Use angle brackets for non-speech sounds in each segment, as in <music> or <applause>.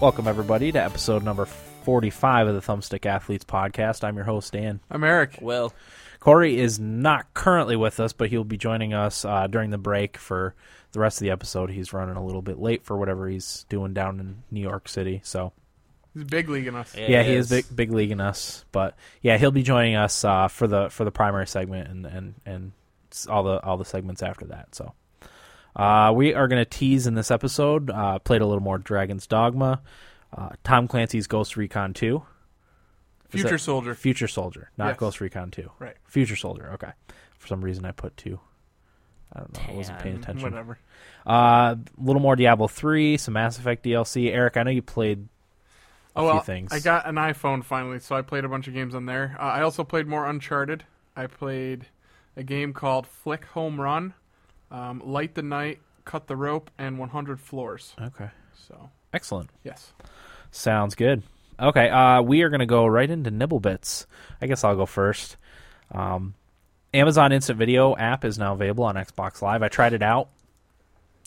Welcome, everybody, to episode number 45 of the Thumbstick Athletes podcast. I'm your host, Dan. I'm Eric. Well, Corey is not currently with us, but he'll be joining us uh, during the break for the rest of the episode. He's running a little bit late for whatever he's doing down in New York City. So, He's big leaguing us. yeah, he is big, big leaguing us. But, yeah, he'll be joining us uh, for the for the primary segment and, and, and s- all the all the segments after that. So, uh, we are going to tease in this episode, uh, played a little more Dragon's Dogma, uh, Tom Clancy's Ghost Recon 2. Is Future that- soldier. Future Soldier, not Yes. Ghost Recon 2. Right. Future Soldier. Okay. For some reason, I put two. I don't know. I wasn't paying Damn, attention. Whatever. A uh, little more Diablo 3, some Mass Effect DLC. Eric, I know you played. Oh few well, things. I got an iPhone finally, so I played a bunch of games on there. Uh, I also played more Uncharted. I played a game called Flick Home Run, um, Light the Night, Cut the Rope, and 100 Floors. Okay. So Excellent. yes, Sounds good. Okay, uh, we are going to go right into Nibble Bits. I guess I'll go first. Um, Amazon Instant Video app is now available on Xbox Live. I tried it out.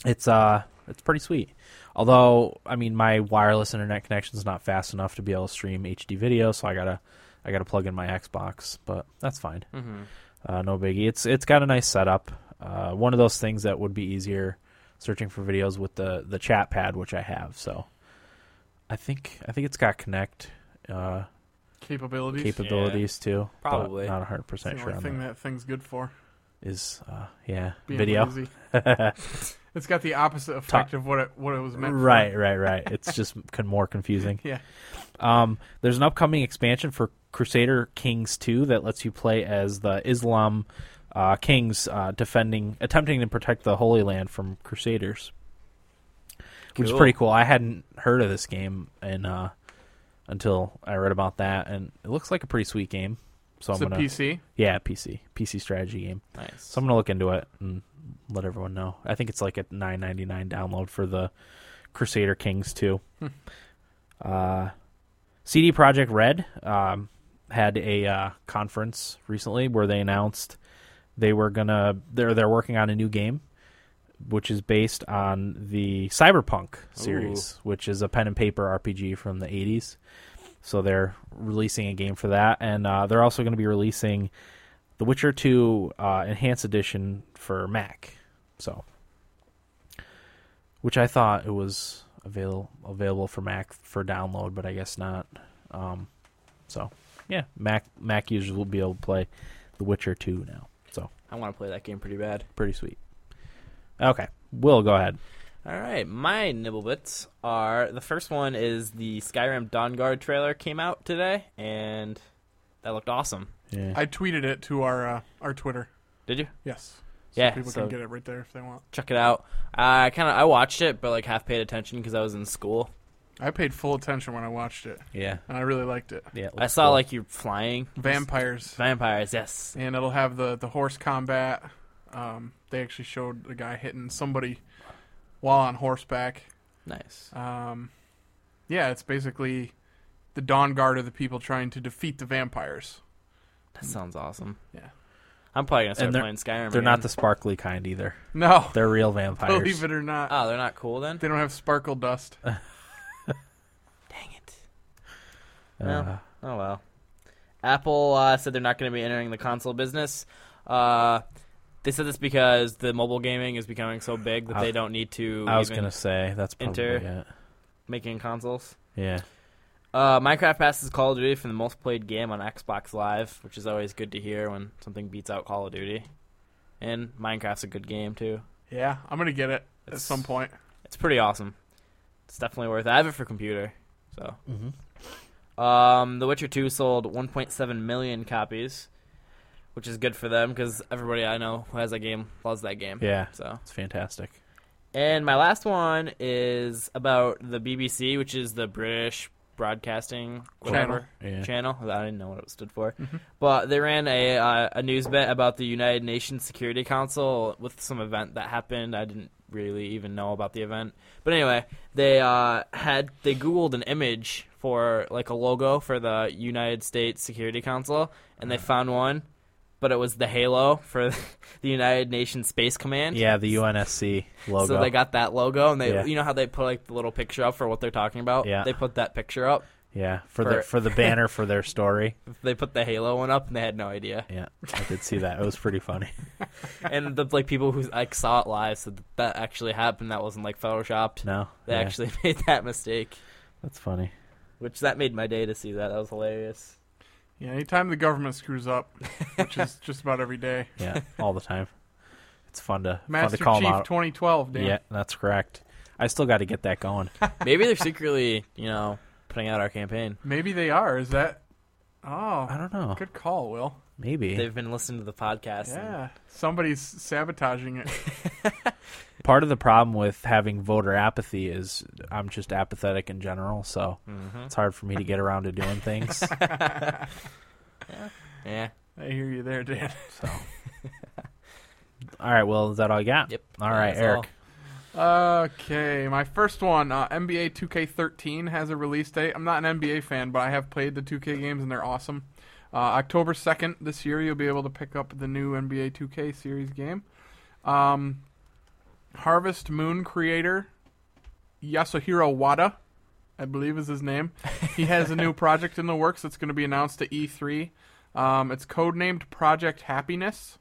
It's uh, it's pretty sweet. Although, I mean, my wireless internet connection is not fast enough to be able to stream HD video, so I gotta, I gotta plug in my Xbox. But that's fine. Mm-hmm. Uh, no biggie. It's it's got a nice setup. Uh, one of those things that would be easier searching for videos with the the chat pad, which I have. So I think I think it's got Connect uh, capabilities. capabilities too. but Probably. not hundred It's the percent sure only on thing that. that. thing's good for. Is uh, yeah Being video. <laughs> lazy. right, It's got the opposite effect of what it what it was meant. for. right, right. <laughs> It's just con- more confusing. Yeah. Um, there's an upcoming expansion for Crusader Kings 2 that lets you play as the Islam uh, kings uh, defending, attempting to protect the Holy Land from Crusaders, which is Cool. pretty cool. I hadn't heard of this game and uh, until I read about that, and it looks like a pretty sweet game. So It's I'm a gonna PC. yeah PC PC strategy game. Nice. So I'm gonna look into it and let everyone know. I think it's like a 9.99 download for the Crusader Kings 2. Hmm. Uh, CD Project Red um, had a uh, conference recently where they announced they were gonna they're they're working on a new game, which is based on the Cyberpunk series, which is a pen and paper RPG from the 80s. So they're releasing a game for that, and uh, they're also going to be releasing the Witcher 2 uh, Enhanced Edition for Mac. So, which I thought it was avail- available for Mac for download, but I guess not. Um, so, yeah, Mac Mac users will be able to play The Witcher 2 now. So, I want to play that game pretty bad. pretty sweet. Okay, Will, go ahead. All right, my nibble bits are the first one is the Skyrim Dawn Guard trailer came out today, and that looked awesome. Yeah. I tweeted it to our uh, our Twitter. Did you? Yes. So Yeah, People so- can get it right there if they want. Check it out. I kind of I watched it, but like half paid attention because I was in school. I paid full attention when I watched it, yeah. and I really liked it. Yeah, I saw like you flying Vampires. vampires. Yes. and it'll have the the horse combat. Um, they actually showed the guy hitting somebody while on horseback. Nice. Um, yeah, it's basically the Dawn Guard of the people trying to defeat the vampires. That sounds awesome. Yeah. I'm probably gonna start And they're- playing Skyrim. they're not the again. sparkly kind either. No, <laughs> They're <laughs> real vampires. believe it or not, Oh, they're not cool then. they don't have sparkle <laughs> dust. Dang it. Uh, Well. Oh well. Apple uh, said they're not going to be entering the console business. Uh, they said this because the mobile gaming is becoming so big that I- they don't need to I was even gonna say that's probably enter- it. making consoles. Yeah. Uh, Minecraft passes Call of Duty for the most played game on Xbox Live, which is always good to hear when something beats out Call of Duty. And Minecraft's a good game too. Yeah, I'm gonna get it at It's- some point. It's pretty awesome. It's definitely worth. it. I have it for computer, so Mm-hmm. Um, The Witcher 2 sold 1.7 million copies, which is good for them because everybody I know who has that game loves that game. Yeah, So, it's fantastic. and my last one is about the BBC, which is the British Broadcasting whatever Yeah. Mm-hmm. channel. I didn't know what it stood for, Mhm. but they ran a uh, a news bit about the United Nations Security Council with some event that happened. I didn't really even know about the event, but anyway, they uh, had they googled an image Uh-huh. for like a logo for the United States Security Council, and they found one but it was the halo for <laughs> the United Nations Space Command. Yeah, the UNSC logo. So they got that logo, and they Yeah. you know how they put like the little picture up for what they're talking about. Yeah. they put that picture up. yeah, for, for- the for the <laughs> banner for their story. They put the Halo one up, and they had no idea. Yeah, I did see that. It was pretty funny. and the like people who like saw it live said that, that actually happened. That wasn't like photoshopped. No, They yeah, actually <laughs> made that mistake, that's funny. which that made my day to see that. That was hilarious. Yeah, anytime the government screws up, which is just about every day. <laughs> Yeah, all the time. It's <laughs> fun to Master fun to call Chief them out. 2012, damn. Yeah, that's correct. I still got to get that going. Maybe they're secretly, you know, putting out our campaign. Maybe they are. Is that? Oh, I don't know. good call, Will. Maybe They've been listening to the podcast. and- Yeah, somebody's sabotaging it. part of the problem with having voter apathy is I'm just apathetic in general, so Mm-hmm. it's hard for me to get around to doing <laughs> things. yeah. I hear you <laughs> there, Dan. so, all right, well, is that all you got? Yep. All right, That's Eric. Okay, my first one, uh, NBA 2K13 has a release date. I'm not an NBA fan, but I have played the 2K games and they're awesome. Uh, October 2nd this year, you'll be able to pick up the new NBA 2K series game. Um, Harvest Moon creator Yasuhiro Wada, I believe is his name. He has a new project in the works that's going to be announced at E3. Um, it's codenamed Project Happiness.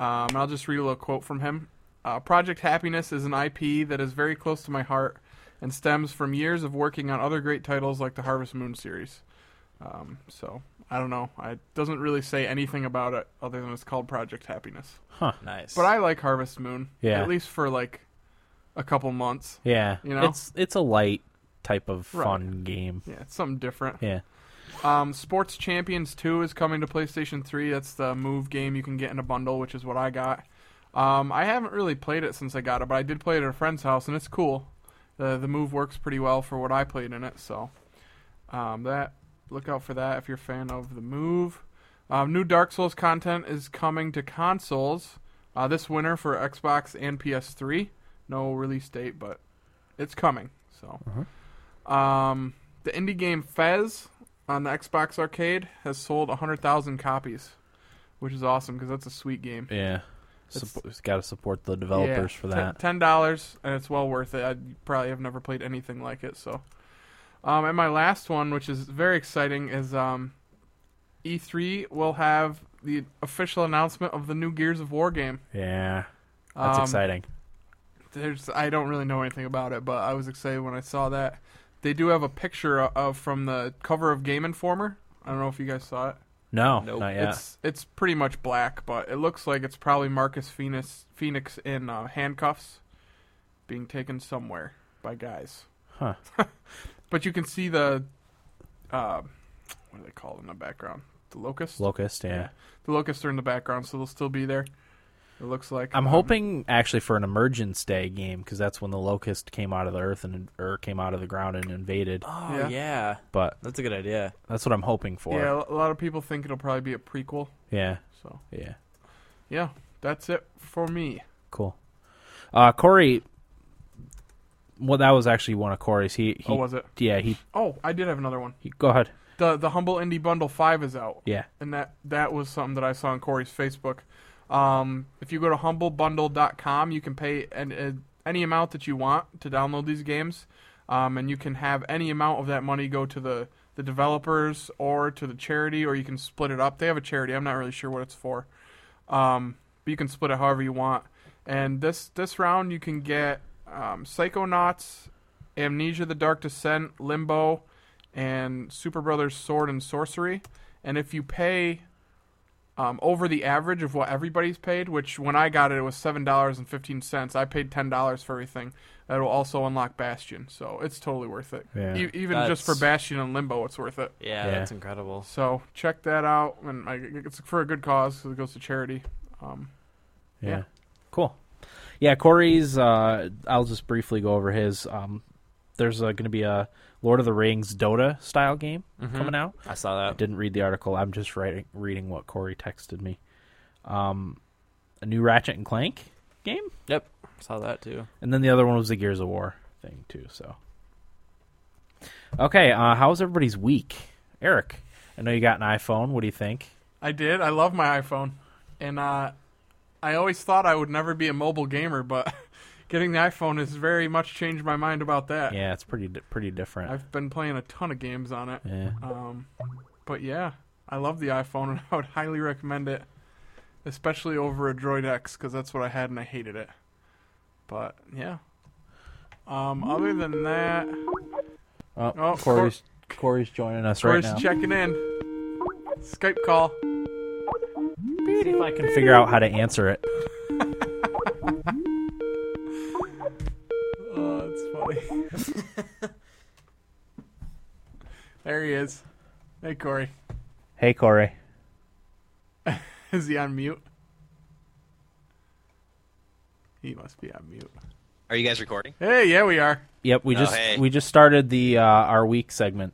Um, I'll just read a little quote from him. Uh, Project Happiness is an IP that is very close to my heart and stems from years of working on other great titles like the Harvest Moon series. Um, so I don't know. I- It doesn't really say anything about it other than it's called Project Happiness. Nice. But I like Harvest Moon. Yeah. At least for like a couple months. Yeah, You know? it's it's a light type of Right. fun game. Yeah, it's something different. Yeah, Um, Sports Champions 2 is coming to PlayStation 3. That's the move game you can get in a bundle, which is what I got. Um, I haven't really played it since I got it, but I did play it at a friend's house, and it's cool. The the move works pretty well for what I played in it, so um, that look out for that if you're a fan of the move. Um, new Dark Souls content is coming to consoles uh, this winter for Xbox and PS3. No release date, but it's coming. So, um, the indie game Fez on the Xbox Arcade has sold 100,000 copies, which is awesome because that's a sweet game. yeah. Suppo- got to support the developers Yeah, for te- that. Ten dollars, and it's well worth it. I probably have never played anything like it. So, um, and my last one, which is very exciting, is um, E3 will have the official announcement of the new Gears of War game. Yeah, that's Um, exciting. There's, I don't really know anything about it, but I was excited when I saw that. They do have a picture o- of from the cover of Game Informer. I don't know if you guys saw it. No, Nope. not yet. It's it's pretty much black, but it looks like it's probably Marcus Phoenix Phoenix in uh, handcuffs, being taken somewhere by guys. Huh. <laughs> but you can see the, uh, what are they called in the background? The locusts. Locust. Yeah, The locusts are in the background, so they'll still be there. It looks like. I'm Um, hoping actually for an Emergence Day game because that's when the locust came out of the earth and or came out of the ground and invaded. Oh Yeah. yeah. But that's a good idea. that's what I'm hoping for. Yeah, a lot of people think it'll probably be a prequel. yeah. So yeah. yeah, that's it for me. Cool. Uh, Corey. Well, that was actually one of Corey's. He, he oh, was it? yeah. He, Oh, I did have another one. he go ahead. The the humble indie bundle five is out. Yeah. and that that was something that I saw on Corey's Facebook. Um, if you go to humblebundle.com, you can pay an, uh, any amount that you want to download these games, um, and you can have any amount of that money go to the the developers or to the charity, or you can split it up. They have a charity. I'm not really sure what it's for, um, but you can split it however you want. And this this round, you can get um, Psychonauts, Amnesia: The Dark Descent, Limbo, and Super Brothers Sword and Sorcery. And if you pay um, over the average of what everybody's paid, which when I got it, it was seven dollars and fifteen cents. I paid ten dollars for everything. That'll also unlock Bastion, so it's totally worth it. Yeah. E- even just for That's- Bastion and Limbo, it's worth it. Yeah, Yeah. that's incredible. So check that out, and I, it's for a good cause because it goes to charity. Um, Yeah. Yeah. Cool. Yeah, Corey's. Uh, I'll just briefly go over his. Um, there's uh, going to be a Lord of the Rings Dota style game coming out. Mm-hmm. I saw I that. didn't read the article. I'm just writing, reading what Corey texted me. Um, a new Ratchet and Clank game, Yep, saw that too. and then the other one was the Gears of War thing too. So, okay, uh, how's everybody's week, Eric? I know you got an iPhone. What do you think? I did. I love my iPhone, and uh, I always thought I would never be a mobile gamer, but <laughs> getting the iPhone has very much changed my mind about that. Yeah, it's pretty di- pretty different. I've been playing a ton of games on it. yeah. Um, but yeah, I love the iPhone, and <laughs> I would highly recommend it, especially over a Droid X, because that's what I had and I hated it. But yeah. Um, other than that, Oh, Oh, Corey's Corey's joining us Corey's right now. checking in. Skype call. See if I can figure out how to answer it. Oh, it's funny. <laughs> there he is. Hey, Corey. Hey, Corey. Is he on mute? He must be on mute. Are you guys recording? Hey, yeah, we are. Yep, we Oh, just hey. we just started the uh, our week segment.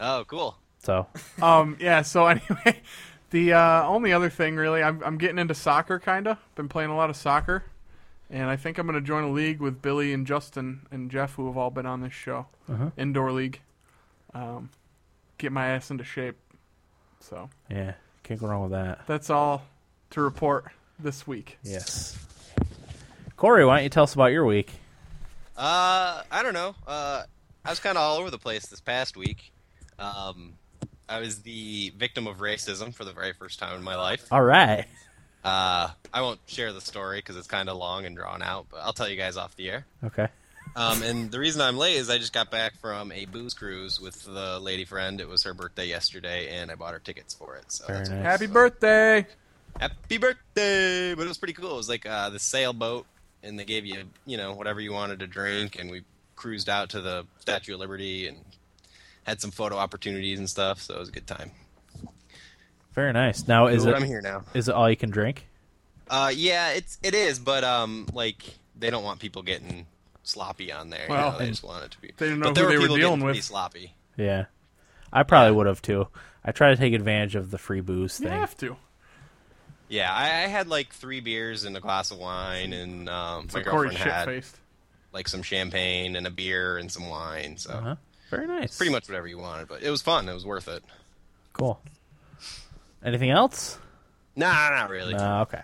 Oh, cool. So Um, yeah. So <laughs> anyway, the uh, only other thing really, I'm I'm getting into soccer, kinda. Been playing a lot of soccer, and I think I'm gonna join a league with Billy and Justin and Jeff, who have all been on this show. Uh-huh. Indoor league. Um, get my ass into shape. So yeah, can't go wrong with that. that's all to report this week. Yes. Corey, why don't you tell us about your week? Uh, I don't know. Uh, I was kind of all over the place this past week. Um, I was the victim of racism for the very first time in my life. All right. Uh, I won't share the story because it's kind of long and drawn out, but I'll tell you guys off the air. Okay. Um, and the reason I'm late is I just got back from a booze cruise with the lady friend. It was her birthday yesterday, and I bought her tickets for it. So Very that's nice. Happy birthday! Happy birthday! But it was pretty cool. It was like uh, the sailboat, and they gave you, you know, whatever you wanted to drink, and we cruised out to the Statue of Liberty and had some photo opportunities and stuff. So it was a good time. Very nice. Now is But it I'm here now. is it all you can drink? Uh, yeah, it's it is, but um, like they don't want people getting sloppy on there. Well, you know, they and just want it to be. they didn't know but there who they were were people dealing getting pretty with. sloppy. Yeah. I probably would have too. I try to take advantage of the free booze You thing. have to. Yeah, I, I had like three beers and a glass of wine, and um, my So girlfriend Corey's shit had <laughs> faced. like some champagne and a beer and some wine. So. Uh-huh. Very nice. pretty much whatever you wanted, but it was fun. It was worth it. cool. Anything else? Nah, not really. Uh, okay.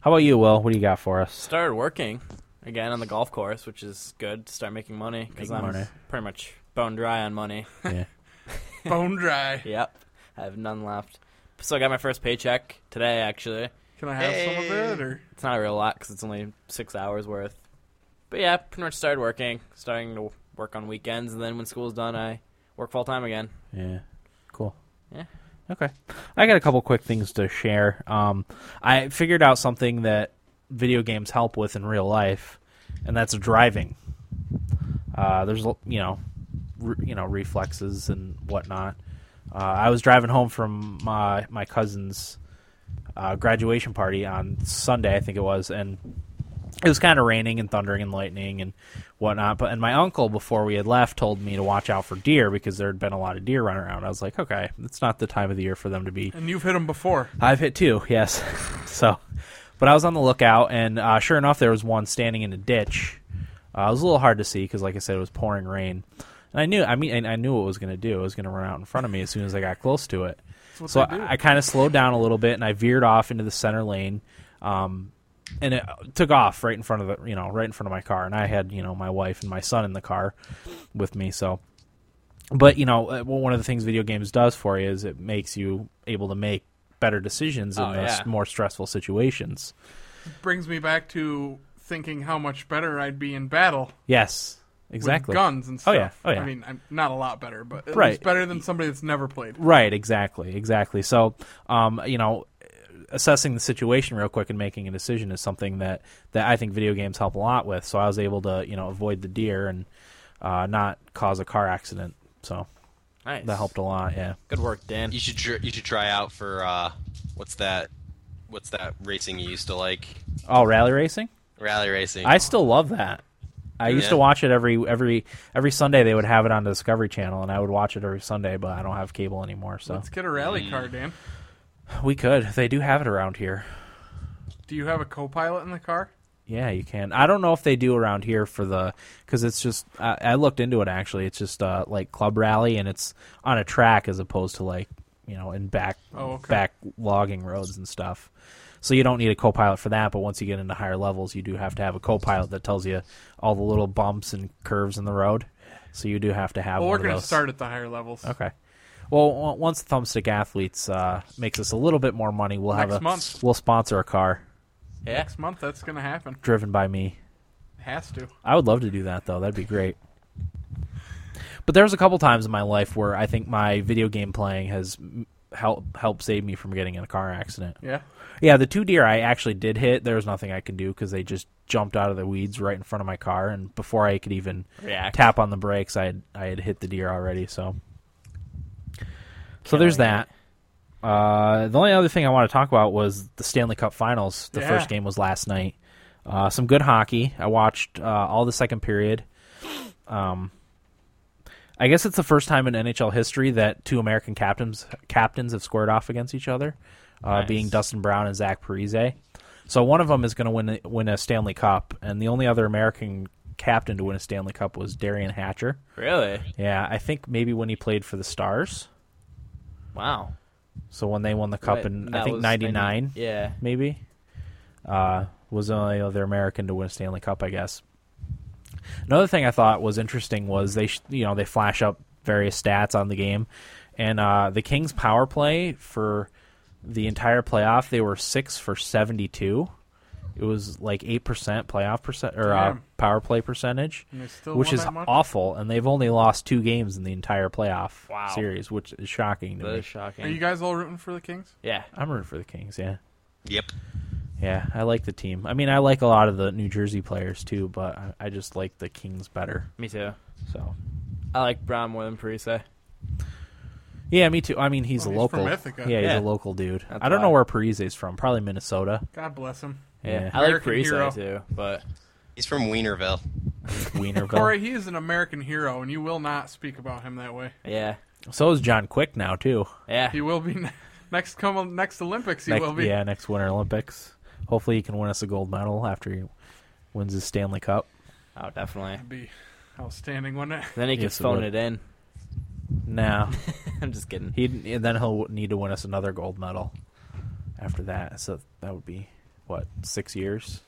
How about you, Will? What do you got for us? Started working again on the golf course, which is good to start making money because Making I'm money. pretty much bone dry on money. yeah. Bone dry. yep, I have none left. So I got my first paycheck today. Actually, Can I have some Hey. of it? Or it's not a real lot because it's only six hours worth. But yeah, pretty much started working, starting to work on weekends, and then when school's done, I work full time again. Yeah. Cool. Yeah. Okay. I got a couple quick things to share. Um, I figured out something that video games help with in real life, and that's driving. Uh, there's l- you know, re- you know reflexes and whatnot. Uh, I was driving home from my my cousin's uh, graduation party on Sunday, I think it was, and it was kind of raining and thundering and lightning and whatnot. But and my uncle before we had left told me to watch out for deer because there had been a lot of deer running around. I was like, okay, it's not the time of the year for them to be and you've hit him before. I've hit two, yes. <laughs> so, but I was on the lookout, and uh, sure enough, there was one standing in a ditch. Uh, it was a little hard to see because, like I said, it was pouring rain, and I knew. I mean, and I knew what it was going to do. It was going to run out in front of me as soon as I got close to it. what So they do. I, I kind of slowed down a little bit, and I veered off into the center lane, um, and it took off right in front of the, you know, right in front of my car. And I had, you know, my wife and my son in the car with me, so but you know uh, one of the things video games does for you is it makes you able to make better decisions in Oh, those yeah. more stressful situations brings me back to thinking how much better I'd be in battle yes exactly with guns and Oh, stuff. yeah. Oh, yeah. I mean, I'm not a lot better, but it's Right. better than somebody that's never played. right exactly exactly so um, you know assessing the situation real quick and making a decision is something that that i think video games help a lot with so i was able to you know avoid the deer and uh, not cause a car accident so Nice. that helped a lot yeah Good work, Dan. You should tr- you should try out for uh, what's that? What's that racing you used to like? oh rally racing Rally racing. I still love that. I used Yeah. to watch it every every every Sunday. They would have it on the Discovery Channel, and I would watch it every Sunday. But I don't have cable anymore, so Let's get a rally car, Mm. Dan. we could. They do have it around here. Do you have a co-pilot in the car? Yeah, you can. I don't know if they do around here for the because it's just. I, I looked into it actually. It's just uh, like club rally, and it's on a track as opposed to like you know, and back Oh, okay. back logging roads and stuff. So you don't need a co-pilot for that, but once you get into higher levels, you do have to have a co-pilot that tells you all the little bumps and curves in the road. So you do have to have. Well, one we're of going to those. start at the higher levels. Okay. Well, o- once the Thumbstick Athletes uh, makes us a little bit more money, we'll have Next a month. we'll sponsor a car Yeah. Next month, that's going to happen. driven by me. Has to. I would love to do that though. That'd be great. But there's a couple times in my life where I think my video game playing has helped help save me from getting in a car accident. Yeah. Yeah, the two deer I actually did hit, there was nothing I could do because they just jumped out of the weeds right in front of my car, and before I could even React. tap on the brakes, I had I had hit the deer already. So, so Killing there's that. Uh, the only other thing I want to talk about was the Stanley Cup Finals. The Yeah. first game was last night. Uh, some good hockey. I watched uh, all the second period. Um, I guess it's the first time in NHL history that two American captains captains have squared off against each other, uh, Nice. being Dustin Brown and Zach Parise. So one of them is going to win win a Stanley Cup, and the only other American captain to win a Stanley Cup was Darian Hatcher. Really? Yeah, I think maybe when he played for the Stars. Wow. So when they won the cup Wait, in I that think was '99, Yeah. <laughs> maybe uh, was the only other American to win a Stanley Cup, I guess. Another thing I thought was interesting was they sh- you know they flash up various stats on the game, and uh, the Kings power play for the entire playoff they were six for seventy two. It was like eight percent playoff percent or uh, Damn. power play percentage, And they still which won is that much? awful. And they've only lost two games in the entire playoff Wow. series, which is shocking to That me. is shocking. Are you guys all rooting for the Kings? yeah. I'm rooting for the Kings, yeah. Yep. Yeah, I like the team. I mean, I like a lot of the New Jersey players too, but I- I just like the Kings better. Me too. So I like Brown more than Parise. yeah, me too. I mean, he's Well, a he's from local. Ithaca. Yeah, he's Yeah. a local dude. That's I don't why. know where Parise's from. Probably Minnesota. God bless him. Yeah. Yeah. I like American hero. Parise too, but He's from Wienerville. Wienerville. Corey, he is an American hero, and you will not speak about him that way. yeah. So is John Quick now too. Yeah. He will be <laughs> ne- next come next Olympics. He Next- will be. Yeah, next Winter Olympics. Hopefully, he can win us a gold medal after he wins his Stanley Cup. Oh, definitely. That'd be outstanding, wouldn't it? Then he can Yes, it phone would. it in. <laughs> Now I'm just kidding. he and then he'll need to win us another gold medal after that. So that would be what six years.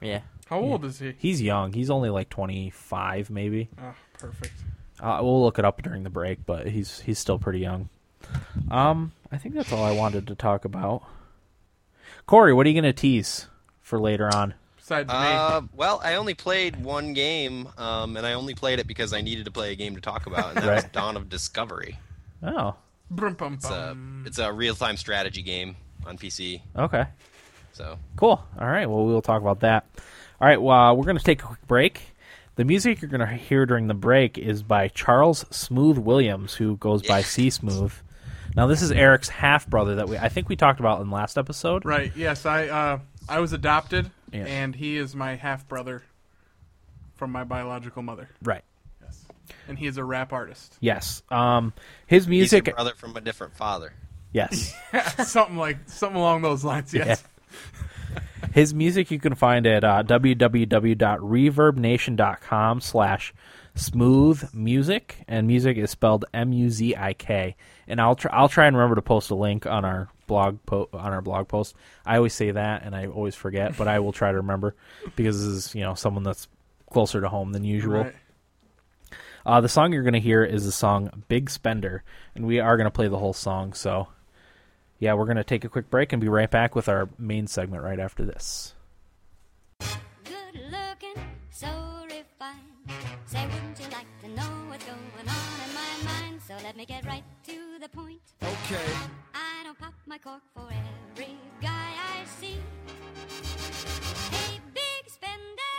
Yeah. How old is he? He's young. He's only like twenty five, maybe. Oh, perfect. Uh, we'll look it up during the break, but he's he's still pretty young. Um, I think that's all I wanted to talk about. Corey, what are you going to tease for later on? Besides Uh, well, I only played one game, um, and I only played it because I needed to play a game to talk about, and that <laughs> was Right. Dawn of Discovery. Oh, me. Brum, bum, It's a, bum. it's a real-time strategy game on PC. okay, So cool. All right, well we'll talk about that. All right, well we're going to take a quick break. The music you're going to hear during the break is by Charles Smooth Williams, who goes by C Smooth. Now this is Eric's half brother that we I think we talked about in last episode. Right. Yes, I uh, I was adopted, Yeah. and he is my half brother from my biological mother. Right. Yes. And he is a rap <laughs> artist. Yes. Um, his he's a music. brother from a different father. Yes. something like something along those lines. Yes. His music you can find at uh, www.reverbnation.com slash smooth music, and music is spelled M U Z I K. And I'll try, I'll try and remember to post a link on our blog po- on our blog post. I always say that, and I always forget, but I will try to remember because this is you know someone that's closer to home than usual. Right. Uh, the song you're going to hear is the song Big Spender, and we are going to play the whole song. So, yeah, we're going to take a quick break and be right back with our main segment right after this. good looking, so refined. Say, wouldn't you like to know what's going on in my mind? So let me get right to the point. Okay. I don't pop my cork for every guy I see. Hey, big spender,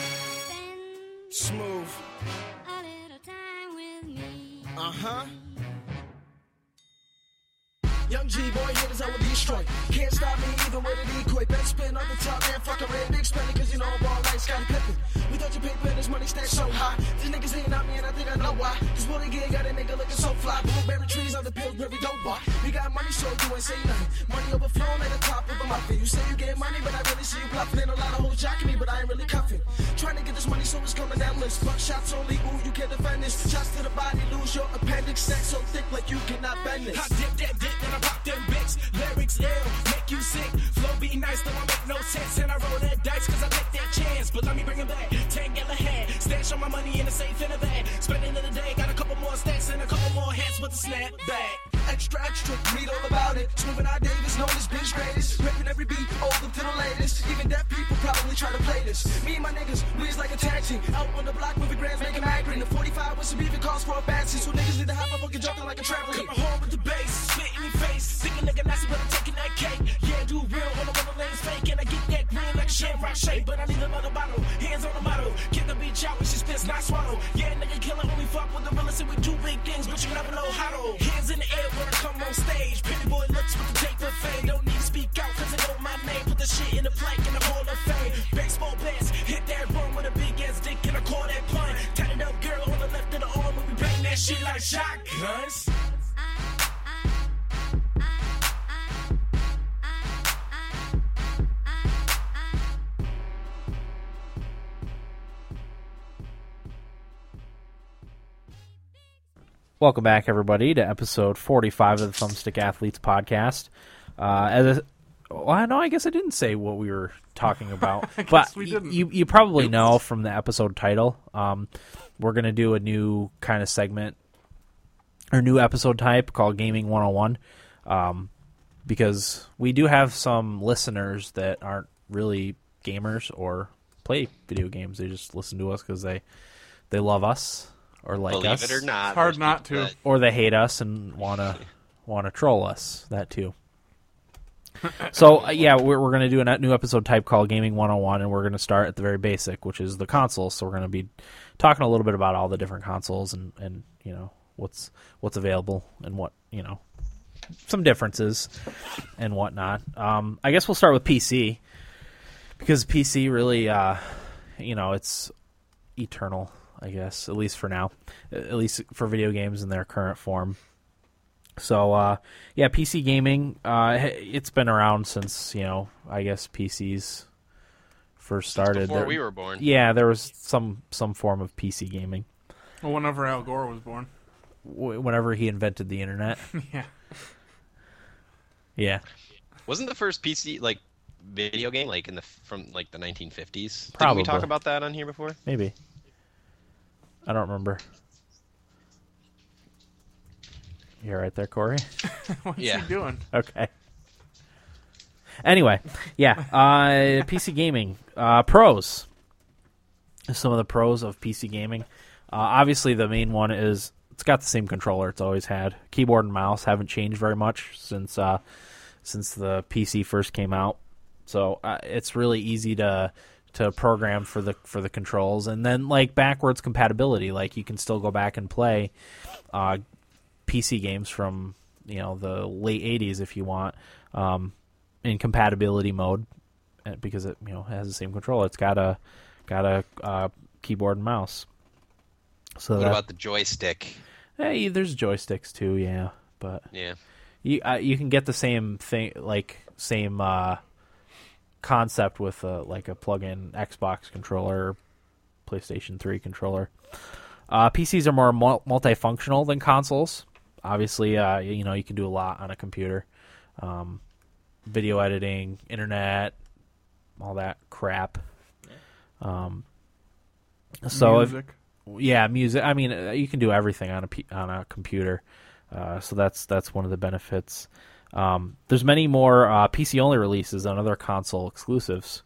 spend Smooth. a little time with me. Uh huh. Young G boy, hitters, I will destroy. Can't stop me even with a decoy. Bet spin on the top, man. Fuck around, big spending, cause you know I'm all like Scotty Pippen. We thought you paid this money stacked so high. These niggas ain't on me, and I think I know why. This bully gig got a nigga looking so fly. Blueberry trees on the Pillsbury dope bar. We got money, so you ain't say nothing. Money overflowing at the top of my bluffing. You say you get money, but I really see you bluffing. A lot of hoes jocking me, but I ain't really cuffing. Trying to get this money, so it's coming endless. Buckshots only, ooh, you can't defend this. Shots to the body, lose your appendix. Sex so thick, like you cannot bend this. I dip that dick and I pop them bitch. Lyrics ill, make you sick. Flow be nice, don't make no sense. And I roll that dice cause I take that chance. But let me bring it back. Ten gal ahead. Stash all my money in a safe in a bag. Spend another day, got a couple more stacks and a couple more hits with the snap back. Extra, extra, read all about it. Smooth and I Davis, known as bitch greatest. Ripping every beat, old up to the latest. Even deaf people probably try to play this. Me and my niggas, we is like a tag team. Out on the block with the grands, making migraine. The 45 with some beef, it calls for a backseat. So niggas need to hop up fucking jumping like a trampoline. Coming home with the bass, spit in your face. Sick a nigga nasty, but I'm taking that cake. Yeah, do real on the rubber lanes fake. And I get that green like a shamrock shape. But I need another bottle, hands on the model. Kick the beach out, it's just piss, not swallow. Yeah, nigga killer, only fuck with the realest. And we do big things, but you never know how to. Hands in the air when I come on stage. Pretty boy looks with the tape of fame. Don't need to speak out, cause I know my name. Put the shit in the plaque in the hall of fame. Baseball pass, hit that run with a big ass dick, and I call that pun. Tatted up girl on the left of the arm, and we bang that shit like shotguns. Welcome back, everybody, to episode 45 of the Thumbstick Athletes podcast. Uh, as a, well, I know I guess I didn't say what we were talking <laughs> about, but we y- didn't. you you probably know from the episode title. Um, we're gonna do a new kind of segment or new episode type called Gaming 101 um, because we do have some listeners that aren't really gamers or play video games. They just listen to us because they they love us or like Believe us it or not, It's hard there's not people to. that- or they hate us and want to want to troll us. That too. so uh, yeah, we're, we're gonna do a new episode type called Gaming 101, and we're gonna start at the very basic, which is the consoles. So we're gonna be talking a little bit about all the different consoles and and you know what's what's available and what you know some differences and whatnot. Um, I guess we'll start with PC because PC really, uh, you know, it's eternal, I guess, at least for now, at least for video games in their current form. So, uh, yeah, PC gaming, uh, it's been around since, you know, I guess PCs first started. before There- we were born. Yeah, there was some, some form of PC gaming Well, whenever Al Gore was born. <laughs> w- whenever he invented the internet. Yeah. Yeah, Wasn't the first PC like video game like in the from like the 1950s? Did Probably. Uh, we talk about that on here before? maybe. I don't remember. You're right there, Corey. <laughs> What's Yeah. he doing? okay. Anyway, yeah, uh, PC gaming uh, pros. Some of the pros of PC gaming. Uh, obviously, the main one is it's got the same controller it's always had. Keyboard and mouse haven't changed very much since uh, since the PC first came out. So uh, it's really easy to to program for the for the controls, and then like backwards compatibility. Like you can still go back and play uh, PC games from you know the late '80s if you want um, in compatibility mode eh, because it you know has the same controller. It's got a got a uh, keyboard and mouse. So What that, about the joystick? hey, there's joysticks too, yeah, but Yeah. you uh, you can get the same thing like same uh, concept with a, like a plug-in Xbox controller, PlayStation 3 controller. Uh, PCs are more mul- multifunctional than consoles. Obviously, uh, you know you can do a lot on a computer, um, video editing, internet, all that crap. Um, so if, Music. yeah, music. I mean, uh, you can do everything on a p- on a computer, uh, so that's that's one of the benefits. Um, there's many more uh, PC only releases than other console exclusives.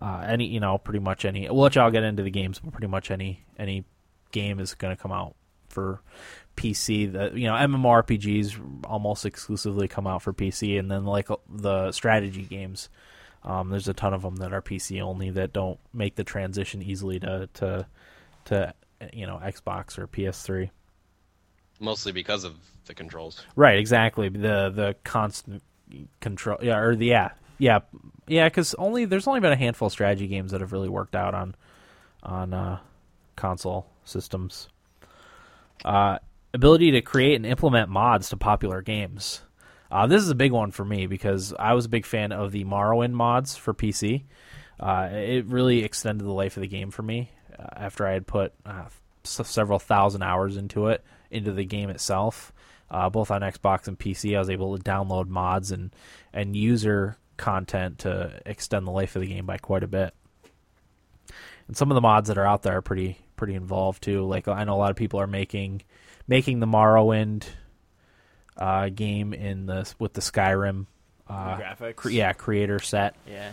Uh, any you know, pretty much any. We'll let y'all get into the games, but pretty much any any game is going to come out for PC. That you know, MMORPGs almost exclusively come out for PC, and then like uh, the strategy games. Um, there's a ton of them that are PC only that don't make the transition easily to to to you know Xbox or PS3. Mostly because of the controls. Right, exactly. The the constant control, yeah, or the yeah, yeah, yeah. Because only there's only been a handful of strategy games that have really worked out on on uh, console systems. Uh, ability to create and implement mods to popular games. Uh, this is a big one for me because I was a big fan of the Morrowind mods for PC. Uh, it really extended the life of the game for me uh, after I had put uh, s- several thousand hours into it, into the game itself. Uh, both on Xbox and PC, I was able to download mods and, and user content to extend the life of the game by quite a bit and some of the mods that are out there are pretty pretty involved too. Like I know a lot of people are making making the Morrowind uh, game in the with the Skyrim, uh, graphics. cre- yeah, creator set. Yeah.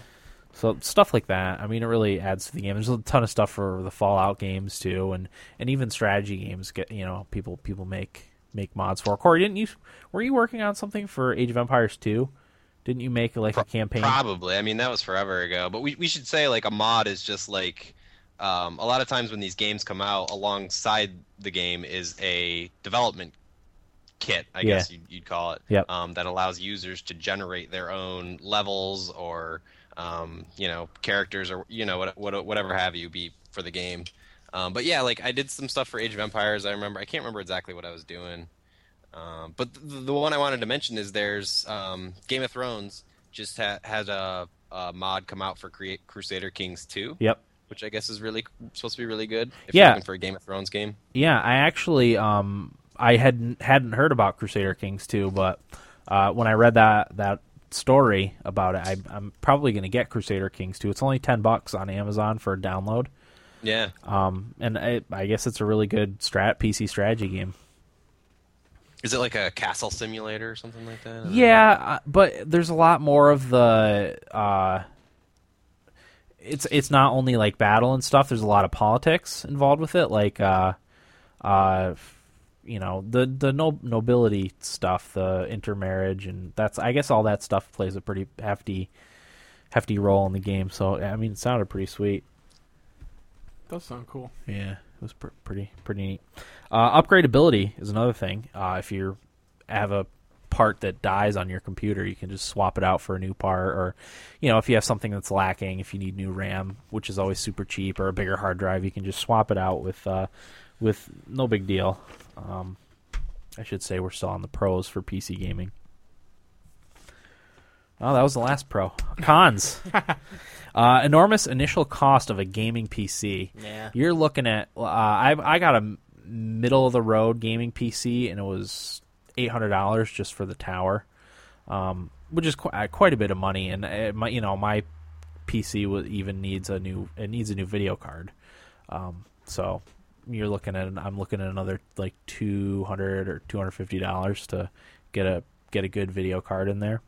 So stuff like that. I mean, it really adds to the game. There's a ton of stuff for the Fallout games too, and and even strategy games. Get you know people people make make mods for. Corey, didn't you? Were you working on something for Age of Empires two? Didn't you make like a campaign? Probably. I mean, that was forever ago. But we, we should say, like, a mod is just like um, a lot of times when these games come out, alongside the game is a development kit, I Yeah. guess you'd, you'd call it, Yep. um, that allows users to generate their own levels or, um, you know, characters or, you know, what, what, whatever have you be for the game. Um, but yeah, like, I did some stuff for Age of Empires. I remember, I can't remember exactly what I was doing. Um, but the, the one I wanted to mention is there's um, Game of Thrones just ha- had a, a mod come out for Cre- Crusader Kings 2, Yep. which I guess is really supposed to be really good. If Yeah. you're looking for a Game of Thrones game, Yeah, I actually um I hadn't hadn't heard about Crusader Kings 2, but uh, when I read that that story about it, I, I'm probably going to get Crusader Kings 2. It's only ten bucks on Amazon for a download, yeah, um, and I, I guess it's a really good strat PC strategy game. is it like a castle simulator or something like that? I don't Yeah, uh, but there's a lot more of the. Uh, it's it's not only like battle and stuff. There's a lot of politics involved with it, like, uh, uh, you know, the the no- nobility stuff, the intermarriage, and that's I guess all that stuff plays a pretty hefty hefty role in the game. So I mean, it sounded pretty sweet. does sound cool. Yeah, it was pr- pretty pretty neat. Uh, upgradability is another thing. Uh, if you have a part that dies on your computer, you can just swap it out for a new part, or you know, if you have something that's lacking, if you need new RAM, which is always super cheap, or a bigger hard drive, you can just swap it out with uh, with no big deal. Um, I should say we're still on the pros for PC gaming. Oh, that was the last pro. Cons. uh, enormous initial cost of a gaming PC Yeah. you're looking at uh, I I got a middle of the road gaming PC and it was eight hundred dollars just for the tower, um, which is quite quite a bit of money. And it, my you know my PC wa- even needs a new it needs a new video card, um, so you're looking at I'm looking at another like two hundred or two hundred fifty dollars to get a get a good video card in there.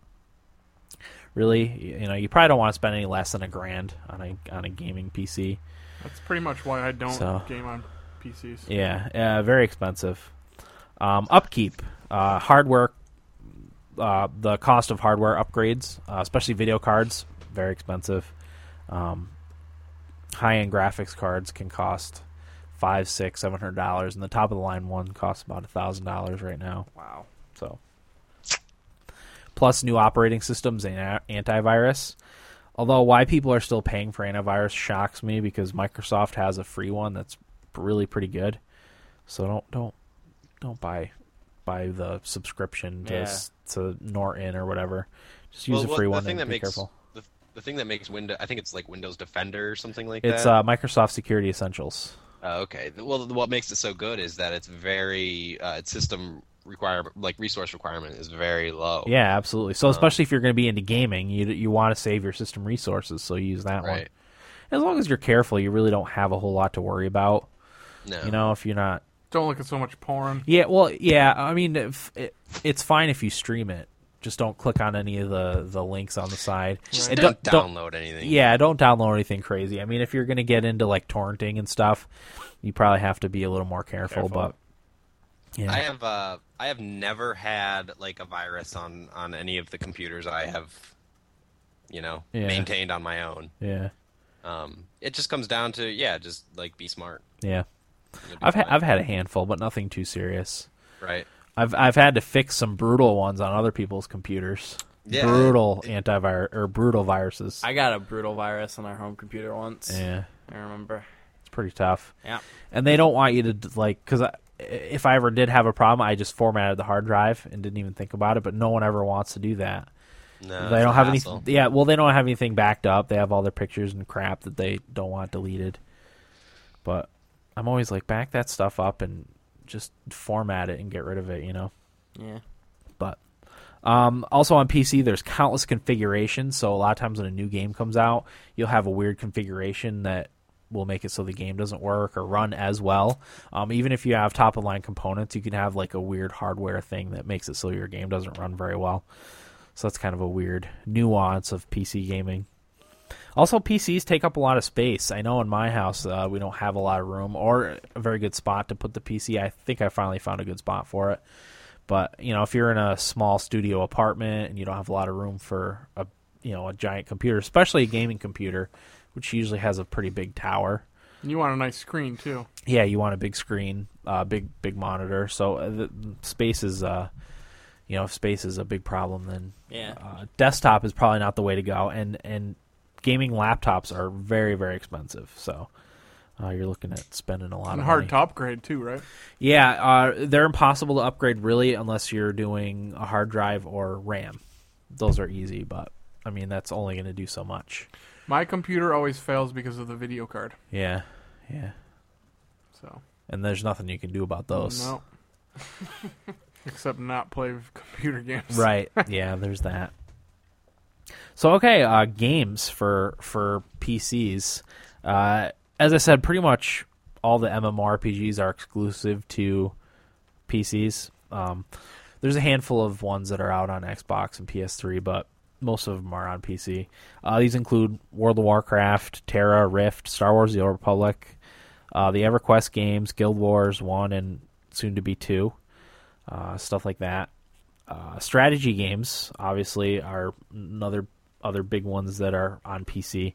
Really, you know, you probably don't want to spend any less than a grand on a on a gaming PC. That's pretty much why I don't So- game on PCs. Yeah, uh, very expensive. Um, upkeep, uh, hardware, uh, the cost of hardware upgrades, uh, especially video cards, very expensive. Um, high-end graphics cards can cost five, six, seven hundred dollars, and the top-of-the-line one costs about a thousand dollars right now. Wow. So, plus new operating systems and a- antivirus. Although why people are still paying for antivirus shocks me because Microsoft has a free one that's really pretty good. So don't don't don't buy buy the subscription to Yeah. s- to Norton or whatever. Just use Well, a well, free the one thing and that be makes- careful. The, the thing that makes Windows, I think it's like Windows Defender or something like It's that. uh, Microsoft Security Essentials. Uh, okay. Well, what makes it so good is that it's very uh, its system requirement, like resource requirement, is very low. Yeah, absolutely. Um, So especially if you're going to be into gaming, you you want to save your system resources, so you use that one. Right. As long as you're careful, you really don't have a whole lot to worry about. No. You know, if you're not Don't look at so much porn. Yeah, well, yeah. I mean, if it, it's fine if you stream it. Just don't click on any of the, the links on the side. Just And don't, don't- download anything. Yeah, don't download anything crazy. I mean, if you're going to get into like torrenting and stuff, you probably have to be a little more careful. Careful. But yeah, I have uh, I have never had like a virus on on any of the computers I have, you know, Yeah. maintained on my own. yeah, Um, it just comes down to yeah, just like be smart. yeah. You'll be I've ha- fine. I've had a handful, but nothing too serious. right. I've I've had to fix some brutal ones on other people's computers. Yeah. Brutal antivirus or brutal viruses. I got a brutal virus on our home computer once. yeah, I remember. it's pretty tough. Yeah. and they don't want you to like because if I ever did have a problem, I just formatted the hard drive and didn't even think about it. But no one ever wants to do that. No, they it's don't a have hassle. anything. Yeah, well, they don't have anything backed up. They have all their pictures and crap that they don't want deleted. But I'm always like, back that stuff up and just format it and get rid of it. You know. Yeah. But um, also on PC, there's countless configurations. So a lot of times when a new game comes out, you'll have a weird configuration that will make it so the game doesn't work or run as well. Um, even if you have top of line components, you can have like a weird hardware thing that makes it so your game doesn't run very well. So that's kind of a weird nuance of PC gaming. Also, PCs take up a lot of space. I know in my house uh, we don't have a lot of room or a very good spot to put the PC. I think I finally found a good spot for it. But you know, if you're in a small studio apartment and you don't have a lot of room for a you know a giant computer, especially a gaming computer, which usually has a pretty big tower, And you want a nice screen too. yeah, you want a big screen, uh, big big monitor. So uh, the space is, uh, you know, if space is a big problem, then Yeah. uh, desktop is probably not the way to go. And and gaming laptops are very very expensive. So uh, you're looking at spending a lot And of hard money. to upgrade too, right? Yeah, uh, they're impossible to upgrade really unless you're doing a hard drive or RAM. Those are easy, but I mean that's only going to do so much. My computer always fails because of the video card. Yeah, yeah. So And there's nothing you can do about those. no. <laughs> Except not play computer <laughs> games. Right. yeah, there's that. So okay, uh, games for for PCs. Uh, as I said, pretty much all the MMORPGs are exclusive to PCs. Um, there's a handful of ones that are out on Xbox and PS3, but most of them are on PC. Uh, these include World of Warcraft, Terra, Rift, Star Wars: The Old Republic, uh, the EverQuest games, Guild Wars One, and soon to be two, uh, stuff like that uh, strategy games obviously are another other big ones that are on PC.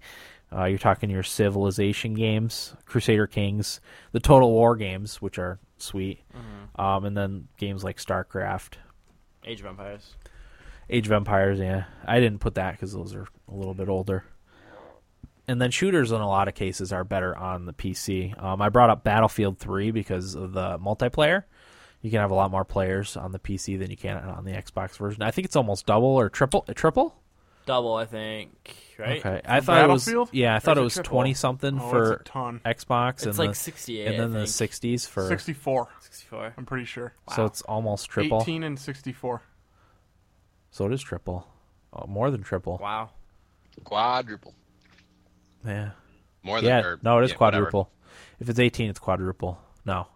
Uh, you're talking your Civilization games, Crusader Kings, the Total War games, which are sweet, um, and then games like StarCraft, Age of Empires. Age of Empires. Yeah, I didn't put that because those are a little bit older. And then shooters, in a lot of cases, are better on the PC. Um, I brought up Battlefield 3 because of the multiplayer. You can have a lot more players on the PC than you can on the Xbox version. I think it's almost double or triple. uh, Triple? Double, I think. Right. Okay, I thought it was Battlefield? yeah, I thought Or it is it was triple? twenty something Oh, for that's a ton. Xbox. It's and like the, 68. and then I the think. sixties for 64. 64. I'm pretty sure. so it's almost triple. 18 and 64. So it is triple, oh, more than triple. Wow. <laughs> Quadruple. Yeah, More than yeah. or- no, it is yeah, whatever. quadruple. If it's eighteen, it's quadruple. No,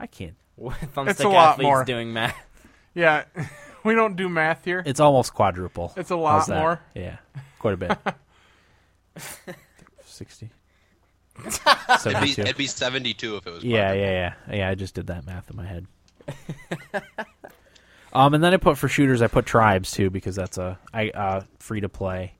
I can't. Thumbstick It's a lot athletes more. doing math. Yeah, <laughs> we don't do math here. It's almost quadruple. It's a How's lot that? more. Yeah, quite a <laughs> bit. Sixty. <laughs> It'd be, 72. it'd be 72 if it was. Yeah, quadruple. yeah, yeah, yeah. I just did that math in my head. <laughs> um, and then I put for shooters, I put tribes too because that's a I uh, free to play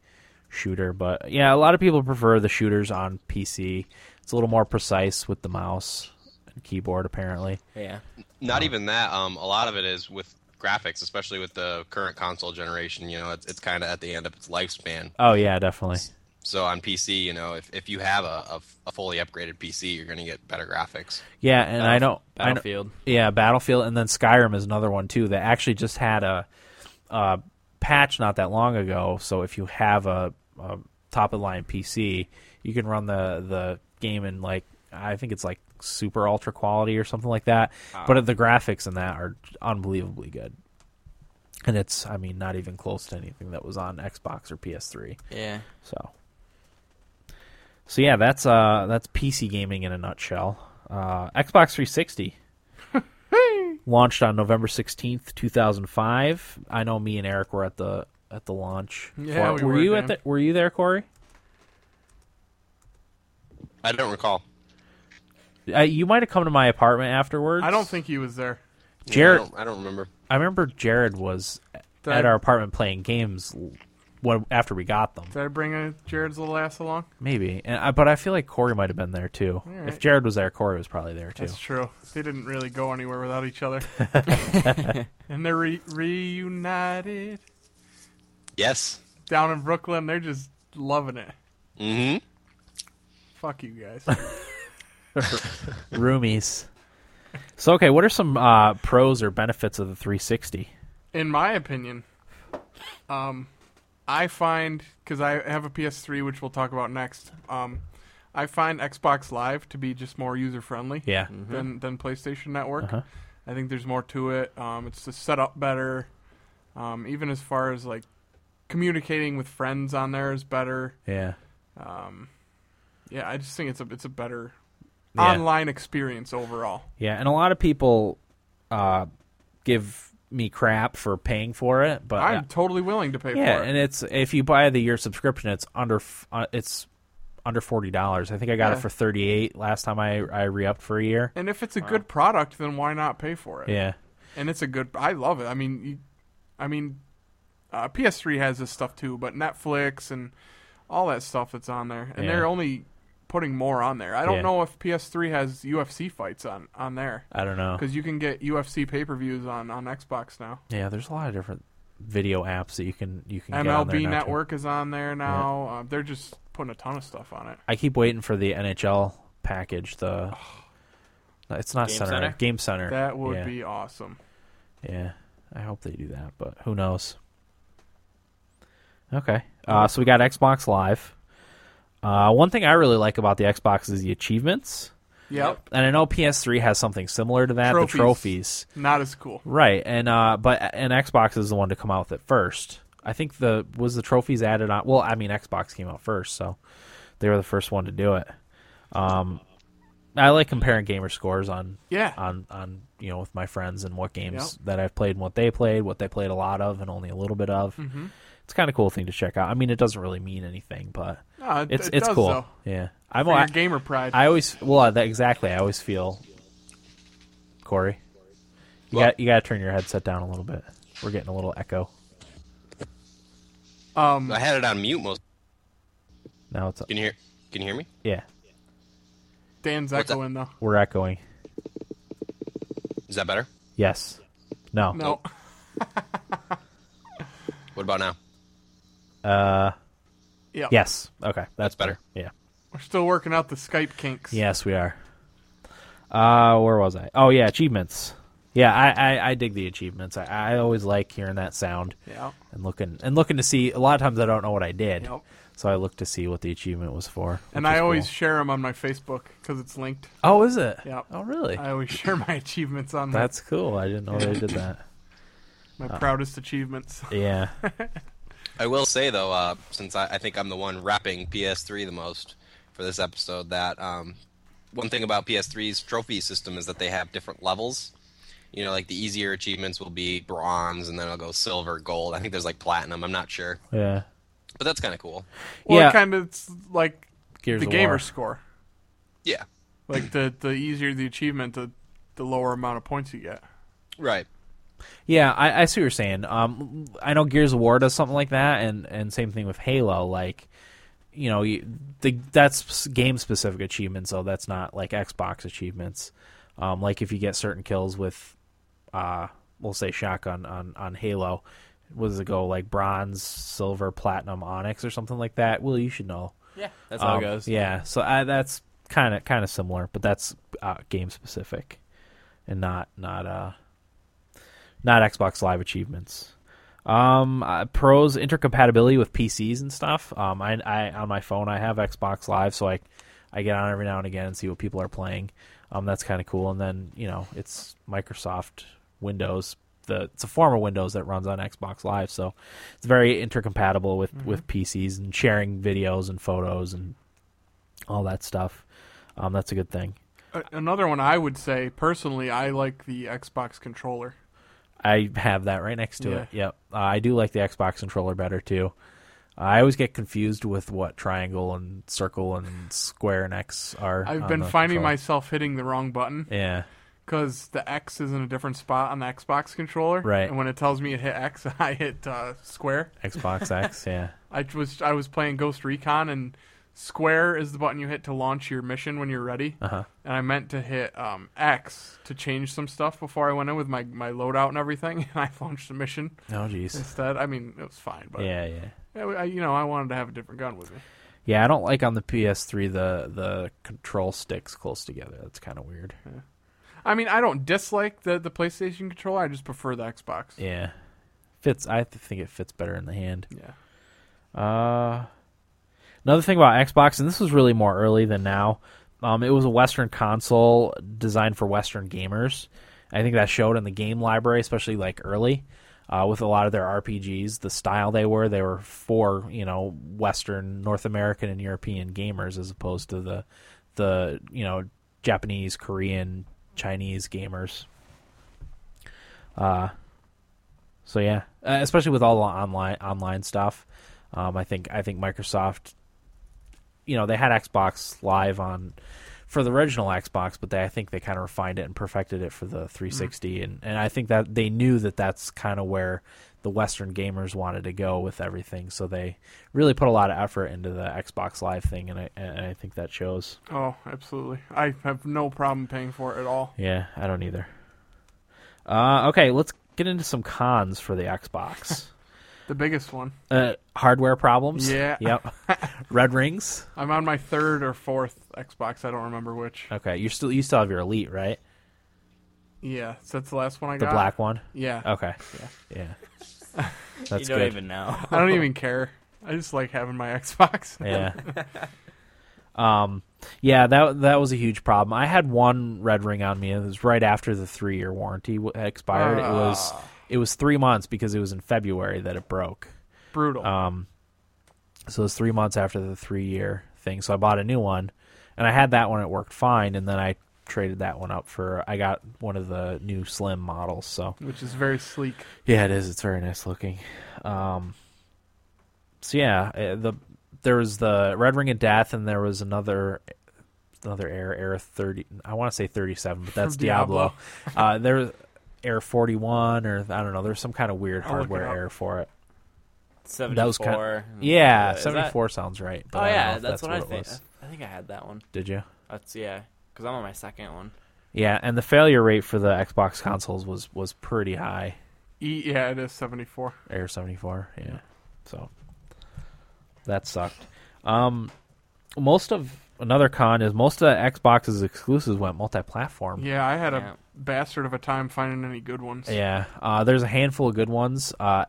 shooter. But yeah, a lot of people prefer the shooters on PC. It's a little more precise with the mouse and keyboard, apparently. Yeah. Not even that. Um, a lot of it is with graphics, especially with the current console generation. You know, it's it's kind of at the end of its lifespan. Oh yeah, definitely. So on PC, you know, if, if you have a, a, a fully upgraded PC, you're going to get better graphics. Yeah, and I don't. I don't, Battlefield. Yeah, Battlefield, and then Skyrim is another one too that actually just had a, a patch not that long ago. So if you have a, a top of the line PC, you can run the the game in like I think it's like super ultra quality or something like that. But the graphics in that are unbelievably good, and it's I mean not even close to anything that was on Xbox or PS3. Yeah. So, so yeah, that's uh that's PC gaming in a nutshell. Uh, Xbox 360 <laughs> launched on November 16th, 2005. I know me and Eric were at the at the launch. for Yeah, it. we were, were, you at Dan. the Were you there, Corey? I don't recall. Uh, you might have come to my apartment afterwards. I don't think he was there. Yeah, Jared. I don't, I don't remember. I remember Jared was Did at I- our apartment playing games. l- When, after we got them, Did I bring uh Jared's little ass along? maybe, and I, but I feel like Corey might have been there too. right. If Jared was there, Corey was probably there too. That's true. They didn't really go anywhere without each other. and they're re- reunited Yes. down in Brooklyn. They're just loving it. Mm-hmm. Fuck you guys. Roomies. So okay, what are some uh, pros or benefits of the 360? <laughs> in my opinion, um, I find because I have a PS3, which we'll talk about next. Um, I find Xbox Live to be just more user friendly Yeah, than than PlayStation Network. Mm-hmm. Uh-huh. I think there's more to it. Um, it's just set up better. Um, even as far as like communicating with friends on there is better. yeah, Um, yeah, I just think it's a it's a better Yeah. online experience overall. yeah. And a lot of people uh, give me crap for paying for it, but I'm totally willing to pay yeah, for it. and it's if you buy the year subscription, it's under f- uh, it's under forty dollars. I think I got it Yeah. for thirty eight last time I I re upped for a year. And if it's a good product, then why not pay for it? Yeah, and it's a good. I love it. I mean, you, I mean, uh, PS3 has this stuff too, but Netflix and all that stuff that's on there, and Yeah. they're only putting more on there. I don't Yeah. know if PS3 has UFC fights on on there I don't know. because you can get UFC pay per views on on Xbox now. Yeah, there's a lot of different video apps that you can you can get on there MLB now, too. Network is on there now. Uh, they're just putting a ton of stuff on it. I keep waiting for the NHL package. The No, it's not Game center, Center? game center. That would yeah, be awesome. yeah. I hope they do that, but who knows? Okay, uh, so we got Xbox Live. Uh, one thing I really like about the Xbox is the achievements, Yep, and I know PS3 has something similar to that, the Trophies. trophies. not as cool. Right, and uh, but and Xbox is the one to come out with it first. I think the was the trophies added on. Well, I mean Xbox came out first, so they were the first one to do it. Um, I like comparing gamer scores on Yeah, on on you know with my friends and what games that I've played and what they played, what they played a lot of and only a little bit of. Mhm. It's kind of cool thing to check out. I mean, it doesn't really mean anything, but No, it, it's it it's does, cool. Though, Yeah, I'm for your I, gamer pride. I always well that, exactly. I always feel Corey. You Well- got you got to turn your headset down a little bit. We're getting a little echo. um, I had it on mute most. Now it's Can you hear? Can you hear me? yeah, Dan's What's echoing though. we're echoing. Is that better? Yes. No. No. <laughs> What about now? Uh Yeah. yes. Okay. That's better. Yeah. We're still working out the Skype kinks. Yes, we are. Uh where was I? Oh yeah, achievements. Yeah, I I, I dig the achievements. I, I always like hearing that sound Yeah. and looking and looking to see a lot of times I don't know what I did. Yep. So I look to see what the achievement was for. And which is I always cool. share them on my Facebook because it's linked. Oh, is it? Yep. Oh, really? I always share my <laughs> achievements on my, That's cool. I didn't know they did that. my proudest achievements. Yeah. I will say though, uh, since I, I think I'm the one repping PS3 the most for this episode, that um, one thing about PS3's trophy system is that they have different levels. You know, like the easier achievements will be bronze, and then I'll go silver, gold. I think there's like platinum. I'm not sure, Yeah. but that's kind of cool. Well, yeah. it kind of it's like Gears the of gamer War. score. Yeah, Like <laughs> the the easier the achievement, the the lower amount of points you get. right. Yeah, I, I see what you're saying. Um, I know Gears of War does something like that, and and same thing with Halo. Like, you know, you, the that's game specific achievements, though. That's not like Xbox achievements. Um, like if you get certain kills with, uh, we'll say shotgun on on Halo, what does it go like bronze, silver, platinum, onyx, or something like that? Will you should know. Yeah, that's how Um, it goes. Yeah, so I, that's kind of kind of similar, but that's uh, game specific, and not not uh not Xbox Live achievements. Um, uh, pros intercompatibility with PCs and stuff. Um, I, I on my phone I have Xbox Live, so I I get on every now and again and see what people are playing. Um, that's kind of cool. And then you know it's Microsoft Windows. The it's a form of Windows that runs on Xbox Live, so it's very intercompatible with with PCs and sharing videos and photos and all that stuff. Um, that's a good thing. A- Another one I would say personally, I like the Xbox controller. I have that right next to Yeah. it. Yep. Uh, I do like the Xbox controller better too. I always get confused with what triangle and circle and square and X are. I've on been the finding controller. myself hitting the wrong button Oh, Yeah. because the X is in a different spot on the Xbox controller. Right. And when it tells me it hit X, <laughs> I hit uh, square. <laughs> Xbox X. Yeah. I was I was playing Ghost Recon and square is the button you hit to launch your mission when you're ready. Uh huh. And I meant to hit um, X to change some stuff before I went in with my my loadout and everything, <laughs> and I launched the mission Oh jeez. instead. I mean, it was fine, but Yeah. Yeah. I, I- you know, I wanted to have a different gun with me. Yeah. I don't like on the PS3 the the control sticks close together. That's kind of weird. I mean, I don't dislike the the PlayStation controller. I just prefer the Xbox. Yeah, fits. I think it fits better in the hand. Yeah. Uh, another thing about Xbox, and this was really more early than now. Um, it was a Western console designed for Western gamers. I think that showed in the game library, especially like early, uh, with a lot of their RPGs. The style they were, they were for you know Western, North American, and European gamers, as opposed to the the you know Japanese, Korean, Chinese gamers. Uh, so yeah, uh, especially with all the online online stuff, um, I think I think Microsoft, you know, they had Xbox Live on for the original Xbox, but they I think they kind of refined it and perfected it for the 360, and and I think that they knew that that's kind of where the Western gamers wanted to go with everything, so they really put a lot of effort into the Xbox Live thing, and I and I think that shows. Oh, absolutely. I have no problem paying for it at all. Yeah, I don't either. Uh, okay, let's get into some cons for the Xbox. The biggest one. Uh, hardware problems. Yeah. Yep. Red rings. I'm on my third or fourth Xbox. I don't remember which. Okay, you still you still have your elite, right? Yeah, so that's the last one I The got. black one. Yeah. Okay. Yeah. That's you don't good. even know. <laughs> <laughs> I don't even care. I just like having my <laughs> Xbox. Yeah. um. Yeah that that was a huge problem. I had one red ring on me. and It was right after the three year warranty w- expired. It was it was three months because it was in February that it broke. Brutal. Um, so it was three months after the three year thing. So I bought a new one, and I had that one. It worked fine, and then I traded that one up for I got one of the new slim models. So which is very sleek. yeah, it is. It's very nice looking. Um, so yeah, uh, the there was the Red Ring of Death, and there was another another Air Air thirty. I want to say thirty seven, but that's <laughs> Diablo. Diablo. uh, there was Air forty one, or I don't know. There's some kind of weird I'll look it hardware up. error for it. Seventy-four. That was kind of- and- Yeah, is that- seventy four sounds right. But Oh I don't know yeah, if that's, what, I it think. was. I think I had that one. Did you? That's yeah, because I'm on my second one. Yeah, and the failure rate for the Xbox consoles was was pretty high. E, yeah, it is 74. Air 74. Yeah. So that sucked. Um, most of another con is most of Xbox's exclusives went multi-platform. Yeah, I had a Yeah. bastard of a time finding any good ones. Yeah. Uh, there's a handful of good ones, uh,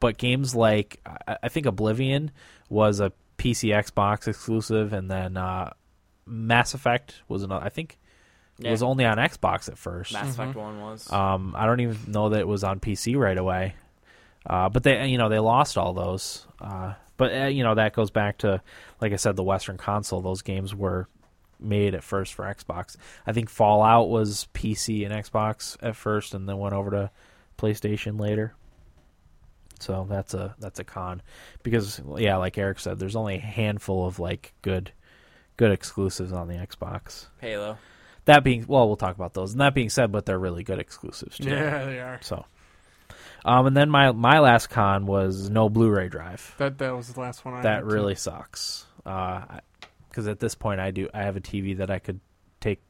but games like I, I think Oblivion was a PC Xbox exclusive, and then uh, Mass Effect was another. I think it Yeah. was only on Xbox at first. Mass Effect one was. Um, I don't even know that it was on PC right away, uh, but they, you know, they lost all those. Uh, but uh, you know, that goes back to, like I said, the Western console. Those games were made at first for Xbox. I think Fallout was PC and Xbox at first, and then went over to PlayStation later. So that's a that's a con, because yeah, like Eric said, there's only a handful of like good good exclusives on the Xbox. Halo. That being well, we'll talk about those. And that being said, but they're really good exclusives too. <laughs> Yeah, they are. So, um, and then my my last con was no Blu-ray drive. That that was the last one I had, That too. really sucks. Because at this point, I do I have a TV that I could take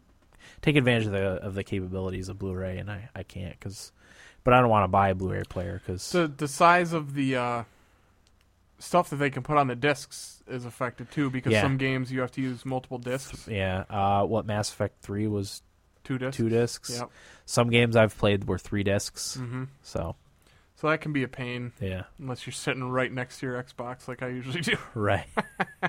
take advantage of the of the capabilities of Blu-ray, and I I can't because. But I don't want to buy a Blu-ray player because The, the size of the uh, stuff that they can put on the discs is affected too because Yeah. some games you have to use multiple discs, yeah, uh, what Mass Effect three was two discs. two discs. Yep. Some games I've played were three discs. hmm So So that can be a pain yeah, unless you're sitting right next to your Xbox like I usually <laughs> do. right. <laughs>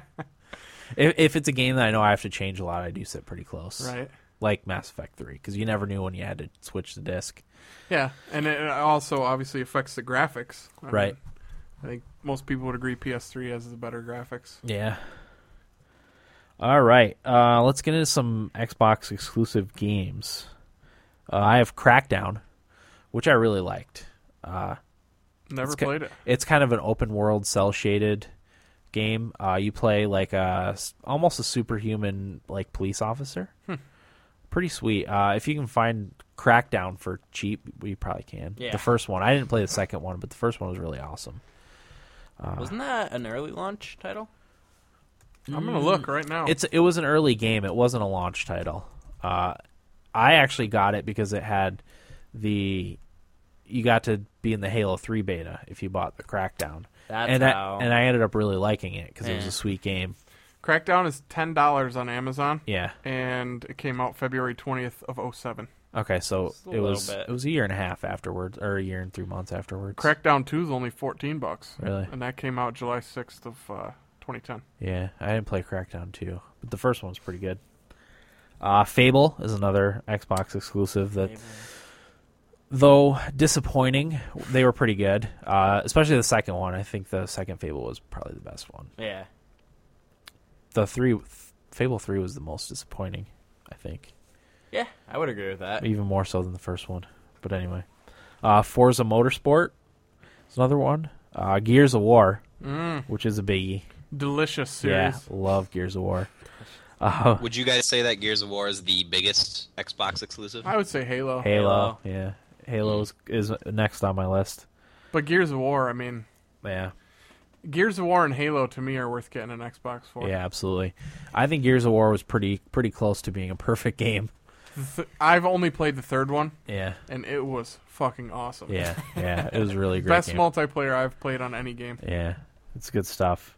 if, if it's a game that I know I have to change a lot, I do sit pretty close. Right. like Mass Effect 3 because you never knew when you had to switch the disc. Yeah, and it also obviously affects the graphics. I mean, Right. I think most people would agree PS3 has the better graphics. Yeah. All right. Uh, let's get into some Xbox exclusive games. Uh, I have Crackdown, which I really liked. Uh, Never It's ca- played it. it's kind of an open world, cell shaded game. Uh, you play like a s- almost a superhuman like police officer. Pretty sweet. Uh, if you can find Crackdown for cheap, we probably can. Yeah. The first one. I didn't play the second one, but the first one was really awesome. uh. Wasn't that an early launch title? I'm gonna look right now. It's it was an early game. It wasn't a launch title. Uh, I actually got it because it had the you got to be in the Halo Three beta if you bought the Crackdown. That's and how- I, and I ended up really liking it because it was Yeah. a sweet game. Crackdown is ten dollars on Amazon, Yeah, and it came out February twentieth of 07. Okay, so Just a it little was bit. it was a year and a half afterwards, or a year and three months afterwards. Crackdown 2 is only 14 bucks. Really? And that came out July 6th of uh, 2010. Yeah, I didn't play Crackdown 2, but the first one was pretty good. Uh, Fable is another Xbox exclusive that, though disappointing, they were pretty good. Uh, especially the second one. I think the second Fable was probably the best one. Yeah. The three, Fable three was the most disappointing. I think Yeah, I would agree with that. even more so than the first one. But anyway, uh, Forza Motorsport is another one. Uh, Gears of War, which is a biggie. Delicious series. Yeah, love Gears of War. Would you guys say that Gears of War is the biggest Xbox exclusive? I would say Halo. Hmm. Halo. Yeah. Halo is, is next on my list. But Gears of War, I mean, Yeah. Gears of War and Halo to me are worth getting an Xbox for. Yeah, absolutely. I think Gears of War was pretty pretty close to being a perfect game. Th- I've only played the third one, Yeah. and it was fucking awesome. Yeah. Yeah. It was a <laughs> really great. Best game. multiplayer I've played on any game. Yeah. It's good stuff.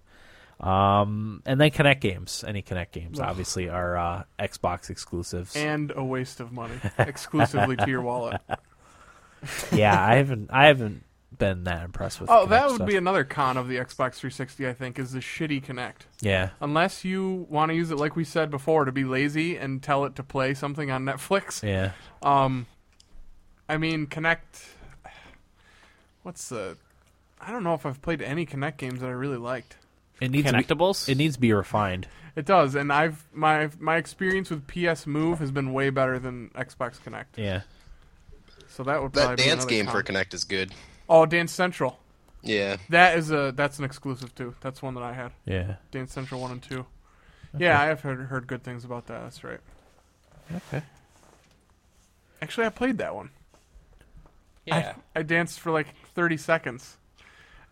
Um and then Connect games. Any Connect games Ugh. obviously are uh Xbox exclusives. And a waste <laughs> of money, exclusively to your wallet. yeah, I haven't I haven't been that impressed with Oh, that Kinect would stuff. be another con of the Xbox 360, I think, is the shitty Connect. Yeah. Unless you want to use it, like we said before, to be lazy and tell it to play something on Netflix. Yeah. Um, I mean, Connect. What's the? I don't know if I've played any Connect games that I really liked. It needs to be, Connectables? it needs to be refined. It does, and I've my my experience with PS Move has been way better than Xbox Connect. Yeah. So that would probably that be dance another game con. for Connect is good. Oh, Dance Central. Yeah. That is a that's an exclusive too. That's one that I had. Yeah. Dance Central one and two. Yeah, I have heard heard good things about that. That's right. Okay. Actually, I played that one. Yeah. I danced for like 30 seconds.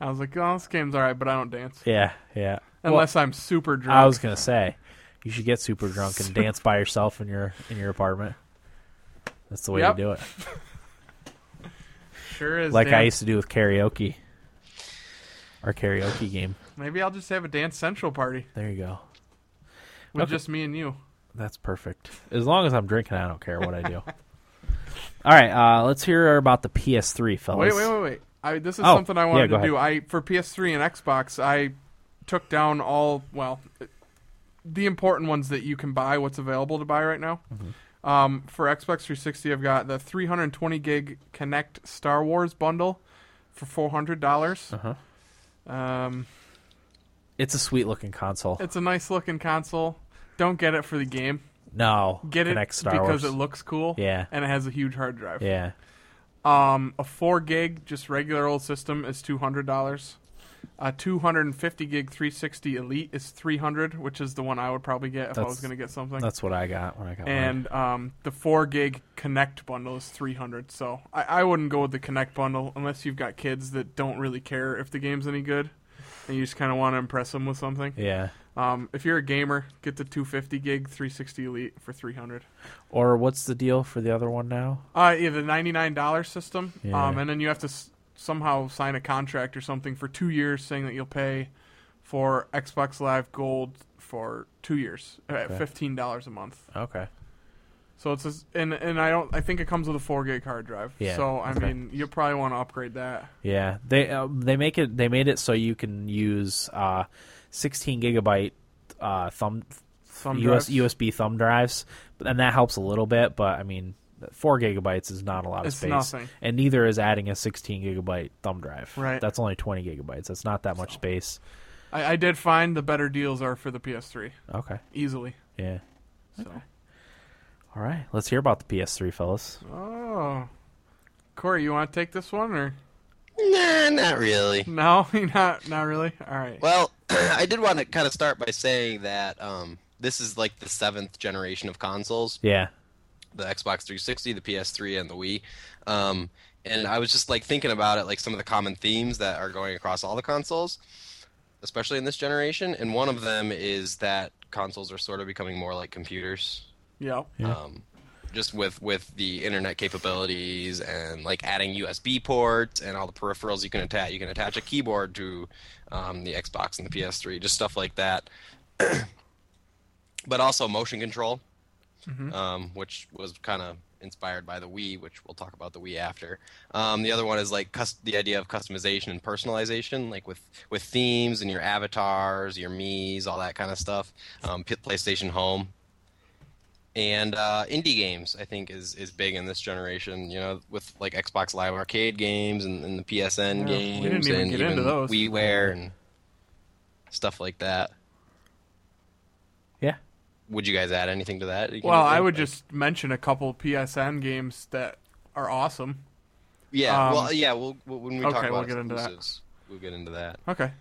I was like, oh, this game's alright, but I don't dance. Yeah. Yeah. Unless I'm super drunk. I was gonna say, you should get super drunk <laughs> and dance by yourself in your in your apartment. That's the way Yep. to do it. sure is. Like I dance. used to do with karaoke, our karaoke game. Maybe I'll just have a Dance Central party There you go. with Okay. just me and you. That's perfect. As long as I'm drinking, I don't care what I <laughs> do. All right, uh, let's hear about the PS3, fellas. Wait, wait, wait, wait. I, this is Oh, something I yeah, wanted go to do. I for PS3 and Xbox, I took down all well, the important ones that you can buy. What's available to buy right now? Mm-hmm. Um, for Xbox 360, I've got the 320 gig Connect Star Wars bundle for 400 dollars. Uh-huh. Um, It's a sweet looking console. it's a nice looking console. Don't get it for the game. No, Get it Kinect Star because Wars. it looks cool. Yeah. and it has a huge hard drive. yeah, Um, a four gig, just regular old system, is two hundred dollars. A two hundred and fifty gig, three sixty elite is three hundred, which is the one I would probably get if I was That's- going to get something. that's what I got when I got mine. And um, the four gig Connect bundle is three hundred. So I, I wouldn't go with the Connect bundle unless you've got kids that don't really care if the game's any good, and you just kind of want to impress them with something. Yeah, Um, if you're a gamer, get the two fifty gig, three sixty elite for three hundred. or what's the deal for the other one now? Uh, yeah, the ninety-nine dollar system. Yeah. Um, and then you have to s- somehow sign a contract or something for two years, saying that you'll pay for Xbox Live Gold for two years uh, at fifteen dollars a month. Okay, So it's just, and and I don't I think it comes with a four gig hard drive. Yeah, So I okay. mean, you'll probably want to upgrade that. Yeah, they uh, they make it they made it so you can use uh, 16 gigabyte uh, thumb, Thumb US, drives. USB thumb drives, and that helps a little bit. But I mean, four gigabytes is not a lot of It's space, nothing. and neither is adding a 16 gigabyte thumb drive. Right. that's only 20 gigabytes. That's not that much space. I, I did find the better deals are for the PS3 Okay, easily. yeah. So. All right, let's hear about the PS3, fellas. Oh, Corey, you want to take this one or <laughs> Nah, not really. no? <laughs> not not really. All right. Well, <clears throat> I did want to kind of start by saying that um, this is like the seventh generation of consoles Yeah, the Xbox 360, the PS3, and the Wii. Um, and I was just like thinking about it, like some of the common themes that are going across all the consoles, especially in this generation. And one of them is that consoles are sort of becoming more like computers Yeah. um, just with with the internet capabilities and like adding USB ports and all the peripherals you can attach. You can attach a keyboard to um, the Xbox and the PS3, just stuff like that. Mm-hmm. but also motion control, um, which was kind of inspired by the Wii, which we'll talk about the Wii after. Um, the other one is like cus- the idea of customization and personalization, like with with themes and your avatars, your me's, all that kind of stuff. Um, P- PlayStation Home and uh, indie games I think is is big in this generation. You know, with like Xbox Live Arcade games and, and the PSN Yeah, we didn't games even and get into those. WiiWare and stuff like that. Yeah. Would you guys add anything to that? You can Well, think, I would like- just mention a couple PSN games that are awesome. yeah. um, well, yeah. We'll, we'll when we talk okay, about we'll get into that. exclusives, we'll get into that. Okay.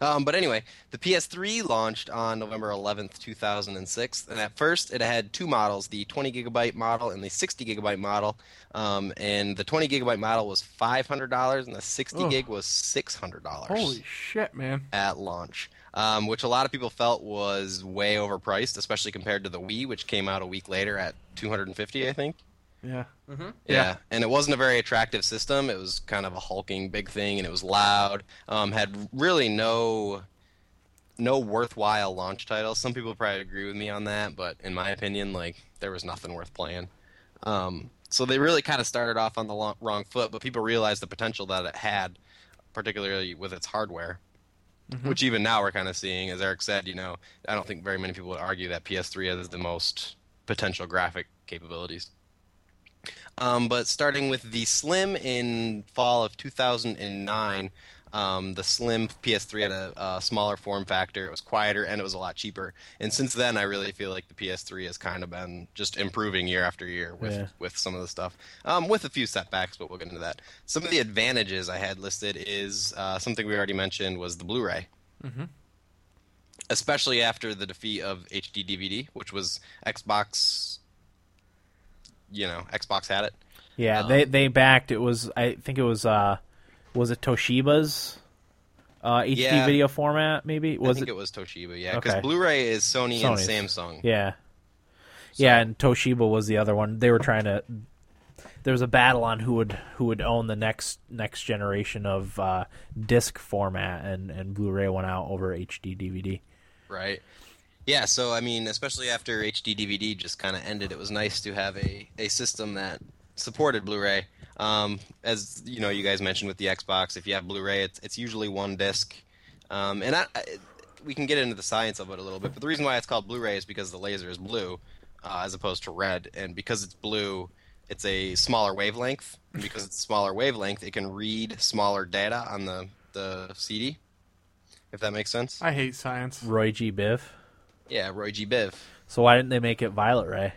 Um, but anyway, the PS3 launched on November 11th, 2006, and at first it had two models: the 20 gigabyte model and the 60 gigabyte model. Um, and the 20 gigabyte model was $500, and the 60 Ugh. gig was $600 Holy shit, man. at launch, um, which a lot of people felt was way overpriced, especially compared to the Wii, which came out a week later at 250, I think. Yeah. Yeah. Yeah. and it wasn't a very attractive system. It was kind of a hulking big thing, and it was loud. Um, had really no no worthwhile launch titles. Some people probably agree with me on that, but in my opinion, like there was nothing worth playing. Um, so they really kind of started off on the lo- wrong foot, but people realized the potential that it had, particularly with its hardware. Which even now we're kind of seeing, as Eric said, you know, I don't think very many people would argue that PS3 has the most potential graphic capabilities. Um, but starting with the Slim in fall of 2009, um, the Slim PS3 had a, a smaller form factor. It was quieter and it was a lot cheaper. And since then, I really feel like the PS3 has kind of been just improving year after year with Yeah. with some of the stuff, um, with a few setbacks. But we'll get into that. Some of the advantages I had listed is uh, something we already mentioned was the Blu-ray especially after the defeat of HD DVD, which was Xbox. You know, Xbox had it. Um, Yeah, they they backed. It was I think it was uh was it Toshiba's uh HD Yeah. video format maybe? I Was think it, it, was Toshiba, yeah, because Okay. Blu-ray is Sony Sony's. and Samsung. Yeah. Yeah, and Toshiba was the other one. They were trying to there was a battle on who would who would own the next next generation of uh disc format and and Blu-ray went out over HD DVD. Right. Yeah, so I mean, especially after HD DVD just kind of ended, it was nice to have a, a system that supported Blu-ray. Um, as you know, you guys mentioned with the Xbox, if you have Blu-ray, it's it's usually one disc. Um, and I, I, we can get into the science of it a little bit, but the reason why it's called Blu-ray is because the laser is blue uh, as opposed to red, and because it's blue, it's a smaller wavelength. And because it's smaller wavelength, it can read smaller data on the the CD. If that makes sense. I hate science. Roy G. Biv. Yeah, Roy G. Biv. So why didn't they make it Violet Ray?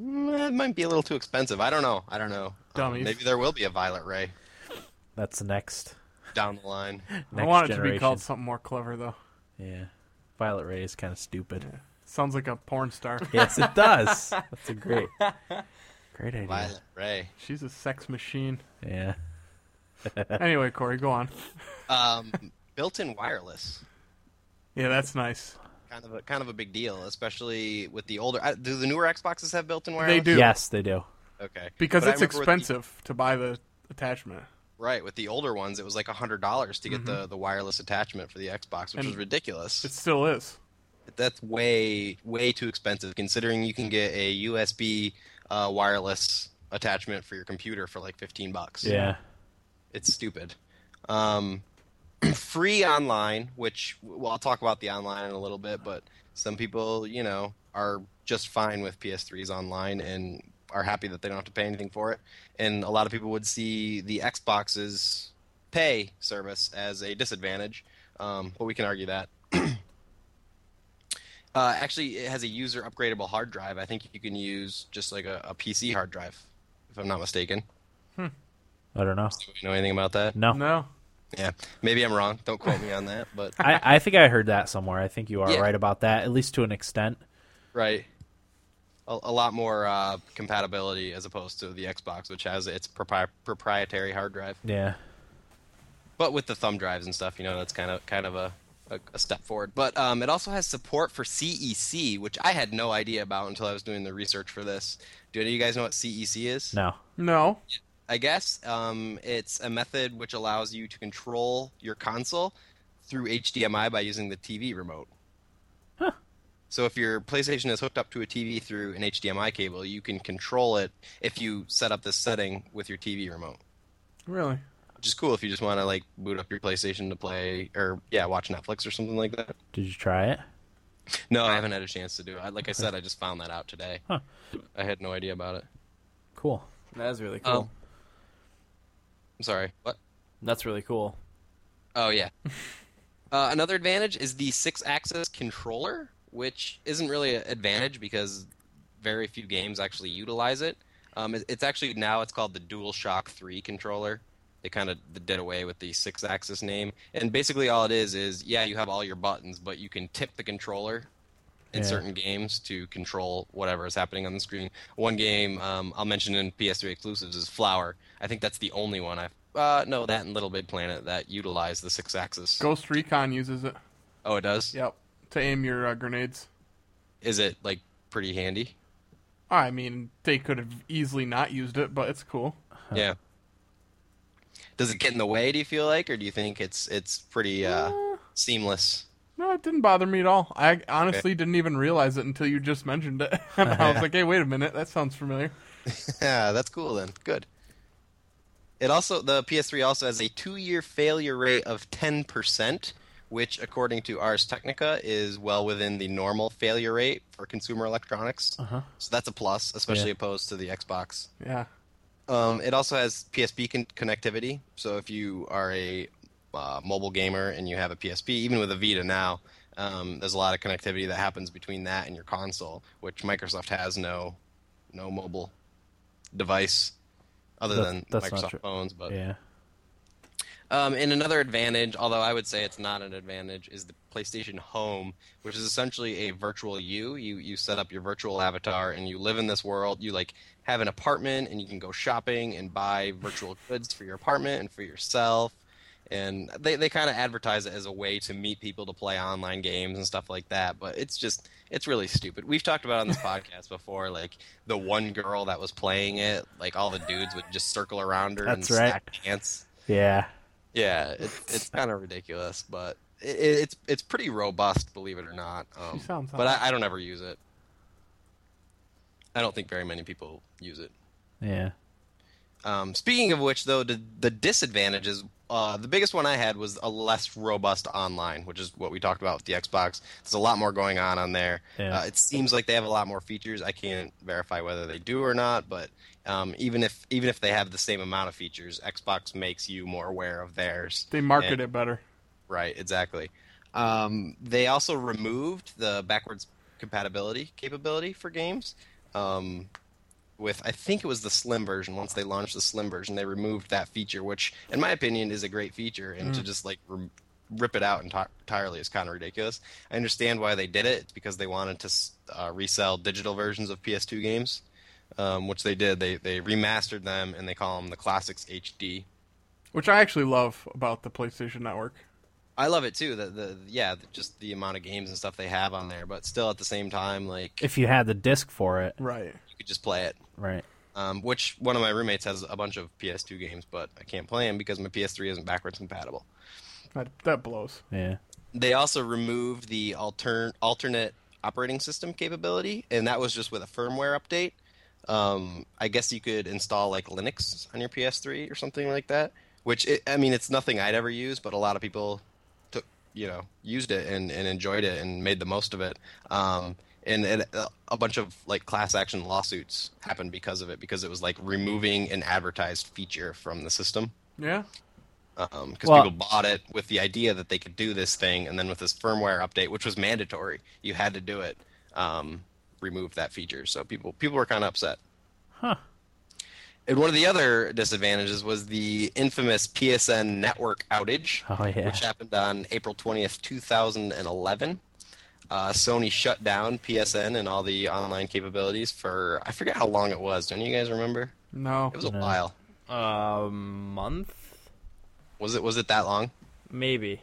Mm, it might be a little too expensive. I don't know. I don't know. Um, Dummies. maybe there will be a Violet Ray That's the next down <laughs> the line. next I want it generation. to be called something more clever, though. Yeah. Violet Ray is kind of stupid. Sounds like a <laughs> porn star. Yes, it does. That's a great great idea. Violet Ray. She's a sex machine. <laughs> Yeah. Anyway, Corey, go on. Um, built-in wireless. Yeah, that's nice. Kind of a kind of a big deal, especially with the older. I, do the newer Xboxes have built-in wireless? They do. Yes, they do. Okay. Because But I it's remember with the- expensive to buy the attachment. right, with the older ones, it was like hundred dollars to get the the wireless attachment for the Xbox, which Mm-hmm. And was ridiculous. It still is. that's way way too expensive considering you can get a USB uh, wireless attachment for your computer for like 15 bucks. Yeah. It's stupid. Um, <clears throat> free online, which well, I'll talk about the online in a little bit, but some people, you know, are just fine with PS3s online and are happy that they don't have to pay anything for it. And a lot of people would see the Xbox's pay service as a disadvantage, um, but we can argue that. <clears throat> Uh, actually, it has a user upgradable hard drive. I think you can use just like a, a PC hard drive, if I'm not mistaken. I don't know. Do you know anything about that? No. No. Yeah, maybe I'm wrong. Don't quote me on that, but I, I think I heard that somewhere. I think you are Yeah. right about that, at least to an extent. right, a, a lot more uh, compatibility as opposed to the Xbox, which has its propri- proprietary hard drive. Yeah. But with the thumb drives and stuff, you know, that's kind of kind of a, a, a step forward. But um, it also has support for CEC, which I had no idea about until I was doing the research for this. Do any of you guys know what CEC is? No. No. I guess. Um, it's a method which allows you to control your console through HDMI by using the TV remote. So if your PlayStation is hooked up to a TV through an HDMI cable, you can control it if you set up this setting with your TV remote, Really? which is cool if you just want to like boot up your PlayStation to play or yeah, watch Netflix or something like that. Did you try it? No, I haven't had a chance to do it. I- Like I said, I just found that out today. Huh. I had no idea about it. Cool. That is really cool. Oh. I'm sorry. What? That's really cool. Oh yeah. uh, another advantage is the six-axis controller, which isn't really an advantage because very few games actually utilize it. Um, it- it's actually now it's called the DualShock 3 controller. They kind of did away with the six-axis name, and basically all it is is yeah, you have all your buttons, but you can tip the controller in Yeah. certain games to control whatever is happening on the screen. One game um, I'll mention in PS3 exclusives is Flower. I think that's the only one I've. Uh, no, that and Little Big Planet that utilize the six axis. Ghost Recon uses it. Oh, it does? Yep. To aim your uh, grenades. Is it, like, pretty handy? I mean, they could have easily not used it, but it's cool. Yeah. Does it get in the way, do you feel like, or do you think it's it's pretty uh, <laughs> seamless? No, it didn't bother me at all. I honestly didn't even realize it until you just mentioned <laughs> it. <laughs> and I was like, hey, wait a minute. That sounds familiar. Yeah, that's cool then. Good. It also the PS3 also has a two-year failure rate of 10%, which, according to Ars Technica, is well within the normal failure rate for consumer electronics. Uh-huh. So that's a plus, especially Yeah. opposed to the Xbox. Yeah. Um, it also has PSP con- connectivity. So if you are a uh, mobile gamer and you have a PSP, even with a Vita now, um, there's a lot of connectivity that happens between that and your console, which Microsoft has no no mobile device other That- than that's not true. Microsoft phones. But Yeah. um, and another advantage, although I would say it's not an advantage, is the PlayStation Home, which is essentially a virtual you. You you set up your virtual avatar and you live in this world. You like have an apartment and you can go shopping and buy virtual goods for your apartment and for yourself. And they, they kind of advertise it as a way to meet people to play online games and stuff like that. But it's just it's really stupid. We've talked about <laughs> it on this podcast before, like the one girl that was playing it, like all the dudes would just circle around her That's and right. smack dance. Yeah. Yeah, <laughs> it's it's kind of ridiculous, but it, it- it's it's pretty robust, believe it or not. Um, She sounds but hot. I, I don't ever use it. I don't think very many people use it. Yeah. Um, speaking of which, though, the, the disadvantages, uh, the biggest one I had was a less robust online, which is what we talked about with the Xbox. There's a lot more going on on there. Yeah. Uh, it seems like they have a lot more features. I can't verify whether they do or not, but um, even if even if they have the same amount of features, Xbox makes you more aware of theirs. They market And- it better. Right, exactly. Um, they also removed the backwards compatibility capability for games. Um, with I think it was the slim version. Once they launched the slim version, they removed that feature, which, in my opinion, is a great feature. And to just like rem- rip it out enti- entirely is kind of ridiculous. I understand why they did it. It's because they wanted to s- uh, resell digital versions of PS2 games, um, which they did. They they remastered them and they call them the classics HD. Which I actually love about the PlayStation Network. I love it too. The the yeah, the, just the amount of games and stuff they have on there. But still, at the same time, like If you had the disc for it, Right. you could just play it. right? Um, which one of my roommates has a bunch of PS2 games, but I can't play them because my PS3 isn't backwards compatible. That, that blows. Yeah. They also removed the altern- alternate operating system capability, and that was just with a firmware update. Um, I guess you could install like Linux on your PS3 or something like that. Which it, I mean, it's nothing I'd ever use, but a lot of people took you know used it and, and enjoyed it and made the most of it um, and, and uh, a bunch of like class action lawsuits happened because of it because it was like removing an advertised feature from the system Yeah. because Well- people bought it with the idea that they could do this thing and then with this firmware update which was mandatory you had to do it um, remove that feature so people people were kind of upset Huh. and one of the other disadvantages was the infamous PSN network outage, Oh, yeah. which happened on April 20th, 2011. Uh, Sony shut down PSN and all the online capabilities for, I forget how long it was. Don't you guys remember? No. It was a while. Um, month Was it was it that long? maybe.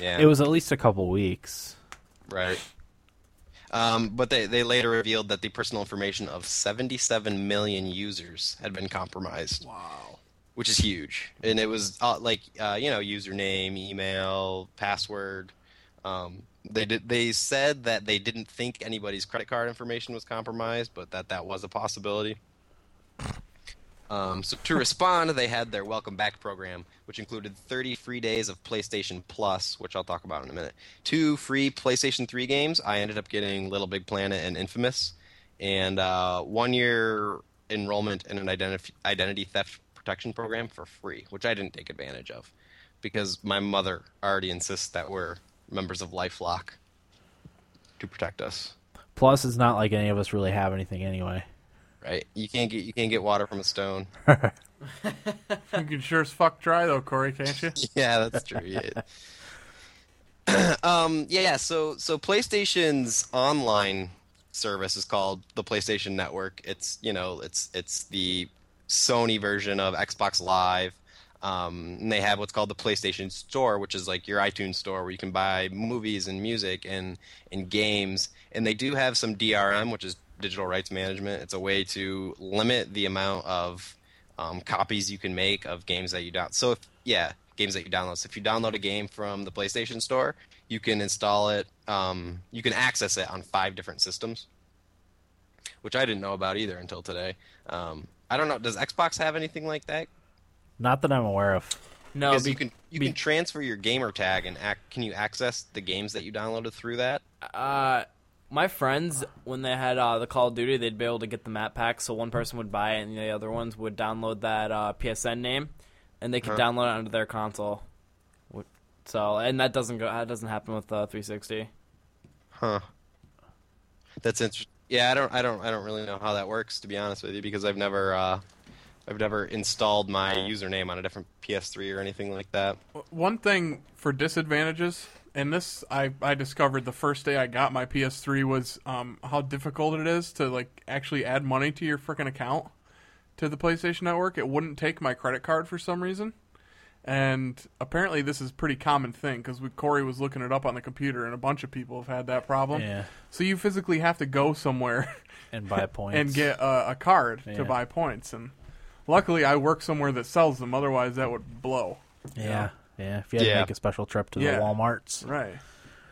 Yeah. It was at least a couple weeks. Right. Um, but they, they later revealed that the personal information of 77 million users had been compromised. Wow. Which is huge. And it was uh, like, uh, you know, username, email, password. Um, they did. They said that they didn't think anybody's credit card information was compromised, but that that was a possibility. Um, so to respond, they had their Welcome Back program, which included 30 free days of PlayStation Plus, which I'll talk about in a minute. Two free PlayStation 3 games. I ended up getting Little Big Planet and Infamous, and uh, one year enrollment in an identif- identity theft protection program for free, which I didn't take advantage of because my mother already insists that we're members of LifeLock to protect us. Plus, it's not like any of us really have anything anyway. Right? You can't get you can't get water from a stone. You can sure as fuck try though, Corey, can't you? <laughs> yeah, that's true. Yeah. <clears throat> um, yeah, so so PlayStation's online service is called the PlayStation Network. It's you know it's it's the Sony version of Xbox Live. Um, and they have what's called the PlayStation Store, which is like your iTunes store where you can buy movies and music and and games. And they do have some DRM, which is digital rights management. It's a way to limit the amount of um, copies you can make of games that you download. So if yeah, games that you download. So if you download a game from the PlayStation Store, you can install it. Um, you can access it on five different systems, which I didn't know about either until today. Um, I don't know. Does Xbox have anything like that? Not that I'm aware of. No, Because be- you can you can transfer your gamer tag and ac- can you access the games that you downloaded through that? uh, my friends when they had uh, the Call of Duty, they'd be able to get the map pack. So one person would buy it, and the other ones would download that uh, PSN name, and they could Huh. download it onto their console. Wh- So and that doesn't go. That doesn't happen with uh, 360. Huh. That's interesting. Yeah, I don't, I don't, I don't really know how that works to be honest with you because I've never, uh, I've never installed my username on a different PS3 or anything like that. One thing for disadvantages, and this I, I discovered the first day I got my PS3 was um, how difficult it is to like actually add money to your freaking account to the PlayStation Network. It wouldn't take my credit card for some reason, and apparently this is a pretty common thing because Corey was looking it up on the computer, and a bunch of people have had that problem. Yeah, So you physically have to go somewhere <laughs> and buy points and get a, a card Yeah. to buy points, and luckily I work somewhere that sells them. Otherwise, that would blow. Yeah, yeah. If you had Yeah. to make a special trip to Yeah. the WalMarts, Right.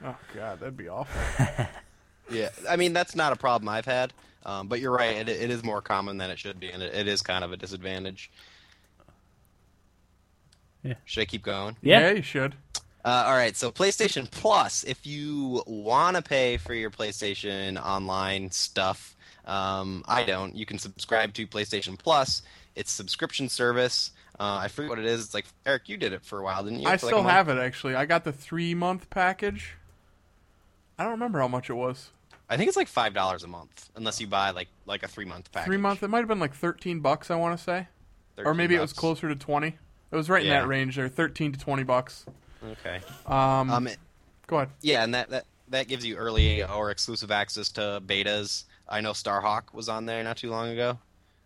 Oh god, that'd be awful. Yeah, I mean that's not a problem I've had, um, but you're right. It, it is more common than it should be, and it, it is kind of a disadvantage. Yeah. Should I keep going? Yeah. you should. Uh, all right, so PlayStation Plus, if you want to pay for your PlayStation Online stuff, um, I don't. You can subscribe to PlayStation Plus. It's subscription service. Uh, I forget what it is. It's like Eric, you did it for a while, didn't you? I For still like a month? have it actually. I got the three month package. I don't remember how much it was. I think it's like five dollars a month, unless you buy like like a three month package. Three month. It might have been like thirteen bucks. I want to say, or 13 maybe it was bucks. closer to twenty. It was right in Yeah. that range there, thirteen to twenty bucks. Okay. Um, Um, it- go ahead. yeah, and that, that that gives you early or exclusive access to betas. I know Starhawk was on there not too long ago.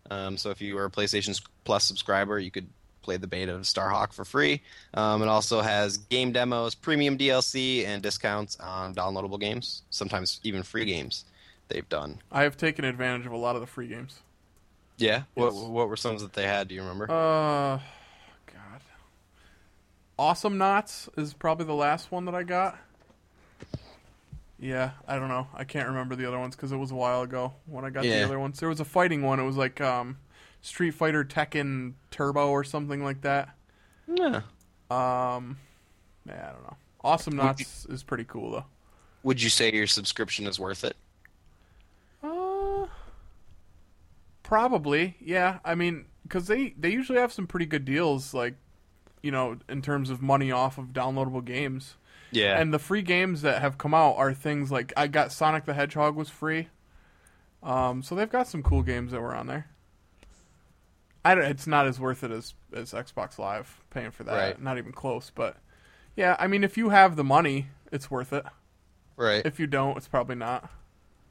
Um, so if you were a PlayStation Plus subscriber, you could play the beta of Starhawk for free. Um, it also has game demos, premium DLC, and discounts on downloadable games. Sometimes even free games they've done. I have taken advantage of a lot of the free games. Yeah. What Yes. what were some that they had? Do you remember? Uh, God. Awesome Knots is probably the last one that I got. Yeah, I don't know. I can't remember the other ones because it was a while ago when I got Yeah. the other ones. There was a fighting one. It was like um, Street Fighter Tekken Turbo or something like that. Yeah. Um, yeah, I don't know. Awesome Would Knots is pretty cool Would you say your subscription is worth it? though. Uh, probably. Yeah, I mean, because they they usually have some pretty good deals, like you know, in terms of money off of downloadable games. Yeah. And the free games that have come out are things like I got Sonic the Hedgehog was free. Um, so they've got some cool games that were on there. I don't, it's not as worth it as as Xbox Live paying for that. Right. Not even close. But yeah, I mean, if you have the money, it's worth it. right. If you don't, it's probably not.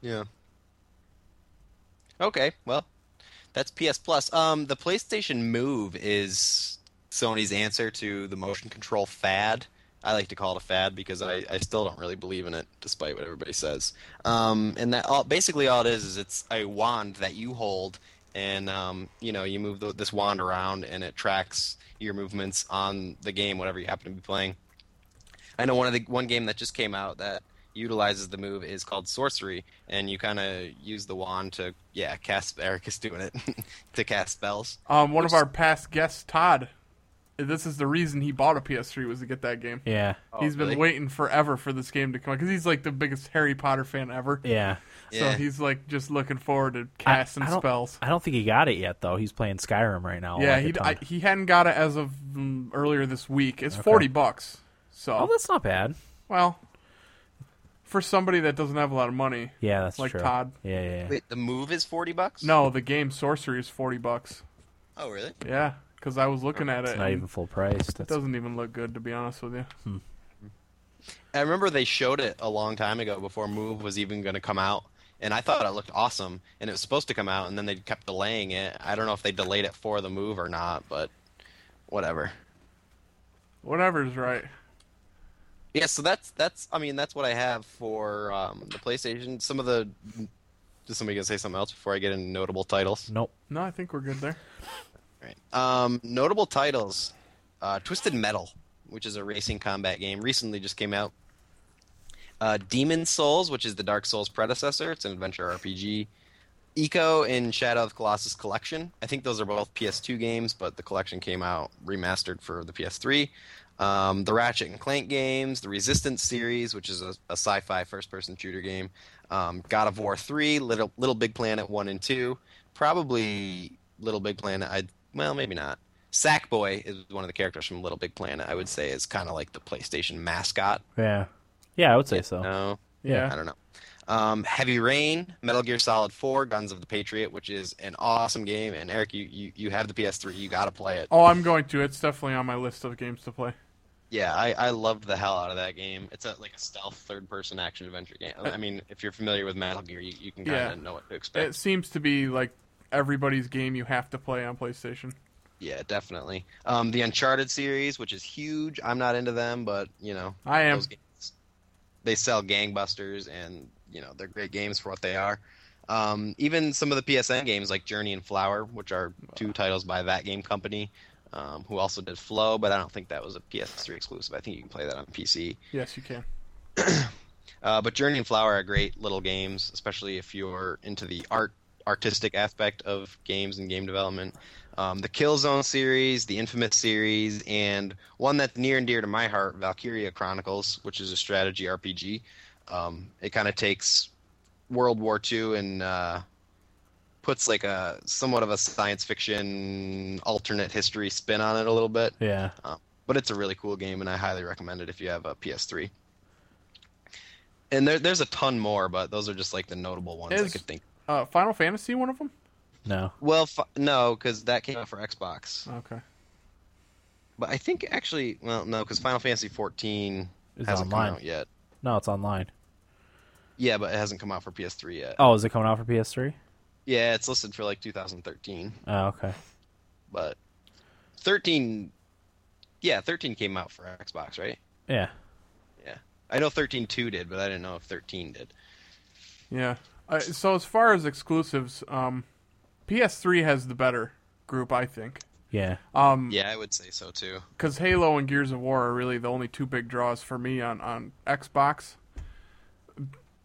Yeah. Okay, well, that's PS Plus. Um, the PlayStation Move is Sony's answer to the motion control fad. I like to call it a fad because I, I still don't really believe in it, despite what everybody says. Um, and that all, basically all it is is it's a wand that you hold, and um, you know you move the, this wand around, and it tracks your movements on the game, whatever you happen to be playing. I know one of the one game that just came out that utilizes the move is called sorcery, and you kind of use the wand to yeah cast. Eric is doing it <laughs> to cast spells. Um, one of our past guests, Todd. This is the reason he bought a PS3 was to get that game. Yeah. he's been Oh, really? waiting forever for this game to come out because he's like the biggest Harry Potter fan ever. Yeah. Yeah. So he's like just looking forward to casting I don't- spells. I don't think he got it yet though. He's playing Skyrim right now. yeah, like a he ton. I, he hadn't got it as of mm, earlier this week. It's forty bucks. So oh, that's not bad. well, for somebody that doesn't have a lot of money, Yeah, that's Like true. Todd. Yeah, yeah, yeah. Wait, the move is forty bucks? no, the game Sorcery is forty bucks. Oh, really? Yeah, because I was looking at it. It's not and even full price. it That's doesn't even look good to be honest with you. I remember they showed it a long time ago before Move was even going to come out, and I thought it looked awesome, and it was supposed to come out, and then they kept delaying it. I don't know if they delayed it for the Move or not, but whatever. Whatever's right. Yeah, so that's that's I mean that's what I have for um, the PlayStation. Some of the does somebody gonna say something else before I get into notable titles? nope. No, I think we're good there. Right. Um, notable titles: uh, Twisted Metal, which is a racing combat game, recently just came out. Uh, Demon Souls, which is the Dark Souls predecessor, it's an adventure RPG. Eco and Shadow of the Colossus Collection. I think those are both PS2 games, but the collection came out remastered for the PS3. Um, the Ratchet and Clank games, the Resistance series, which is a, a sci-fi first-person shooter game. Um, God of War 3, Little Little Big Planet 1 and 2. Probably Little Big Planet. I well, maybe not. Sackboy is one of the characters from Little Big Planet. I would say is kind of like the PlayStation mascot. Yeah. Yeah, I would say so. No. Yeah. I don't know. Um, Heavy Rain, Metal Gear Solid 4, Guns of the Patriot, which is an awesome game. And Eric, you, you, you have the PS3. You got to play it. Oh, I'm going to. It's definitely on my list of games to play. Yeah, I, I loved the hell out of that game. It's a, like a stealth third person action adventure game. I mean, if you're familiar with Metal Gear, you, you can kind of Yeah. know what to expect. It seems to be like everybody's game you have to play on PlayStation. Yeah, definitely. Um, the Uncharted series, which is huge. I'm not into them, but, you know, I am. those games. They sell gangbusters, and you know they're great games for what they are. Um, even some of the PSN games like Journey and Flower, which are two titles by that game company, um, who also did Flow, but I don't think that was a PS3 exclusive. I think you can play that on PC. Yes, you can. Uh, but Journey and Flower are great little games, especially if you're into the art artistic aspect of games and game development. Um, the Killzone series, the Infamous series, and one that's near and dear to my heart, Valkyria Chronicles, which is a strategy RPG. Um, it kind of takes World War II and uh, puts like a somewhat of a science fiction alternate history spin on it a little bit. Yeah. Um, but it's a really cool game, and I highly recommend it if you have a PS3. And there, there's a ton more, but those are just like the notable ones I Is- could think. Uh, Final Fantasy, one of them. No. Well, f- no, because that came out for Xbox. Okay. But I think actually, well, no, because Final Fantasy 14 Is hasn't online. come out yet. No, it's online. Yeah, but it hasn't come out for PS3 yet. Oh, is it coming out for PS3? Yeah, it's listed for like 2013, Oh, okay. but 13, yeah, 13 came out for Xbox, right? Yeah. Yeah, I know 13.2 did, but I didn't know if 13 did. Yeah. Uh, so as far as exclusives, um, PS3 has the better group, I think, Yeah. Hmm. Yeah, I would say so too. because Halo and Gears of War are really the only two big draws for me on on Xbox.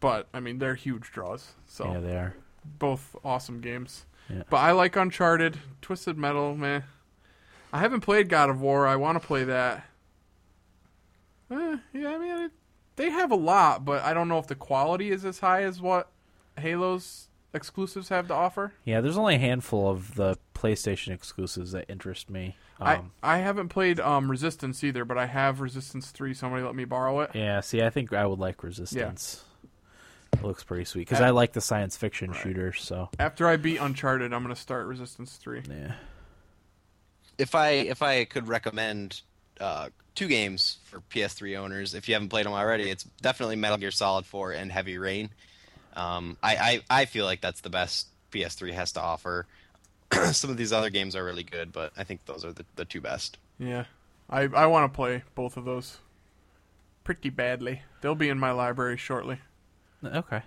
But I mean, they're huge draws. So Yeah, they are. both awesome games. Yeah. But I like Uncharted, Twisted Metal, man. I haven't played God of War. I want to play that. Eh, yeah, I mean, it, they have a lot, but I don't know if the quality is as high as what Halo's exclusives have to offer. Yeah, there's only a handful of the PlayStation exclusives that interest me. Um, I I haven't played um, Resistance either, but I have Resistance Three. Somebody let me borrow it. yeah, see, I think I would like Resistance. It looks pretty sweet because I like the science fiction shooters. So After I beat Uncharted, I'm gonna start Resistance Three. yeah, if I if I could recommend uh, two games for PS3 owners, if you haven't played them already, it's definitely Metal Gear Solid 4 and Heavy Rain. Um, I, I I feel like that's the best PS3 has to offer. <clears throat> Some of these other games are really good, but I think those are the, the two best. Yeah, I I want to play both of those pretty badly. They'll be in my library shortly. okay. All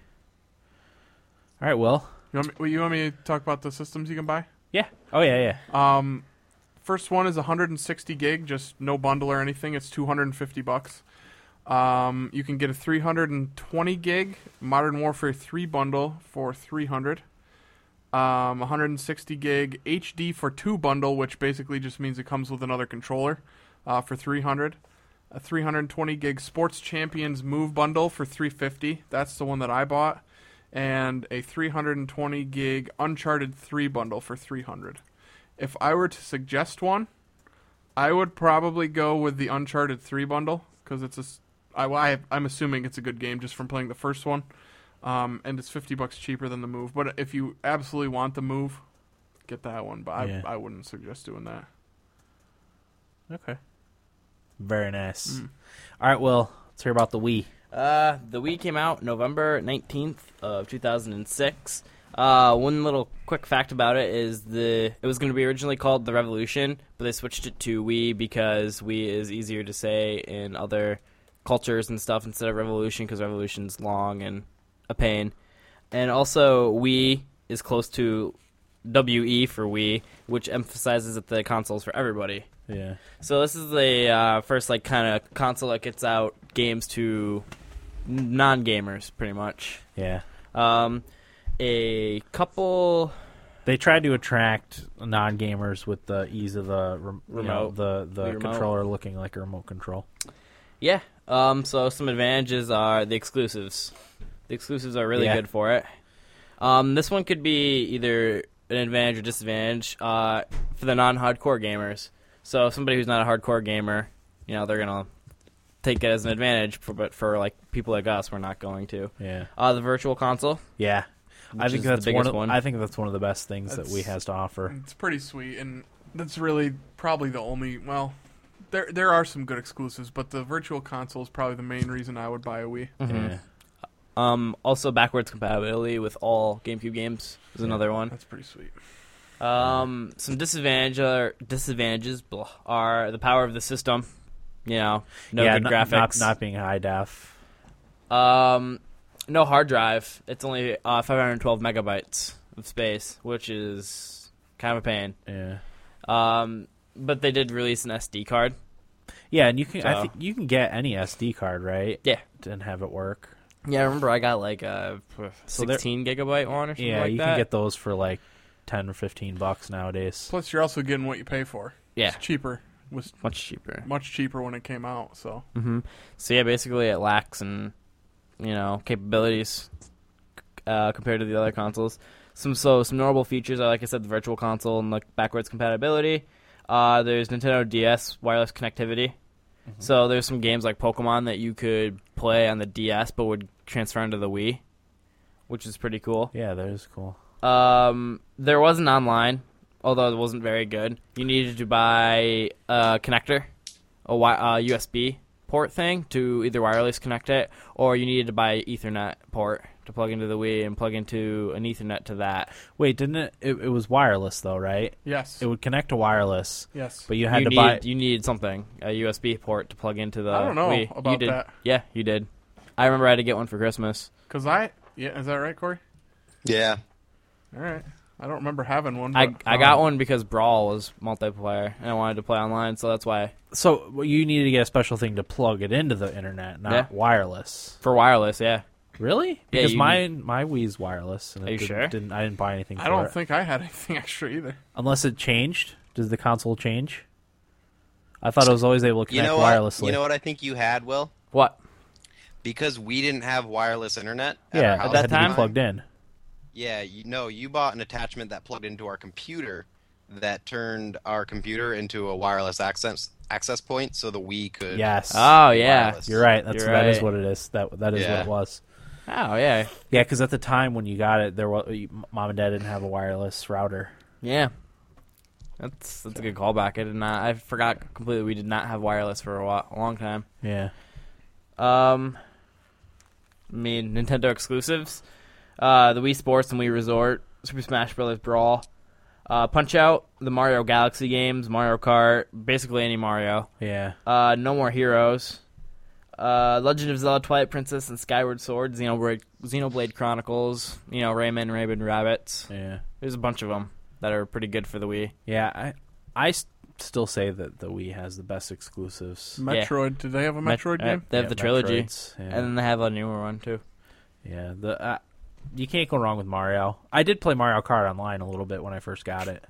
right, well, You want, me, well, you want me to talk about the systems you can buy? yeah. Oh yeah, yeah. First one is 160 gig, just no bundle or anything. It's 250 bucks. Um, you can get a 320 gig Modern Warfare 3 bundle for 300. Um, 160 gig HD for 2 bundle, which basically just means it comes with another controller, uh, for 300. A 320 gig Sports Champions Move bundle for 350. That's the one that I bought. And a 320 gig Uncharted 3 bundle for 300. If I were to suggest one, I would probably go with the Uncharted Three bundle because it's a. s- I, I I'm assuming it's a good game just from playing the first one, um, and it's fifty bucks cheaper than the Move. But if you absolutely want the Move, get that one. But I Yeah. I wouldn't suggest doing that. Okay. Very nice. All right, well, let's hear about the Wii. Mm. Uh, the Wii came out November 19th of 2006. Uh, one little quick fact about it is the it was going to be originally called the Revolution, but they switched it to Wii because Wii is easier to say in other cultures and stuff instead of Revolution because Revolution's long and a pain. And also Wii is close to WE for Wii, which emphasizes that the console's for everybody. Yeah. So this is the uh, first like kind of console that gets out games to non-gamers, pretty much. Yeah. Um, a couple, They tried to attract non-gamers with the ease of the rem- you know, Remote. the the, The remote. controller looking like a remote control. yeah. Um, so some advantages are the exclusives. The exclusives are really Yeah. good for it. Um, this one could be either an advantage or disadvantage uh, for the non-hardcore gamers. So somebody who's not a hardcore gamer, you know, they're gonna take it as an advantage. For, but for like people like us, we're not going to. Yeah. Uh, the virtual console. Yeah. I Which think is the that's one, biggest of, one. I think that's one of the best things that we That's- has to offer. It's pretty sweet, and that's really probably the only well. There, there are some good exclusives, but the virtual console is probably the main reason I would buy a Wii. Yeah. Um, also backwards compatibility with all GameCube games is another one. That's pretty sweet. Um, some disadvantage or disadvantages blah, are the power of the system. You know, no yeah, good not- Not, graphics. not being high def. um, no hard drive. It's only uh, 512 megabytes of space, which is kind of a pain. Yeah. Um, but they did release an SD card. Yeah, and you can I So- think you can get any SD card, right? Yeah. And have it work. Yeah, I remember I got like a uh, So they're- 16 gigabyte one or something Yeah, like you that. can get those for like 10 or 15 bucks nowadays. Plus, you're also getting what you pay for. yeah, It's cheaper. Was much cheaper. much cheaper when it came out. So hmm So yeah, basically it lacks in you know capabilities uh, compared to the other consoles. Some so some notable features are like I said, the virtual console and like backwards compatibility. Uh, there's Nintendo DS wireless connectivity. So there's some games like Pokemon that you could play on the DS but would transfer into the Wii, which is pretty cool. Yeah, that is cool. Um, there was an online, although it wasn't very good. You needed to buy a connector, a wi- uh, USB port thing to either wireless connect it, or you needed to buy an Ethernet port to plug into the Wii and plug into an Ethernet to that. Wait, didn't it, it? It was wireless though, right? yes, It would connect to wireless, yes. but you had you to need, buy. You needed something, a USB port to plug into the. I don't know Wii. You about did- that. Yeah, you did. I remember I had to get one for Christmas. Cause I yeah, is that right, Corey? Yeah. All right. I don't remember having one. I, but, I got um, one because Brawl was multiplayer and I wanted to play online, so that's why so well, you needed to get a special thing to plug it into the internet, not Yeah. wireless. for wireless, yeah. Really? Because you my my Wii's wireless. And it Are you didn't, sure? Didn't I didn't buy anything? I for don't it. think I had <laughs> anything extra either. unless it changed. Does the console change? I thought it was always able to You connect know what? wirelessly. You know what I think you had, Will? What? Because we didn't have wireless internet. At yeah, our it house had that to time? be plugged in. Yeah, you know, you bought an attachment that plugged into our computer that turned our computer into a wireless access access point, so the Wii could. uh, Yes. Ah, Oh yeah. wireless. You're right. That's You're that is right. what it is. That that is what Yeah. it was. Oh yeah. Yeah, because at the time when you got it, there was mom and dad didn't have a wireless router. Yeah. That's that's a good callback. I did not. I forgot completely. We did not have wireless for a, while, a long time. Yeah. Um, I mean Nintendo exclusives, uh, the Wii Sports and Wii Resort, Super Smash Bros. Brawl, uh, Punch Out, the Mario Galaxy games, Mario Kart, basically any Mario. Yeah. Uh, No More Heroes. Uh, Legend of Zelda: Twilight Princess and Skyward Sword, Xenoblade, Xenoblade Chronicles. You know, Rayman, Raven Rabbits. Yeah. There's a bunch of them that are pretty good for the Wii. Yeah, I, I s- still say that the Wii has the best exclusives. Metroid. Did they have a Met- Metroid uh, game? They have Yeah, the trilogy, Metroids, yeah. and then they have a newer one too. Yeah, the uh, you can't go wrong with Mario. I did play Mario Kart online a little bit when I first got it.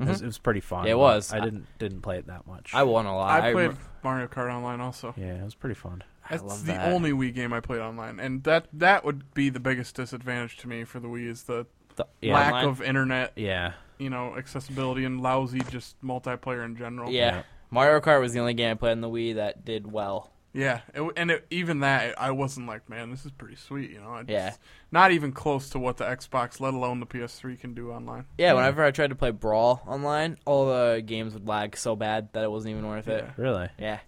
It, was, it was pretty fun. Mm-hmm. It was. I didn't didn't play it that much. I won a lot. I played rem- Mario Kart Online also. yeah, it was pretty fun. That's love the that. only Wii game I played online, and that that would be the biggest disadvantage to me for the Wii is the the- Yeah. lack online. of internet, Yeah, you know, accessibility and lousy just multiplayer in general. yeah. Yeah. Mario Kart was the only game I played on the Wii that did well. yeah, it, w- and it, even that I wasn't like, man, this is pretty sweet, you know. It's Yeah. not even close to what the Xbox, let alone the PS3, can do online. Yeah, whenever I tried to play Brawl online, all the games would lag so bad that it wasn't even worth it. really. Yeah.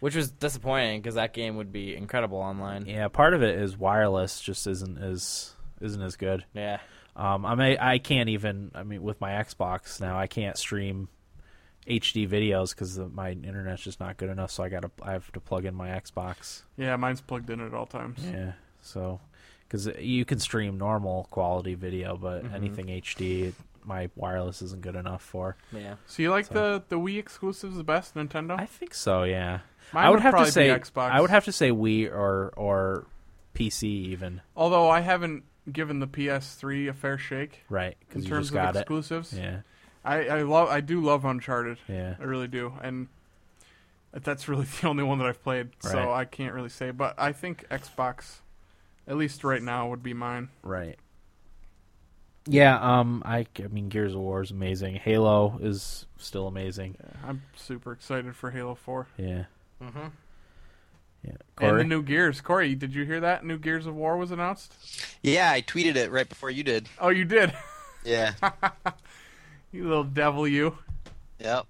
Which was disappointing because that game would be incredible online. Yeah, part of it is wireless just isn't as isn't as good. Yeah. Um, I mean, I can't even. I mean, with my Xbox now, I can't stream HD videos because my internet's just not good enough. So I got to I have to plug in my Xbox. Yeah, mine's plugged in at all times. Yeah. So, because you can stream normal quality video, but Mm-hmm. anything HD, my wireless isn't good enough for. Yeah. So you like So- the the Wii exclusives the best, Nintendo? I think so. Yeah. Mine I would, would have probably to be say Xbox. I would have to say Wii or or PC even. Although I haven't given the PS3 a fair shake Right. in Because you terms just of got it. exclusives. Yeah. I, I love I do love Uncharted. Yeah. I really do, and that's really <laughs> the only one that I've played, so Right. I can't really say. But I think Xbox, at least right now, would be mine. Right. Yeah, um I, I mean Gears of War is amazing. Halo is still amazing. I'm super excited for Halo 4 Yeah. Mhm. Yeah. Mm-hmm. and the Corey? new Gears. Corey, did you hear that? New Gears of War was announced. Yeah, I tweeted it right before you did. Oh, you did, <laughs> Yeah. you little devil, you. <laughs> yep.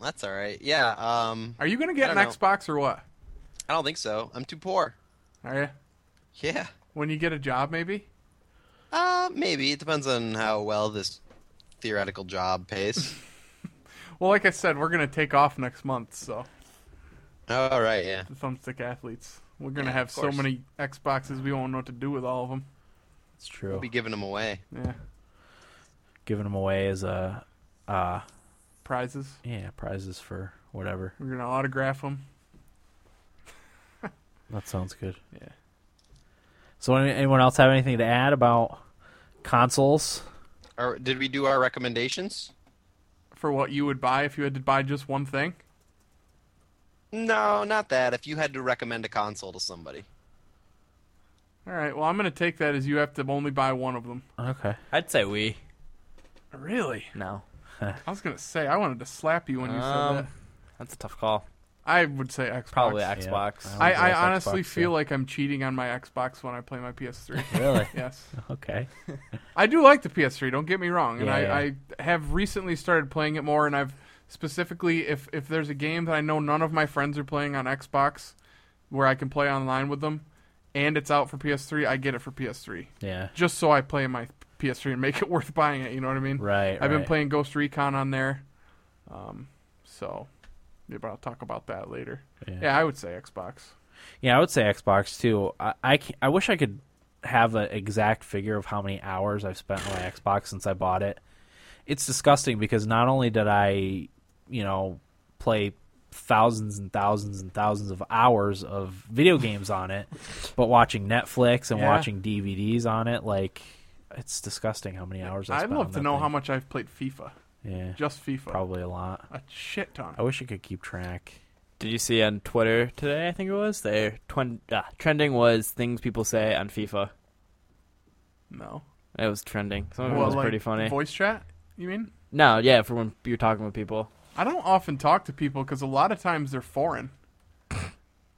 That's all right. Yeah. Um, Are you gonna get I an don't know. Xbox or what? I don't think so. I'm too poor. Are you? Yeah. When you get a job, maybe. Uh, maybe it depends on how well this theoretical job pays. Well, like I said, we're gonna take off next month, so all right. Yeah. the thumbstick athletes. We're gonna Yeah, have of so course. many Xboxes, we won't know what to do with all of them. It's true. We'll be giving them away. Yeah, Giving them away as a uh prizes. yeah, prizes for whatever. We're gonna autograph them. That sounds good. Yeah. So any- anyone else have anything to add about consoles? Or did we do our recommendations? for what you would buy if you had to buy just one thing. No, not that. If you had to recommend a console to somebody, All right. Well, I'm going to take that as you have to only buy one of them. Okay. I'd say Wii. Really? No. I was going to say I wanted to slap you when you Um, said that. That's a tough call. I would say Xbox. Probably Yeah. Xbox. I I, would go with I honestly Xbox, feel yeah. like I'm cheating on my Xbox when I play my PS3. <laughs> Really? <laughs> yes. okay. I do like the PS3, don't get me wrong. And Yeah, I, yeah. I have recently started playing it more and I've specifically if if there's a game that I know none of my friends are playing on Xbox where I can play online with them and it's out for PS3, I get it for PS3. Yeah. just so I play my PS3 and make it <laughs> worth buying it. You know what I mean? Right. I've been right. playing Ghost Recon on there, um, so yeah, but I'll talk about that later. Yeah. Yeah, I would say Xbox. Yeah, I would say Xbox too. I I, ca- I wish I could have an exact figure of how many hours I've spent on my Xbox since I bought it. It's disgusting because not only did I, you know, play thousands and thousands and thousands of hours of video games on <laughs> it, but watching Netflix and Yeah. watching DVDs on it, like it's disgusting how many hours I I'd spent on love to that know how thing. much I've played FIFA, Yeah, just FIFA, probably Oh. a lot. a shit ton. I wish I could keep track. Did you see on Twitter today? I think it was there. Twen- uh, trending was things people say on FIFA. No, It was trending. Some of it Well, was like, pretty funny. Voice chat, you mean? no, yeah, for when you're talking with people. I don't often talk to people because a lot of times they're foreign.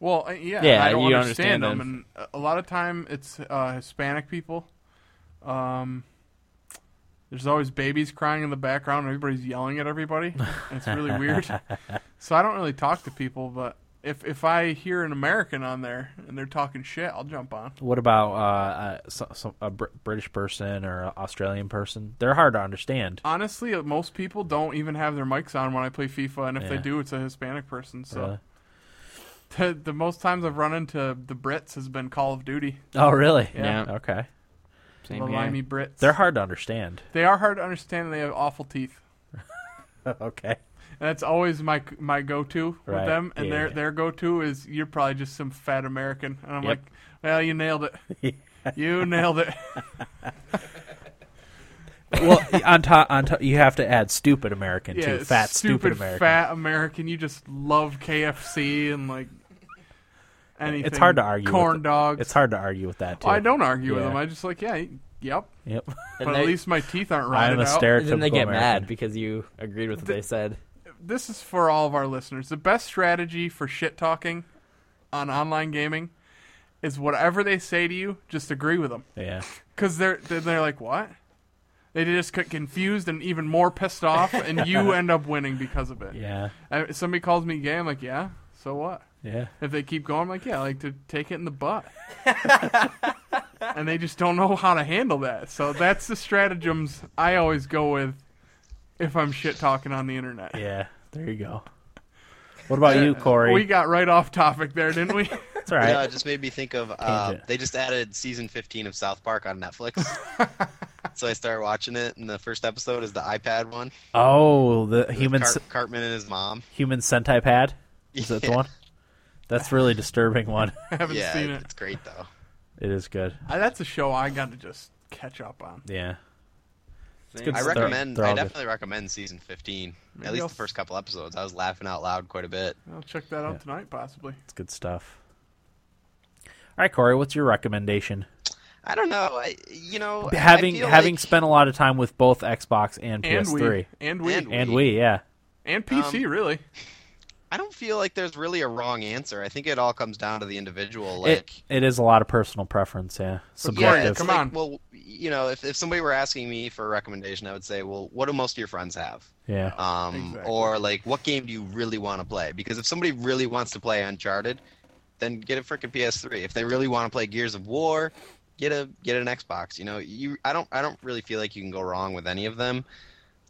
Well, uh, yeah, Yeah, I don't you don't understand, understand them, and a- a lot of time it's uh, Hispanic people. Um, there's always babies crying in the background. And everybody's yelling at everybody. And it's really <laughs> weird. So I don't really talk to people, but if if I hear an American on there and they're talking shit, I'll jump on. What about uh, a, so- so- a Br- British person or an Australian person? They're hard to understand. Honestly, uh, most people don't even have their mics on when I play FIFA, and if they Yeah. do, it's a Hispanic person. So really. <laughs> the, the most times I've run into the Brits has been Call of Duty. Oh, really? Yeah. Okay. Same the here. limey Brits. They're hard to understand. They are hard to understand. and They have awful teeth. <laughs> okay. That's always my my go-to Right, with them, and their yeah. their go-to is you're probably just some fat American, and I'm Yep. like, well, you nailed <laughs> it. you nailed it. well, on top, on top, you have to add stupid American <laughs> yeah, too. Fat, stupid, American. fat American. You just love KFC and like anything. It's hard to argue. Corn with dogs. It's hard to argue with that too. Well, I don't argue with Yeah. them. I just like, yeah, yep. Yep. <laughs> And but they- at least my teeth aren't rotted I'm a out. stereotypical And then they get mad American. because you agreed with what they said. This is for all of our listeners. The best strategy for shit talking on online gaming is whatever they say to you, just agree with them. Yeah. Because they're then they're like, what? They just get confused and even more pissed off, <laughs> and you end up winning because of it. Yeah. I, somebody calls me gay, I'm like, yeah, so what? Yeah. If they keep going, I'm like, yeah, I like to take it in the butt. and they just don't know how to handle that. So that's the stratagems I always go with if I'm shit talking on the internet. Yeah. There you go. What about you, Corey? Uh, We got right off topic there, <laughs> didn't we? It's all Yeah, right. it just made me think of uh, Tangent. they just added season 15 of South Park <laughs> on Netflix. so I started watching it, and the first episode is the iPad one. Oh, the human Cart- s- Cartman and his mom. human sentai pad. Is that the Yeah. one? That's really disturbing one. <laughs> I haven't yeah, seen it. it's great though. it is good. Uh, That's a show I got to just catch up on. Yeah. Same. good I They're- recommend. they're all I good. definitely recommend season 15. Maybe At least I'll- the first couple episodes. I was laughing out loud quite a bit. I'll check that out tonight, possibly. It's good stuff. All right, Corey, what's your recommendation? I don't know. I, you know, I- I having feel having like- spent a lot of time with both Xbox and And PS3 we, and we, And and, and we, yeah, PC, really. I don't feel like there's really a wrong answer. I think it all comes down to the individual. Like, it it is a lot of personal preference. Yeah, Yeah, subjective. it's Come like, on. Well, you know, if, if somebody were asking me for a recommendation, I would say, well, what do most of your friends have? Yeah, Um, Exactly. Or, like, what game do you really want to play? Because if somebody really wants to play Uncharted, then get a freaking PS3. If they really want to play Gears of War, get a get an Xbox. You know, you I don't I don't really feel like you can go wrong with any of them.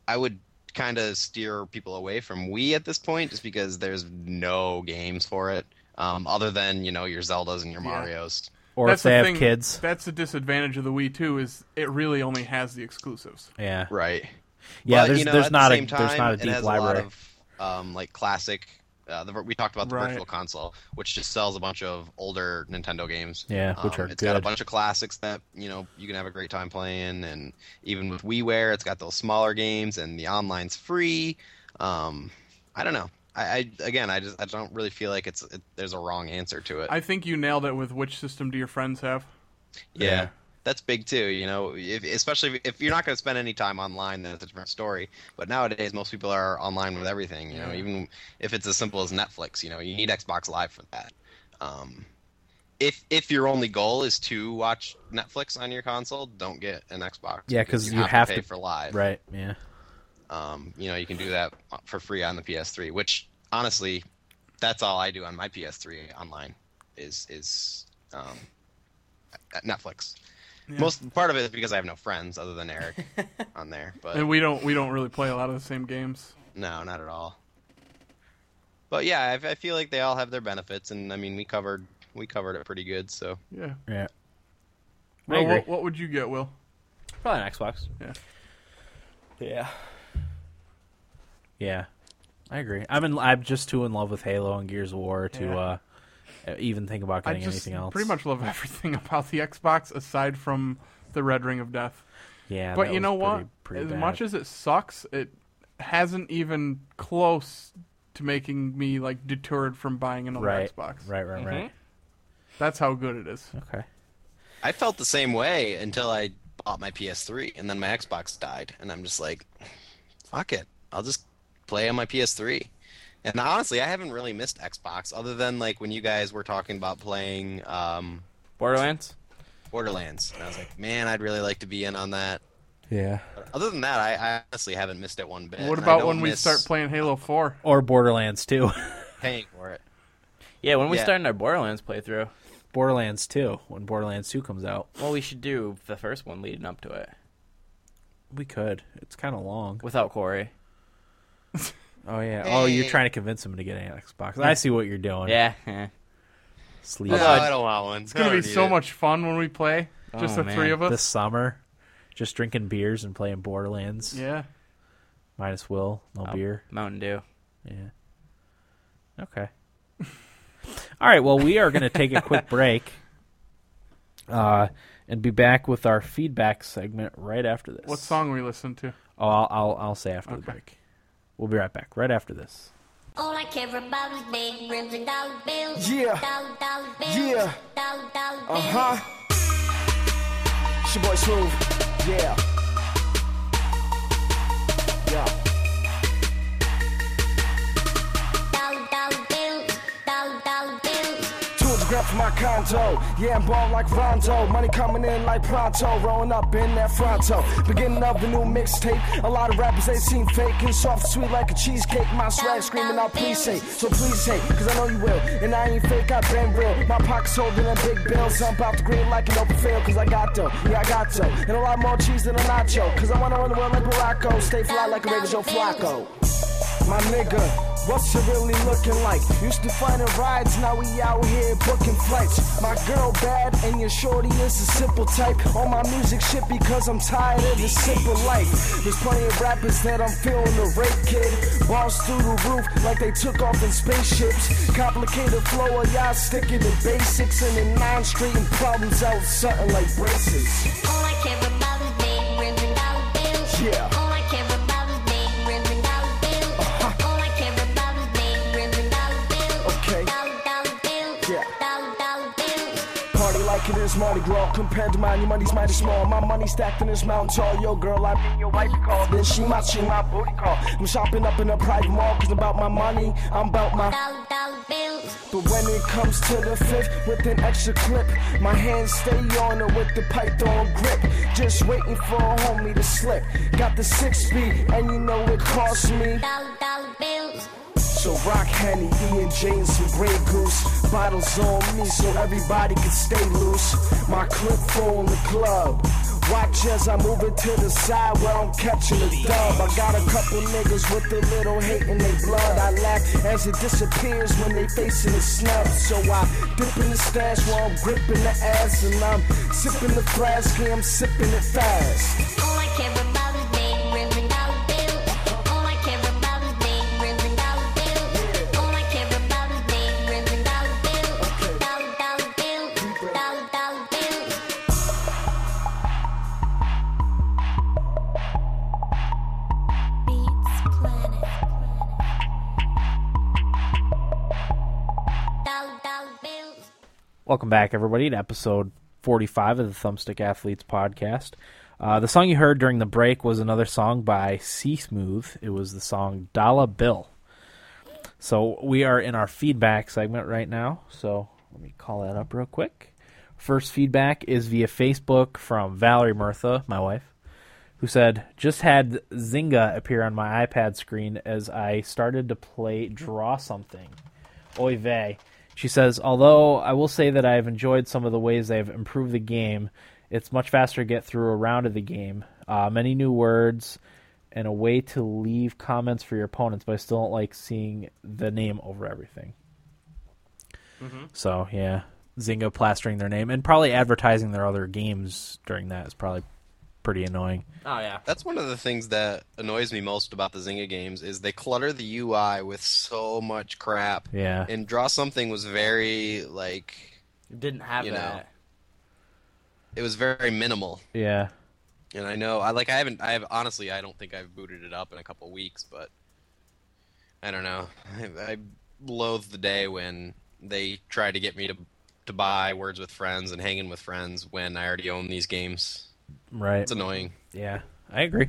I would kind of steer people away from Wii at this point, just because there's no games for it, um, other than you know your Zeldas and your Yeah. Mario's. or if that's the they have thing, kids. That's the disadvantage of the Wii too. Is it really only has the exclusives? Yeah, Right. yeah. But, there's you know, there's at not the a same there's not a time, it deep has library. lot of, um, like classic. Uh, the, vir- we talked about the Right. virtual console, which just sells a bunch of older Nintendo games. Yeah, which Um, are It's got a good. bunch of classics that you know you can have a great time playing, and even with WiiWare, it's got those smaller games, and the online's free. Um, I don't know. I, I again, I just I don't really feel like it's it, there's a wrong answer to it. I think you nailed it with which system do your friends have? Yeah. Yeah. That's big too, you know. If, especially if, if you're not going to spend any time online, then it's a different story. But nowadays, most people are online with everything, you know. Even if it's as simple as Netflix, you know, you need Xbox Live for that. Um, if if your only goal is to watch Netflix on your console, don't get an Xbox. Yeah, 'cause you have pay to- for Live. right. Yeah. Um, you know, you can do that for free on the PS3. Which honestly, that's all I do on my PS3 online is is um, Netflix. Most part of it is because I have no friends other than Eric on there. But And we don't we don't really play a lot of the same games. no, not at all. But yeah, I, I feel like they all have their benefits, and I mean, we covered we covered it pretty good. So Yeah. Yeah. Well, agree. what, what would you get, Will? Probably an Xbox. Yeah. Yeah. Yeah. I agree. I'm in. I'm just too in love with Halo and Gears of War to Yeah. uh, even think about I getting just anything else. pretty much love <laughs> everything about the Xbox aside from the Red Ring of Death. Yeah. but that you was know pretty- what? pretty as bad. much as it sucks, it hasn't even close to making me like deterred from buying another right, Xbox. right, right, right. Mm-hmm. That's how good it is. Okay. I felt the same way until I bought my PS3, and then my Xbox died, and I'm just like, fuck it, I'll just play on my PS3. And honestly, I haven't really missed Xbox other than like when you guys were talking about playing um, Borderlands. Borderlands, and I was like, man, I'd really like to be in on that. Yeah. But other than that, I, I honestly haven't missed it one bit. What and I about don't when we miss Oh, start playing Halo 4? Or Borderlands 2. paying for it? Yeah, when we Yeah. started our Borderlands playthrough, <laughs> Borderlands 2 when Borderlands 2 comes out. well, we should do the first one leading up to it We could. It's kind of long. without Corey. Oh yeah. Oh, you're Hey. trying to convince him to get an Xbox. I see what you're doing. Yeah. <laughs> eh. Sleep No, on I don't want one. It's It's gonna be so much fun when we play. Just Oh, the three man. of us. this summer, just drinking beers and playing Borderlands. Yeah. Minus Will, no beer. Mountain Dew. Yeah. Okay. All right. Well, we are going to take a quick break uh, and be back with our feedback segment right after this. What song we listened to? Oh, I'll, I'll, I'll say after the Okay. break. We'll be right back right after this. All I care about is big rims and dollar bills. Yeah. Dollar, dollar bills. Yeah. Dollar, dollar Uh bills. huh. It's your boy Smooth. Yeah. Yeah. Dollar, dollar bills. Dollar, dollar bills. Two of the grand for my condo. Yeah, I'm ballin' like Rondo. Money coming in like pronto. Rolling up in that fronto. Beginning of a new mixtape. A lot of rappers, they seem fake and soft, sweet like a cheesecake. My swag screaming out, please hate. So please hate, cause I know you will. And I ain't fake, I've been real. My pockets holding a big bill. Some out the green like an open field, cause I got dough. Yeah, I got dough. And a lot more cheese than a nacho. Cause I wanna run the world like Morocco. Stay fly like a baby Joe Flacco. My nigga, what's it really looking like? Used to finding rides, now we out here booking flights. My girl bad, and your shorty is a simple type. All my music shit because I'm tired of the simple life. There's plenty of rappers that I'm feeling the rape kid. Bars through the roof like they took off in spaceships. Complicated flow of y'all sticking to basics and the non-street and problems out something like braces. All I care about is big rims and dollar bills. Yeah. All I care about is big rims and dollar bills. All I care about is big rims and dollar bills. Okay. Dollar, dollar bills. Yeah. Dollar, dollar bills. Party like it is Mardi Gras. Compared to mine, your money's mighty small. My money stacked in this mountain tall. Yo, girl, I mean your wife call. Then she my she my booty call. I'm shopping up in a private mall, cause about my money, I'm about my. Dollar, dollar bills. But when it comes to the fifth, with an extra clip, my hands stay on it with the python grip. Just waiting for a homie to slip. Got the six speed, and you know it cost me. Dollar, dollar bills. So rock Henny, E and J and some Grey Goose. Bottles on me so everybody can stay loose. My clip full in the club. Watch as I move it to the side where I'm catching a dub. I got a couple niggas with a little hate in their blood. I laugh as it disappears when they facing the snub. So I dip in the stash while I'm gripping the ass and I'm sipping the flask and I'm sipping it fast. All I care about is big rims and dollar bills. All I care about is big rims and dollar bills. All I care about is big rims and dollar bills. Dollar, dollar bills. Dollar, dollar bills. Beats Planet. Dollar, dollar bills. Welcome back, everybody, to episode 45 of the Thumbstick Athletes podcast. Uh, the song you heard during the break was another song by C Smooth. It was the song Dollar Bill. So we are in our feedback segment right now. So let me call that up real quick. First feedback is via Facebook from Valerie Murtha, my wife, who said, Just had Zynga appear on my iPad screen as I started to play Draw Something. Oy vey. She says, although I will say that I have enjoyed some of the ways they have improved the game, it's much faster to get through a round of the game. Uh, many new words and a way to leave comments for your opponents, but I still don't like seeing the name over everything. So, yeah. Zynga plastering their name and probably advertising their other games during that is probably pretty annoying. Oh yeah. That's one of the things that annoys me most about the Zynga games is they clutter the UI with so much crap. Yeah. And draw something was very like Didn't have You that. it was very minimal. Yeah. And I know I like I haven't I have honestly I don't think I've booted it up in a couple weeks, but I don't know. I, I loathe the day when they try to get me to to buy Words with Friends and Hanging with Friends when I already own these games. Right. It's annoying. Yeah, I agree.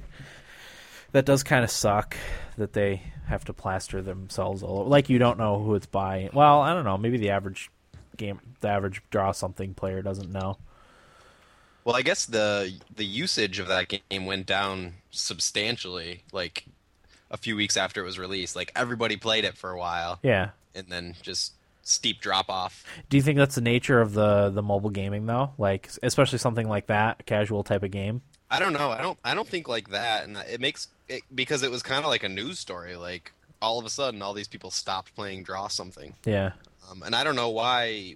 That does kind of suck that they have to plaster themselves all over. Like you don't know who it's by. Well, I don't know. Maybe the average game, the average draw something player doesn't know. Well, I guess the the usage of that game went down substantially, like a few weeks after it was released. Like everybody played it for a while, Yeah. and then just steep drop off. Do you think that's the nature of the the mobile gaming though? Like especially something like that, a casual type of game. I don't know. I don't. I don't think like that, and it makes it because it was kind of like a news story. Like all of a sudden, all these people stopped playing draw something, Yeah. um, and I don't know why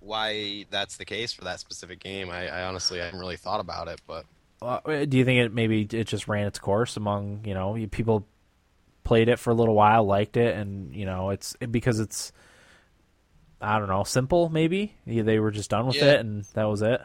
why that's the case for that specific game. I, I honestly I haven't really thought about it, but Uh, do you think it maybe it just ran its course among you know you- people played it for a little while, liked it, and you know it's because it's I don't know simple maybe Yeah, they were just done with Yeah. it and that was it.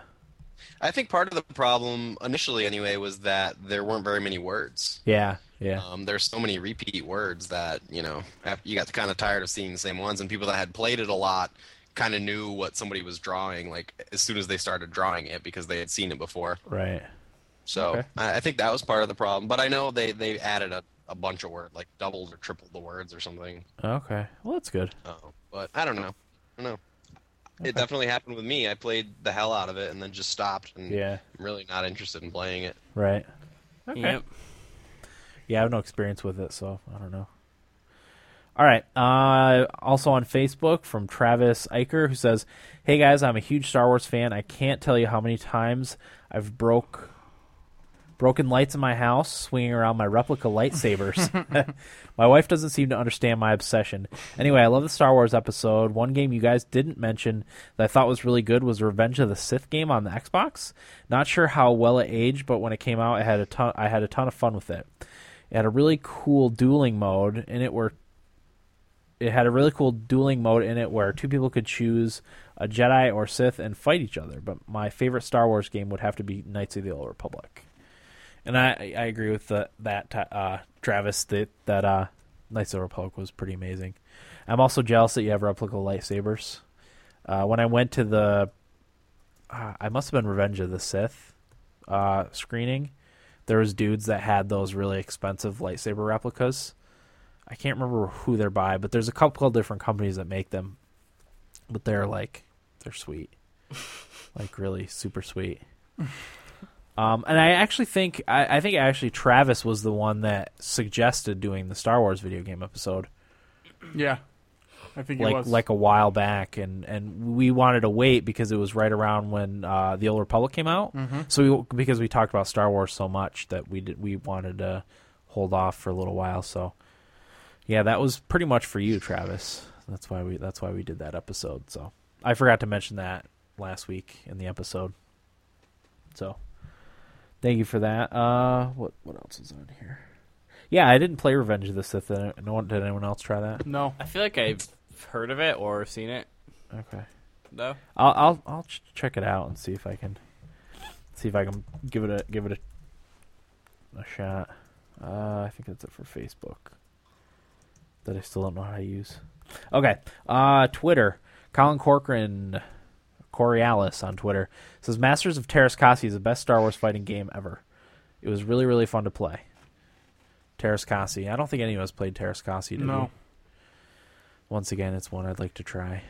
I think part of the problem initially, anyway, was that there weren't very many words. Yeah, yeah, Um, there's so many repeat words that you know af you got kind of tired of seeing the same ones, and people that had played it a lot kind of knew what somebody was drawing like as soon as they started drawing it because they had seen it before. right. So Okay. I, I think that was part of the problem. But I know they they added a, a bunch of words, like doubled or tripled the words or something. Okay, well that's good. Uh, but I don't know. I don't know. It definitely happened with me. I played the hell out of it and then just stopped. And Yeah. I'm really not interested in playing it. Right. Okay. Yep. Yeah, I have no experience with it, so I don't know. All right. Uh, also on Facebook from Travis Eicher, who says, "Hey guys, I'm a huge Star Wars fan. I can't tell you how many times I've broke broken lights in my house, swinging around my replica lightsabers. <laughs> my wife doesn't seem to understand my obsession. Anyway, I love the Star Wars episode. One game you guys didn't mention that I thought was really good was Revenge of the Sith game on the Xbox. Not sure how well it aged, but when it came out, I had a ton. I had a ton of fun with it. It had a really cool dueling mode, and it were it had a really cool dueling mode in it where two people could choose a Jedi or Sith and fight each other. But my favorite Star Wars game would have to be Knights of the Old Republic, and I I agree with the, that Ti- uh, Travis that that uh, Knights of the Republic was pretty amazing. I'm also jealous that you have replica lightsabers. Uh, when I went to the, uh, I must have been Revenge of the Sith uh, screening. There was dudes that had those really expensive lightsaber replicas. I can't remember who they're by, but there's a couple of different companies that make them. But they're like they're sweet. like really super sweet. Um, and I actually think I, I think actually Travis was the one that suggested doing the Star Wars video game episode Yeah, I think it like was like a while back, and and we wanted to wait because it was right around when uh, the Old Republic came out. Mm-hmm. So we because we talked about Star Wars so much that we did we wanted to hold off for a little while. So yeah, that was pretty much for you, Travis. That's why we that's why we did that episode. So I forgot to mention that last week in the episode. So thank you for that. Uh, what what else is on here? Yeah, I didn't play Revenge of the Sith. Did no one did anyone else try that? no. I feel like I've heard of it or seen it Okay. though. I'll I'll I'll ch- check it out and see if I can see if I can give it a give it a a shot. Uh, I think that's it for Facebook. That I still don't know how to use. Okay. Uh, Twitter. Colin Corcoran, Coriolis on Twitter says Masters of Terras Kasi is the best Star Wars fighting game ever. It was really really fun to play. Terras Kasi. I don't think any of us played Terras Kasi. Did No. We? Once again, it's one I'd like to try.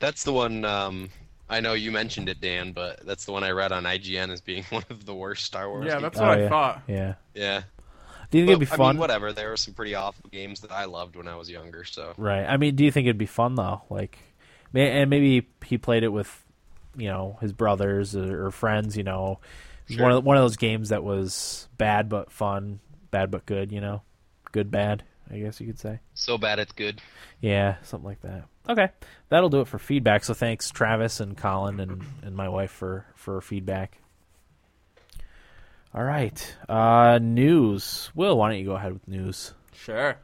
That's the one. Um, I know you mentioned it, Dan, but that's the one I read on IGN as being <laughs> one of the worst Star Wars. Yeah, games. that's Oh, what I yeah. thought. Yeah. yeah. Do you think But, it'd be I fun? mean, whatever. There were some pretty awful games that I loved when I was younger. So Right. I mean, do you think it'd be fun though? Like, ma- and maybe he played it with, you know, his brothers or, or friends. You know, It was one of one of those games that was bad but fun, bad but good. You know, good bad. I guess you could say. so bad it's good. Yeah, something like that. Okay, that'll do it for feedback. So thanks, Travis and Colin and and my wife for for feedback. All right, uh, news. Will, why don't you go ahead with news? Sure.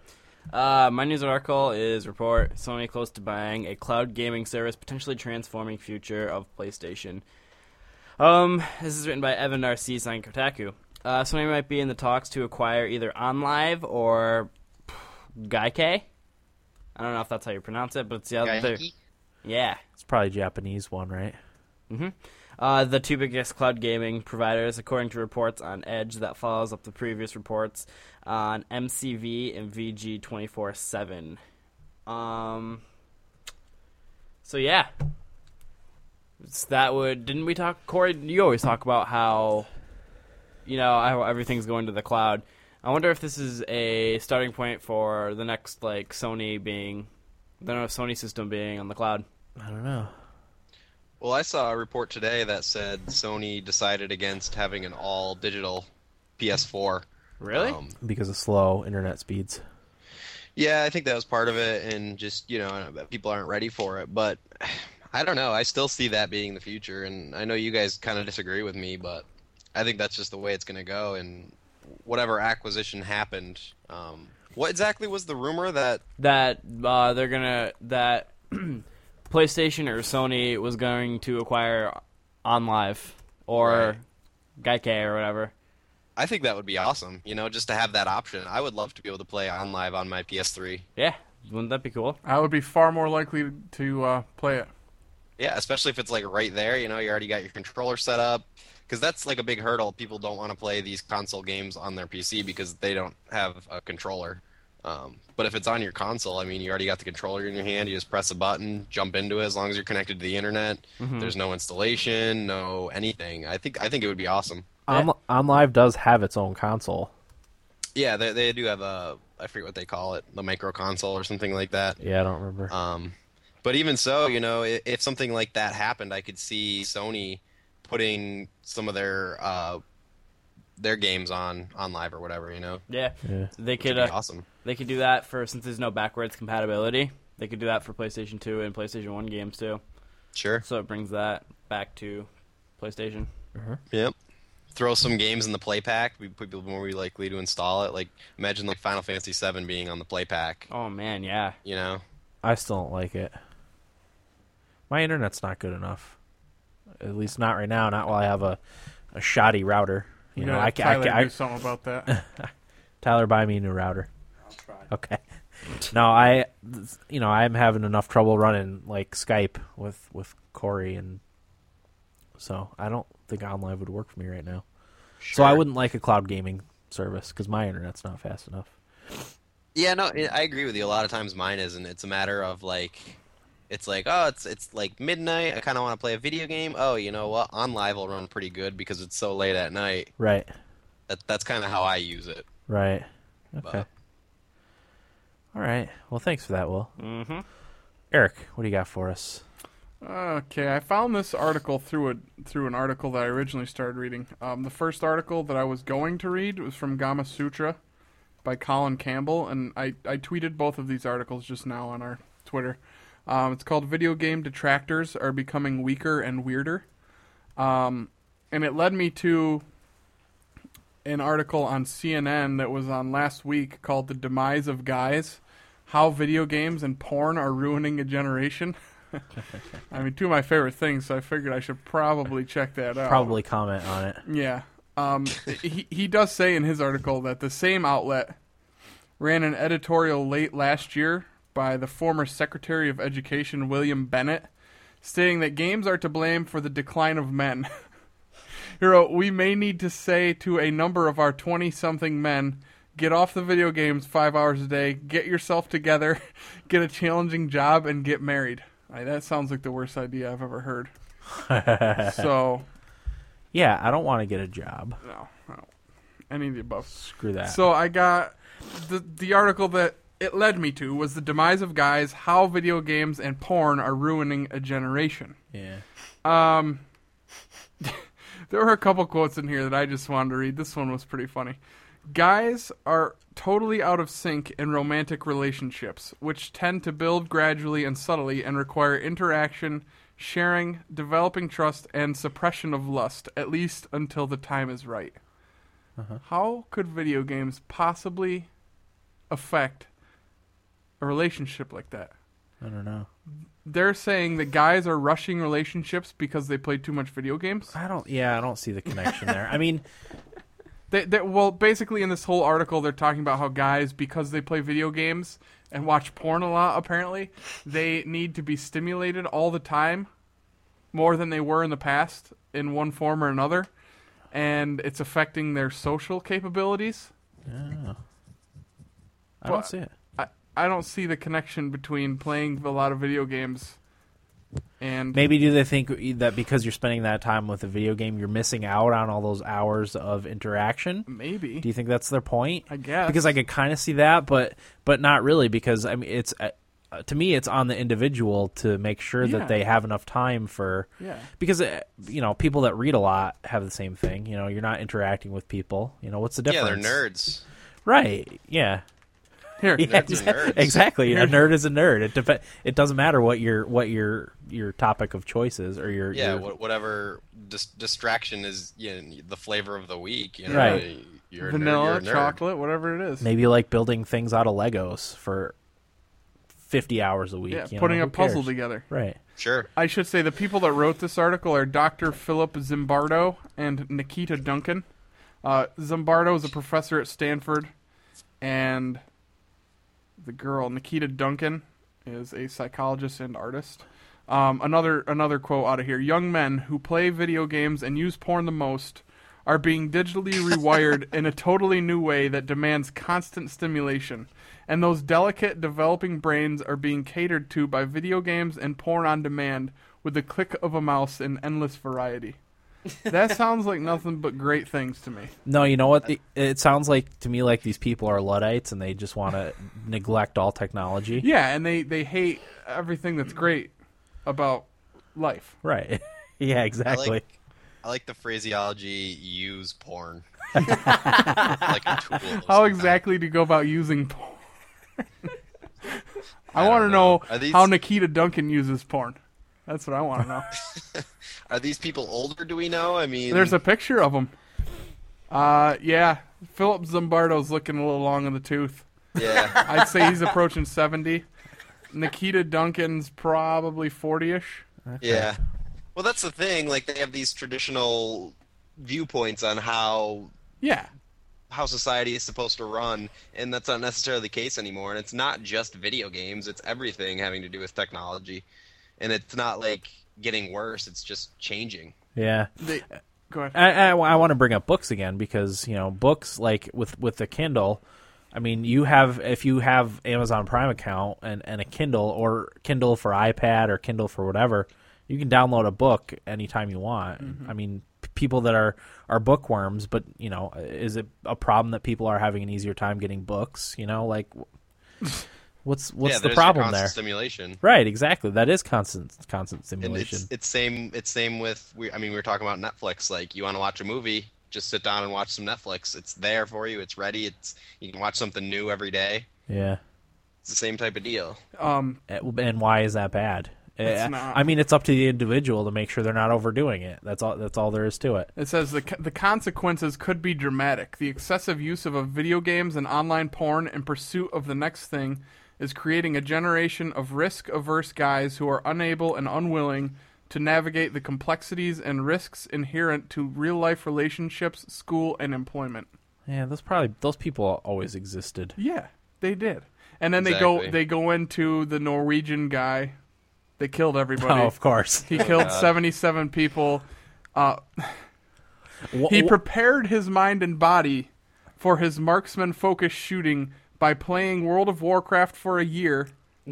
Uh, my news article is report Sony close to buying a cloud gaming service, potentially transforming future of PlayStation. Um, this is written by Evan Narcisse on Kotaku. Uh, Sony might be in the talks to acquire either OnLive or Gaike. I don't know if that's how you pronounce it, but it's the other. Yeah, It's probably a Japanese one, right? uh, the two biggest cloud gaming providers, according to reports on Edge, that follows up the previous reports uh, on MCV and VG twenty four seven. Um. So yeah, It's- that would didn't we talk Corey? You always talk about how, you know, how everything's going to the cloud. I wonder if this is a starting point for the next like Sony being, the Sony system being on the cloud. I don't know. Well, I saw a report today that said Sony decided against having an all digital PS4. Really? Um, because of slow internet speeds. yeah, I think that was part of it, and just you know, people aren't ready for it. But <sighs> I don't know. I still see that being the future, and I know you guys kind of disagree with me, but I think that's just the way it's going to go. And whatever acquisition happened, um, What exactly was the rumor that? that uh, they're gonna that <clears throat> PlayStation or Sony was going to acquire OnLive or Gaikai or whatever. I think that would be awesome. You know, just to have that option. I would love to be able to play on live on my PS3. Yeah, wouldn't that be cool? I would be far more likely to uh, play it. Yeah, especially if it's like right there. You know, you already got your controller set up. Because that's like a big hurdle. People don't want to play these console games on their PC because they don't have a controller. Um, but if it's on your console, I mean, you already got the controller in your hand. You just press a button, jump into it. As long as you're connected to the internet, there's no installation, no anything. I think I think it would be awesome. On, OnLive does have its own console. Yeah, they, they do have a I forget what they call it, the micro console or something like that. Yeah, I don't remember. Um, but even so, you know, if, if something like that happened, I could see Sony putting some of their uh, their games on on live or whatever. You know, Yeah, Yeah. they It'd could. be Uh, awesome. They could do that for since there's no backwards compatibility. They could do that for PlayStation 2 and PlayStation 1 games too. Sure. So it brings that back to PlayStation. Yep. Throw some games in the play pack. We people more likely to install it. Like imagine like Final Fantasy VII being on the play pack. Oh man, yeah. You know. I still don't like it. My internet's not good enough. At least not right now. Not while I have a, a shoddy router. You know, I, ca- I, Tyler ca- I, do something <laughs> about that. Tyler, buy me a new router. Okay. <laughs> no, I, you know, I'm having enough trouble running like Skype with with Corey, and so I don't think OnLive would work for me right now. So I Sure. wouldn't like a cloud gaming service because my internet's not fast enough. Yeah, no, I I agree with you. A lot of times mine isn't. It's a matter of like, it's like, oh, it's it's like midnight. I kind of want to play a video game. Oh, you know what? On live will run pretty good because it's so late at night. Right. That that's kind of how I use it. Right. Okay. But All right. Well, thanks for that, Will. Mm-hmm. Eric, what do you got for us? okay, I found this article through a through an article that I originally started reading. Um, the first article that I was going to read was from Gama Sutra by Colin Campbell, and I, I tweeted both of these articles just now on our Twitter. Um, it's called "Video Game Detractors Are Becoming Weaker and Weirder," um, and it led me to an article on CNN that was on last week called "The Demise of Guys: How Video Games and Porn Are Ruining a Generation." <laughs> I mean, two of my favorite things, so I figured I should probably check that out. Probably comment on it. Yeah. Um, he, he does say in his article that the same outlet ran an editorial late last year by the former Secretary of Education, William Bennett, stating that games are to blame for the decline of men. <laughs> he wrote, We may need to say to a number of our 20 something men, get off the video games five hours a day, get yourself together, <laughs> get a challenging job, and get married. Like, that sounds like the worst idea I've ever heard. so, Yeah, I don't want to get a job. no, I don't. Any of the above. Screw that. So I got the the article that it led me to was the demise of guys: how video games and porn are ruining a generation. yeah. Um, <laughs> there were a couple quotes in here that I just wanted to read. This one was pretty funny. Guys are totally out of sync in romantic relationships, which tend to build gradually and subtly and require interaction, sharing, developing trust, and suppression of lust, at least until the time is right. How could video games possibly affect a relationship like that? I don't know. they're saying that guys are rushing relationships because they play too much video games. I don't. Yeah, I don't see the connection there. I <laughs> mean, They, they, well, basically, in this whole article, they're talking about how guys, because they play video games and watch porn a lot, apparently, they need to be stimulated all the time, more than they were in the past, in one form or another, and it's affecting their social capabilities. I Well, don't see it. I, I don't see the connection between playing a lot of video games and Maybe do they think e, that because you're spending that time with a video game, you're missing out on all those hours of interaction? maybe. Do you think that's their point? I guess. because I could kind of see that, but but not really because I mean it's uh, uh, to me it's on the individual to make sure Yeah. that they have enough time for Yeah. because uh, you know people that read a lot have the same thing. You know, you're not interacting with people. You know, what's the yeah, difference? they're nerds. Right? Yeah. Here, <laughs> Yeah, Nerds are nerds. exactly. A nerd is a nerd. It dep- It doesn't matter what your what your your topic of choice is or your yeah, your- wha- whatever dis- distraction is you know, the flavor of the week. You know, Right. You're a nerd, you're vanilla, a nerd. chocolate, whatever it is. maybe like building things out of Legos for fifty hours a week. yeah, you know, putting who a puzzle cares? together. Right. Sure. I should say the people that wrote this article are Dr. Philip Zimbardo and Nikita Duncan. Uh, Zimbardo is a professor at Stanford, and the girl Nikita Duncan is a psychologist and artist. Um, another another quote out of here: Young men who play video games and use porn the most are being digitally rewired in a totally new way that demands constant stimulation, and those delicate developing brains are being catered to by video games and porn on demand with the click of a mouse in endless variety. That sounds like nothing but great things to me. No, you know what? It, it sounds like to me like these people are luddites and they just want to neglect all technology. Yeah, and they they hate everything that's great about life. <laughs> Right. <laughs> yeah. Exactly. I like the phraseology <laughs> use porn. like a tool. of some How kind. exactly do you go about using porn? <laughs> I, I want to don't know, know. Are these- how Nikita Duncan uses porn. That's what I want to <laughs> know. Are these people older? Do we know? I mean, There's a picture of him. Uh, yeah, Philip Zimbardo's looking a little long in the tooth. <laughs> yeah. I'd say <laughs> he's approaching seventy. Nikita Duncan's probably forty-ish. Yeah. Well, that's the thing. Like they have these traditional viewpoints on how Yeah, how society is supposed to run, and that's not necessarily the case anymore. And it's not just video games; it's everything having to do with technology. And it's not like getting worse; it's just changing. yeah. they, go ahead. I, I, want to bring up books again because you know books like with with the Kindle. I mean, you have if you have Amazon Prime account and and a Kindle or Kindle for iPad or Kindle for whatever, you can download a book anytime you want. I mean, p- people that are are bookworms, but you know, is it a problem that people are having an easier time getting books? You know, like wh- what's what's yeah, the there's problem constant there? Stimulation. Right, exactly. That is constant constant And stimulation. it's it's same it's same with we I mean we were talking about Netflix like you want to watch a movie just sit down and watch some Netflix it's there for you it's ready it's you can watch something new every day yeah. it's the same type of deal Um, and why is that bad? Eh, not. I mean, it's up to the individual to make sure they're not overdoing it. That's all. That's all there is to it. It says the, co- the consequences could be dramatic. The excessive use of, of video games and online porn in pursuit of the next thing is creating a generation of risk averse guys who are unable and unwilling to navigate the complexities and risks inherent to real life relationships, school, and employment. Yeah, those probably those people always existed. Yeah, they did. And then they go Exactly. they go into the Norwegian guy that killed everybody. Oh, of course. <laughs> He killed 77 people. Uh, Wha- He wha- prepared his mind and body for his marksman focused shooting by playing World of Warcraft for a year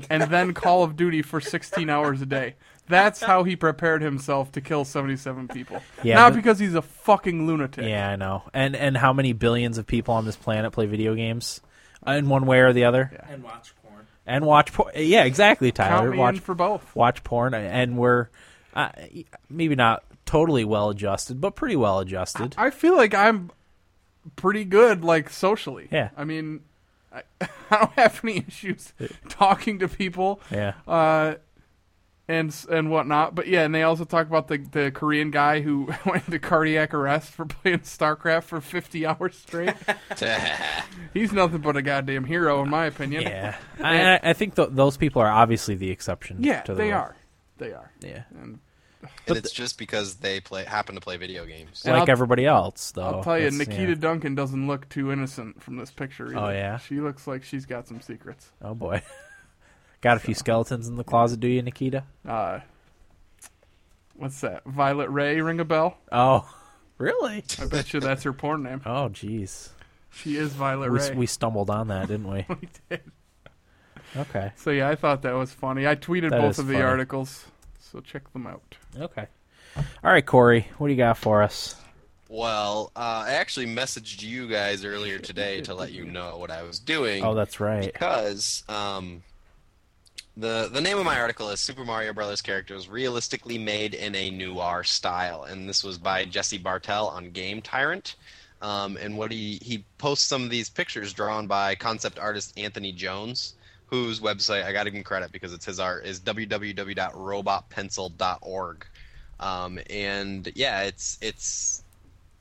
and then Call of Duty for 16 hours a day. That's how he prepared himself to kill 77 people. Yeah, Not but- because he's a fucking lunatic. yeah, I know. And and how many billions of people on this planet play video games uh, in one way or the other? And watch porn. And watch porn. Yeah, exactly, Count Tyler. me watch in for both. watch porn, and we're uh, maybe not totally well adjusted, but pretty well adjusted. I feel like I'm pretty good, like, socially. Yeah. Uh, I mean, I, <laughs> I don't have any issues talking to people. yeah. uh, and and whatnot. But yeah, and they also talk about the the Korean guy who <laughs> went into cardiac arrest for playing StarCraft for 50 <laughs> hours straight. He's nothing but a goddamn hero, in my opinion. yeah, I, I- I think th- those people are obviously the exception. yeah, to the they rule. are. They are. Yeah, And and it's just because they play happen to play video games And like I'll- everybody else, though. I'll tell you, That's- Nikita yeah. Duncan doesn't look too innocent from this picture. Either. Oh, yeah? she looks like she's got some secrets. Oh boy, <laughs> got a few skeletons in the closet, do you, Nikita? Uh, what's that? Violet Ray ring a bell? Oh, really? I bet you that's her porn name. Oh, jeez, She is Violet we, Ray. we stumbled on that, didn't <laughs> we? we did. Okay, So yeah, I thought that was funny. I tweeted That both is of the funny. articles, so check them out. okay. All right, Corey, what do you got for us? well uh, I actually messaged you guys earlier today to let you know what I was doing Oh, that's right. because um, the the name of my article is Super Mario Brothers characters realistically made in a noir style, and this was by Jesse Bartel on Game Tyrant. Um, and what he he posts some of these pictures drawn by concept artist Anthony Jones, whose website I got to give him credit because it's his art is www.robotpencil.org. Um, and yeah, it's it's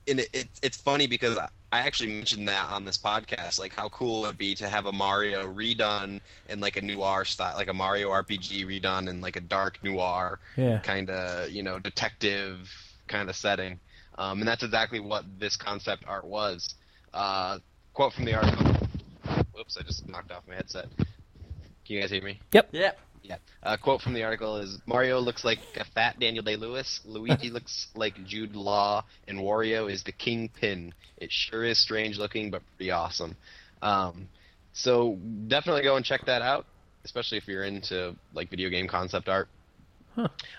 and it, it, it's funny because I I actually mentioned that on this podcast, like how cool it would be to have a Mario redone in like a noir style, like a Mario RPG redone in like a dark noir Yeah. kind of you know detective kind of setting, um, and that's exactly what this concept art was. Uh, quote from the article. Whoops! I just knocked off my headset. Can you guys hear me? Yep. Yeah. A quote from the article is Mario looks like a fat Daniel Day Lewis, Luigi looks like Jude Law, and Wario is the kingpin. It sure is strange looking, but pretty awesome. Um, so definitely go and check that out, especially if you're into like video game concept art.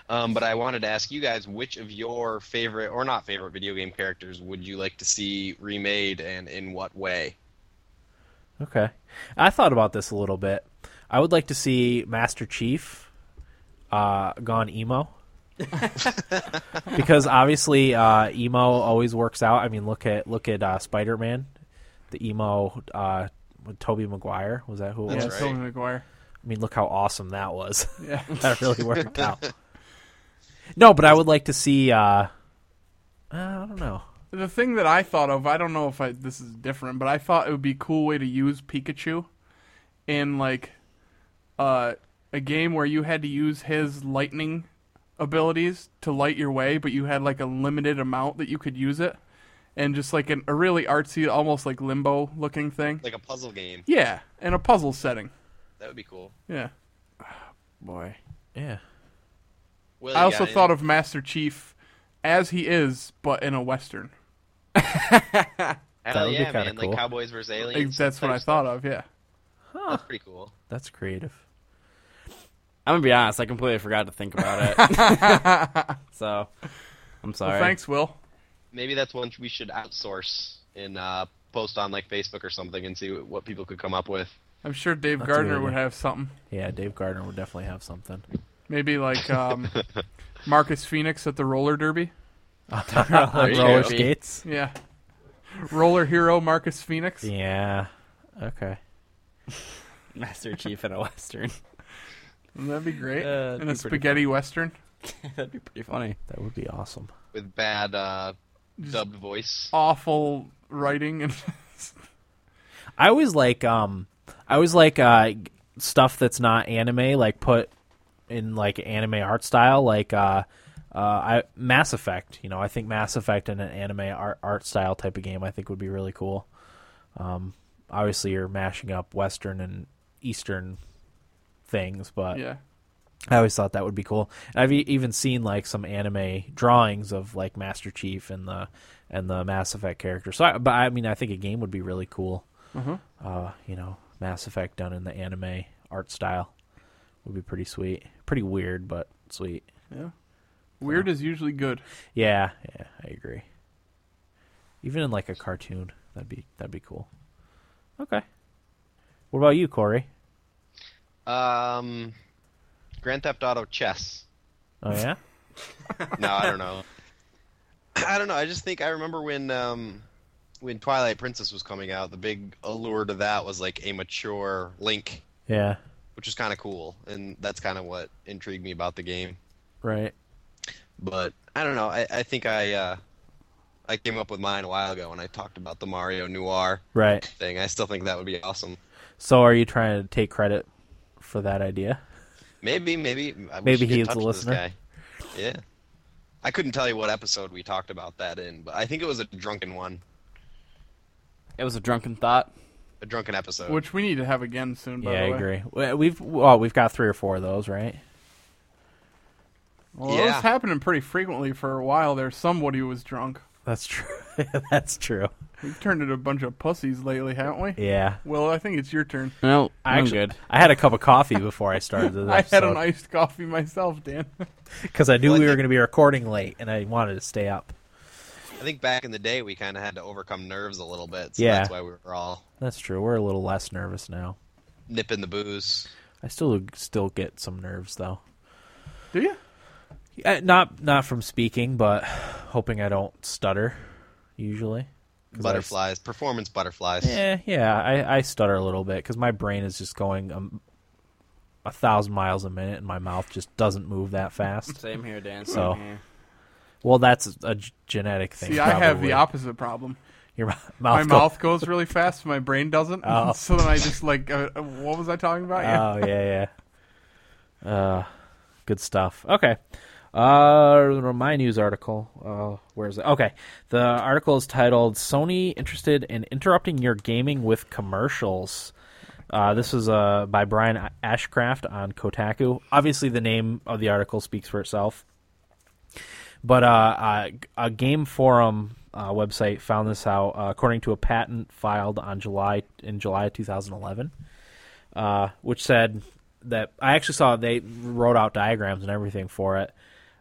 Um, but I wanted to ask you guys which of your favorite or not favorite video game characters would you like to see remade and in what way? Okay. I thought about this a little bit. I would like to see Master Chief uh, gone <laughs> emo. because obviously uh, emo always works out. I mean, look at look at uh, Spider Man, the emo uh, with Toby Maguire was that who it That's was? right. Tobey Maguire. I mean, look how awesome that was. Yeah. <laughs> that really worked out. No, but I would like to see. Uh, uh, I don't know. The thing that I thought of, I don't know if I, this is different, but I thought it would be a cool way to use Pikachu in like uh, a game where you had to use his lightning abilities to light your way, but you had like a limited amount that you could use it, and just like an, a really artsy, almost like limbo looking thing. Like a puzzle game. Yeah, in a puzzle setting. That would be cool. Yeah. boy. Yeah. Will, I you also got any- thought of Master Chief as he is, but in a western. That Hell would be yeah, kinda man! cool. Like Cowboys versus Aliens. That's what I thought of. Yeah. That's pretty cool. That's creative. I'm gonna be honest. I completely forgot to think about it. <laughs> so, I'm sorry. Well, <laughs> thanks, Will. Maybe that's one we should outsource and uh, post on like Facebook or something and see what, what people could come up with. I'm sure Dave a good Gardner would idea. have something. Yeah, Dave Gardner would definitely have something. Maybe <laughs> like um, Marcus Phoenix at the roller derby. you roller go. skates. Yeah. Roller hero Marcus Phoenix. Yeah. Okay. <laughs> Master Chief in a Western. <laughs> That'd be great. Uh, In a that'd be pretty spaghetti western. That'd be pretty funny. That would be awesome. With bad uh, dubbed voice. Awful writing and <laughs> I always like um I always like uh g- stuff that's not anime like put in like anime art style like uh uh, I Mass Effect, you know, I think Mass Effect in an anime art, art style type of game, I think would be really cool. Um, obviously, you're mashing up Western and Eastern things, but yeah. I always thought that would be cool. And I've e- even seen like some anime drawings of like Master Chief and the and the Mass Effect character. So, I, but I mean, I think a game would be really cool. Uh, you know, Mass Effect done in the anime art style would be pretty sweet, pretty weird, but sweet. Weird uh-huh. is usually good. Yeah, yeah, I agree. Even in like a cartoon, that'd be that'd be cool. Okay. What about you, <laughs> Corey? Um, Grand Theft Auto Chess. Oh yeah. No, I <laughs> don't know. I don't know. I just think I remember when um, when Twilight Princess was coming out. The big allure to that was like a mature Link, yeah. which is kind of cool, and that's kind of what intrigued me about the game. Right. but I don't know. I, I think I uh, I came up with mine a while ago when I talked about the Mario Noir Right. thing. I still think that would be awesome. So, are you trying to take credit for that idea? Maybe, maybe, I- we Maybe should get he in is touch the with this listener. guy. Yeah, I couldn't tell you what episode we talked about that in, but I think it was a drunken one, It was a drunken thought. a drunken episode. Which we need to have again soon, by Uh, yeah, the I way. agree. We- We've well, we've got three or four of those, right? Well it Yeah. was happening pretty frequently for a while there. Somebody was drunk. That's <laughs> true. That's true. We've turned into a bunch of pussies lately, haven't we? Yeah. Well, I think it's your turn. No, I I'm good. I had a cup of coffee before I started this <laughs> I had an episode iced coffee myself, Dan. <laughs> because I knew Well, I we were think- going to be recording late, and I wanted to stay up. I think back in the day we kind of had to overcome nerves a little bit, so Yeah. that's why we were all That's true. We're a little less nervous now. nipping the booze. I still still get some nerves though. Do you? <sighs> Uh, Not not from speaking, but hoping I don't stutter. Usually, 'Cause I- Butterflies, performance butterflies. Yeah, Eh, yeah. I, I stutter a little bit because my brain is just going um, a thousand miles a minute, and my mouth just doesn't move that <laughs> fast. Same here, Dan. So- Same here. Well, that's a g- genetic thing. See, I have the probably. opposite problem. Your mou- My mouth. go- mouth goes really fast, my brain doesn't. Oh. <laughs> so then I just like, uh, uh, what was I talking about? Yeah. Oh yeah, yeah. Uh, good stuff. Okay. Uh, my news article. Uh, where's it? Okay, the article is titled "Sony interested in interrupting your gaming with commercials." Uh, this is uh, by Brian Ashcraft on Kotaku. Obviously, the name of the article speaks for itself. But uh, uh, a game forum uh, website found this out uh, according to a patent filed on July in July 2011 uh, which said that I actually saw they wrote out diagrams and everything for it.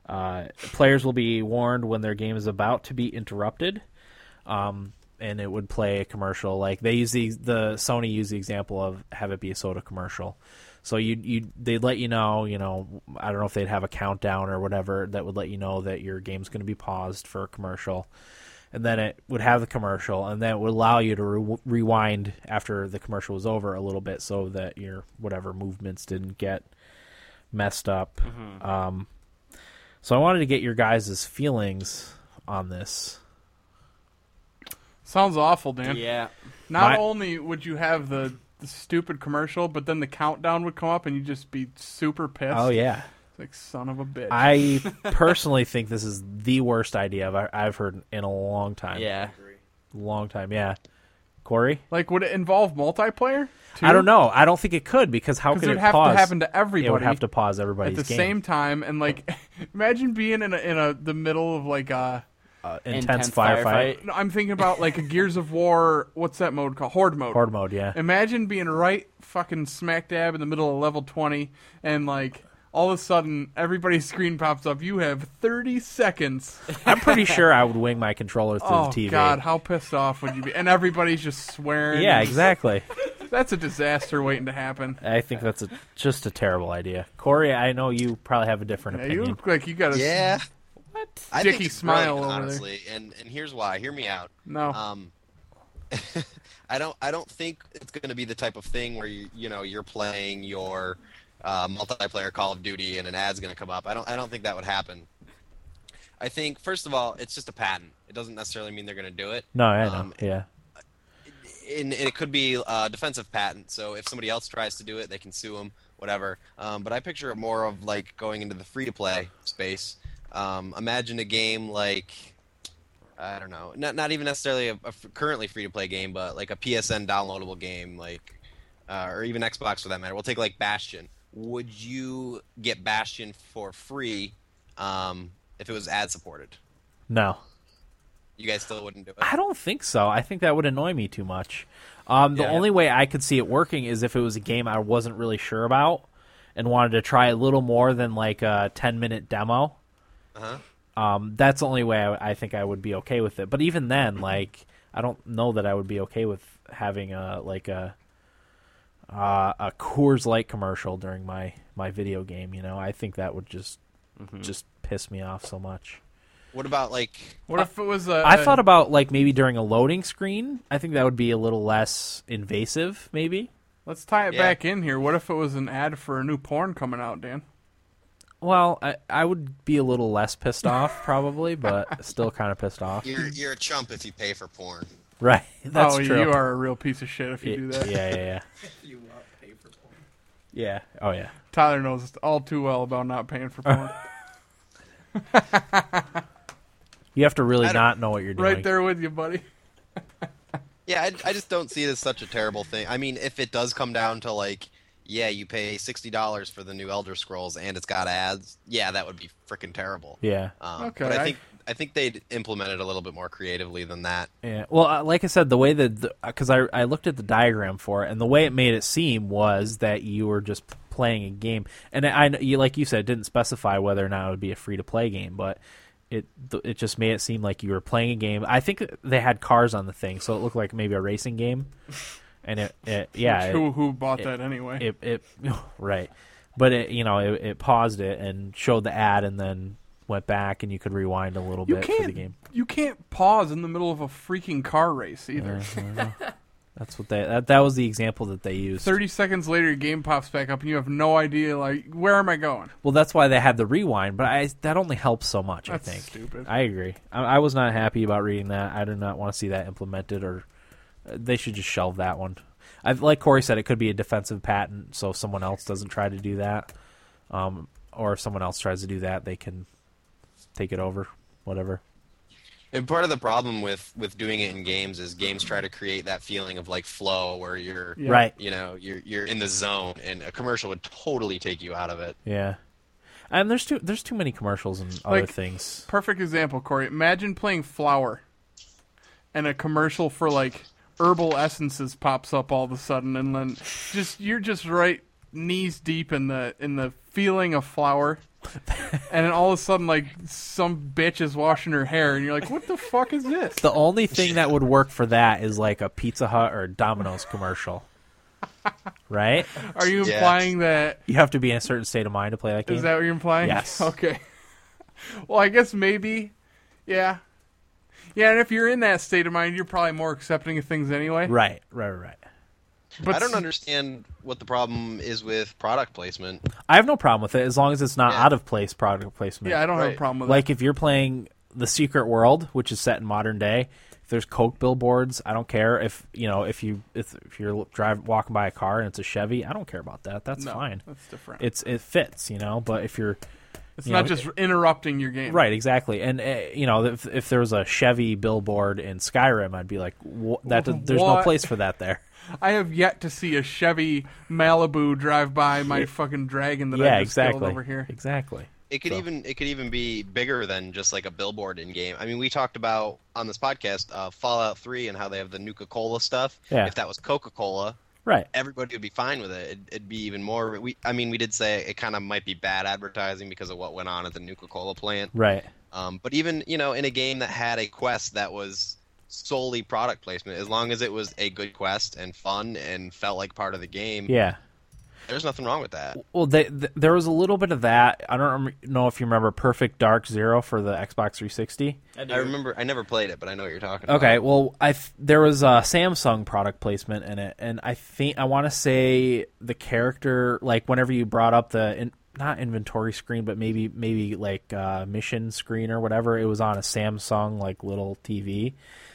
Uh, players will be warned when their game is about to be interrupted, um, and it would play a commercial. Like they use the the Sony used the example of have it be a soda commercial. So you you they'd let you know you know I don't know if they'd have a countdown or whatever that would let you know that your game's going to be paused for a commercial, and then it would have the commercial, and then it would allow you to re- rewind after the commercial was over a little bit, so that your whatever movements didn't get messed up. Um, so I wanted to get your guys' feelings on this. Sounds awful, Dan. Yeah. Not My- only would you have the, the stupid commercial, but then the countdown would come up and you'd just be super pissed. Oh yeah, It's like, son of a bitch. <laughs> I personally think this is the worst idea I've, I've heard in a long time. Yeah. long time. Yeah, Corey. like, would it involve multiplayer? Too? I don't know. I don't think it could because how Because it could would it have pause? to happen to everybody. it would have to pause everybody's at the game. same time and like <laughs> imagine being in a, in a the middle of like a Uh, intense, Intense firefight. firefight. no, I'm thinking about like a Gears of War what's that mode called horde mode horde mode. Yeah. imagine being right fucking smack dab in the middle of level 20 and like all of a sudden everybody's <laughs> screen pops up you have <laughs> 30 seconds I'm pretty sure I would wing my controller through oh the TV. god how pissed off would you be and everybody's just swearing Yeah, exactly. that's a disaster waiting to happen I think that's a, just a terrible idea. Corey, I know you probably have a different yeah, you opinion. look like you got a Yeah. What? I think Dicky it's smile brilliant, over there. honestly, and and here's why. Hear me out. no Um, <laughs> I don't. I don't think it's going to be the type of thing where you you know you're playing your uh, multiplayer Call of Duty and an ad's going to come up. I don't. I don't think that would happen. I think first of all, it's just a patent. It doesn't necessarily mean they're going to do it. no, I know. um, yeah. and, and it could be a defensive patent. So if somebody else tries to do it, they can sue them, whatever. Um, but I picture it more of like going into the free to play space. Um, imagine a game like I don't know, not not even necessarily a, a f- currently free to play game, but like a PSN downloadable game, like uh, or even Xbox for that matter. We'll take like Bastion. Would you get Bastion for free um, if it was ad supported? No. You guys still wouldn't do it. I don't think so. I think that would annoy me too much. Um, the Yeah. only way I could see it working is if it was a game I wasn't really sure about and wanted to try a little more than like a 10 minute demo. Uh-huh. Um, that's the only way I, I think I would be okay with it. But even then, Mm-hmm. like, I don't know that I would be okay with having a like a uh, a Coors Light commercial during my my video game. You know, I think that would just Mm-hmm. just piss me off so much. What about like what if it was a I a- thought about like maybe during a loading screen. I think that would be a little less invasive, maybe. Let's tie it Yeah. back in here. What if it was an ad for a new porn coming out, Dan? Well, I, I would be a little less pissed <laughs> off probably, but still kind of pissed off. you're you're a chump if you pay for porn? <laughs> Right, that's oh, true. you are a real piece of shit if you Y- do that. Yeah, yeah, yeah. <laughs> Yeah. Oh yeah. Tyler knows all too well about not <laughs> paying for porn. You have to really I don't- not know what you're doing. right there with you, buddy. Yeah, I, I just don't see it as such a terrible thing. I mean, if it does come down to like, yeah, you pay sixty dollars for the new Elder Scrolls and it's got ads, yeah, that would be freaking terrible. Yeah. Um, Okay, But I- I think I think they'd implement it a little bit more creatively than that. Yeah. Well, uh, like I said, the way that because I I looked at the diagram for it, and the way it made it seem was that you were just playing a game, and I, I you like you said it didn't specify whether or not it would be a free to play game, but it th- it just made it seem like you were playing a game. I think they had cars on the thing, so it looked like maybe a racing game, and it, <laughs> it yeah it- who who bought that anyway? it <laughs> it right but it you know it, it paused it and showed the ad and then went back and you could rewind a little You bit can't. for the game. You can't pause in the middle of a freaking car race either. That's what they that, that was the example that they used. <laughs> Thirty seconds later, your game pops back up, and you have no idea like where am I going? Well, that's why they had the rewind, but I that only helps so much. That's I think. stupid. I agree. I, I was not happy about reading that. I do not want to see that implemented, or uh, they should just shelve that one. I, like Corey said, it could be a defensive patent, so if someone else doesn't try to do that, um, or if someone else tries to do that, they can take it over. Whatever. And part of the problem with with doing it in games is games try to create that feeling of like flow where you're Yeah. Right. you know you're you're in the zone, and a commercial would totally take you out of it. Yeah. And there's too there's too many commercials and other Like- things. Perfect example, Corey. Imagine playing Flower, and a commercial for like herbal essences pops up all of a sudden, and then just you're just right knees deep in the in the feeling <laughs> of flower, and then all of a sudden like some bitch is washing her hair, and you're like, what the fuck is this? The only thing that would work for that is like a Pizza Hut or Domino's <laughs> commercial. right? Are you Yeah. implying that? You have to be in a certain state of mind to play that game. Is that what you're implying? Yes. <laughs> Okay. Well, I guess maybe. Yeah. Yeah, and if you're in that state of mind, you're probably more accepting of things anyway. right, right, right. But I don't s- understand what the problem is with product placement. I have no problem with it as long as it's not Yeah. out of place product placement. Yeah, I don't have a Right. problem with like if you're playing The Secret World, which is set in modern day, if there's Coke billboards, I don't care if you know if you if, if you're drive walking by a car and it's a Chevy, I don't care about that. That's that. No, fine. That's different. It's it fits, you know. But if you're it's you not know, just interrupting your game. Right, exactly. And uh, you know, if, if there was a Chevy billboard in Skyrim, I'd be like, "Wha- that there's no What? place for that there. I have yet to see a Chevy Malibu drive by my fucking dragon <laughs> that yeah, I just killed exactly. over here. Exactly. It could So- even it could even be bigger than just like a billboard in game. I mean, we talked about on this podcast uh, Fallout Three and how they have the Nuka Cola stuff. Yeah. If that was Coca Cola, Right. everybody would be fine with it. It'd, it'd be even more. We I mean, we did say it kind of might be bad advertising because of what went on at the Nuka Cola plant. Right. Um, but even you know, in a game that had a quest that was solely product placement, as long as it was a good quest and fun and felt like part of the game, Yeah. there's nothing wrong with that. Well, they, th- there was a little bit of that. I don't rem- know if you remember Perfect Dark Zero for the Xbox 360. I remember I never played it, but I know what you're talking about. Okay, well, I th- there was a Samsung product placement in it, and I think I want to say the character, like whenever you brought up the in, not inventory screen, but maybe maybe like uh, mission screen or whatever, it was on a Samsung like little TV.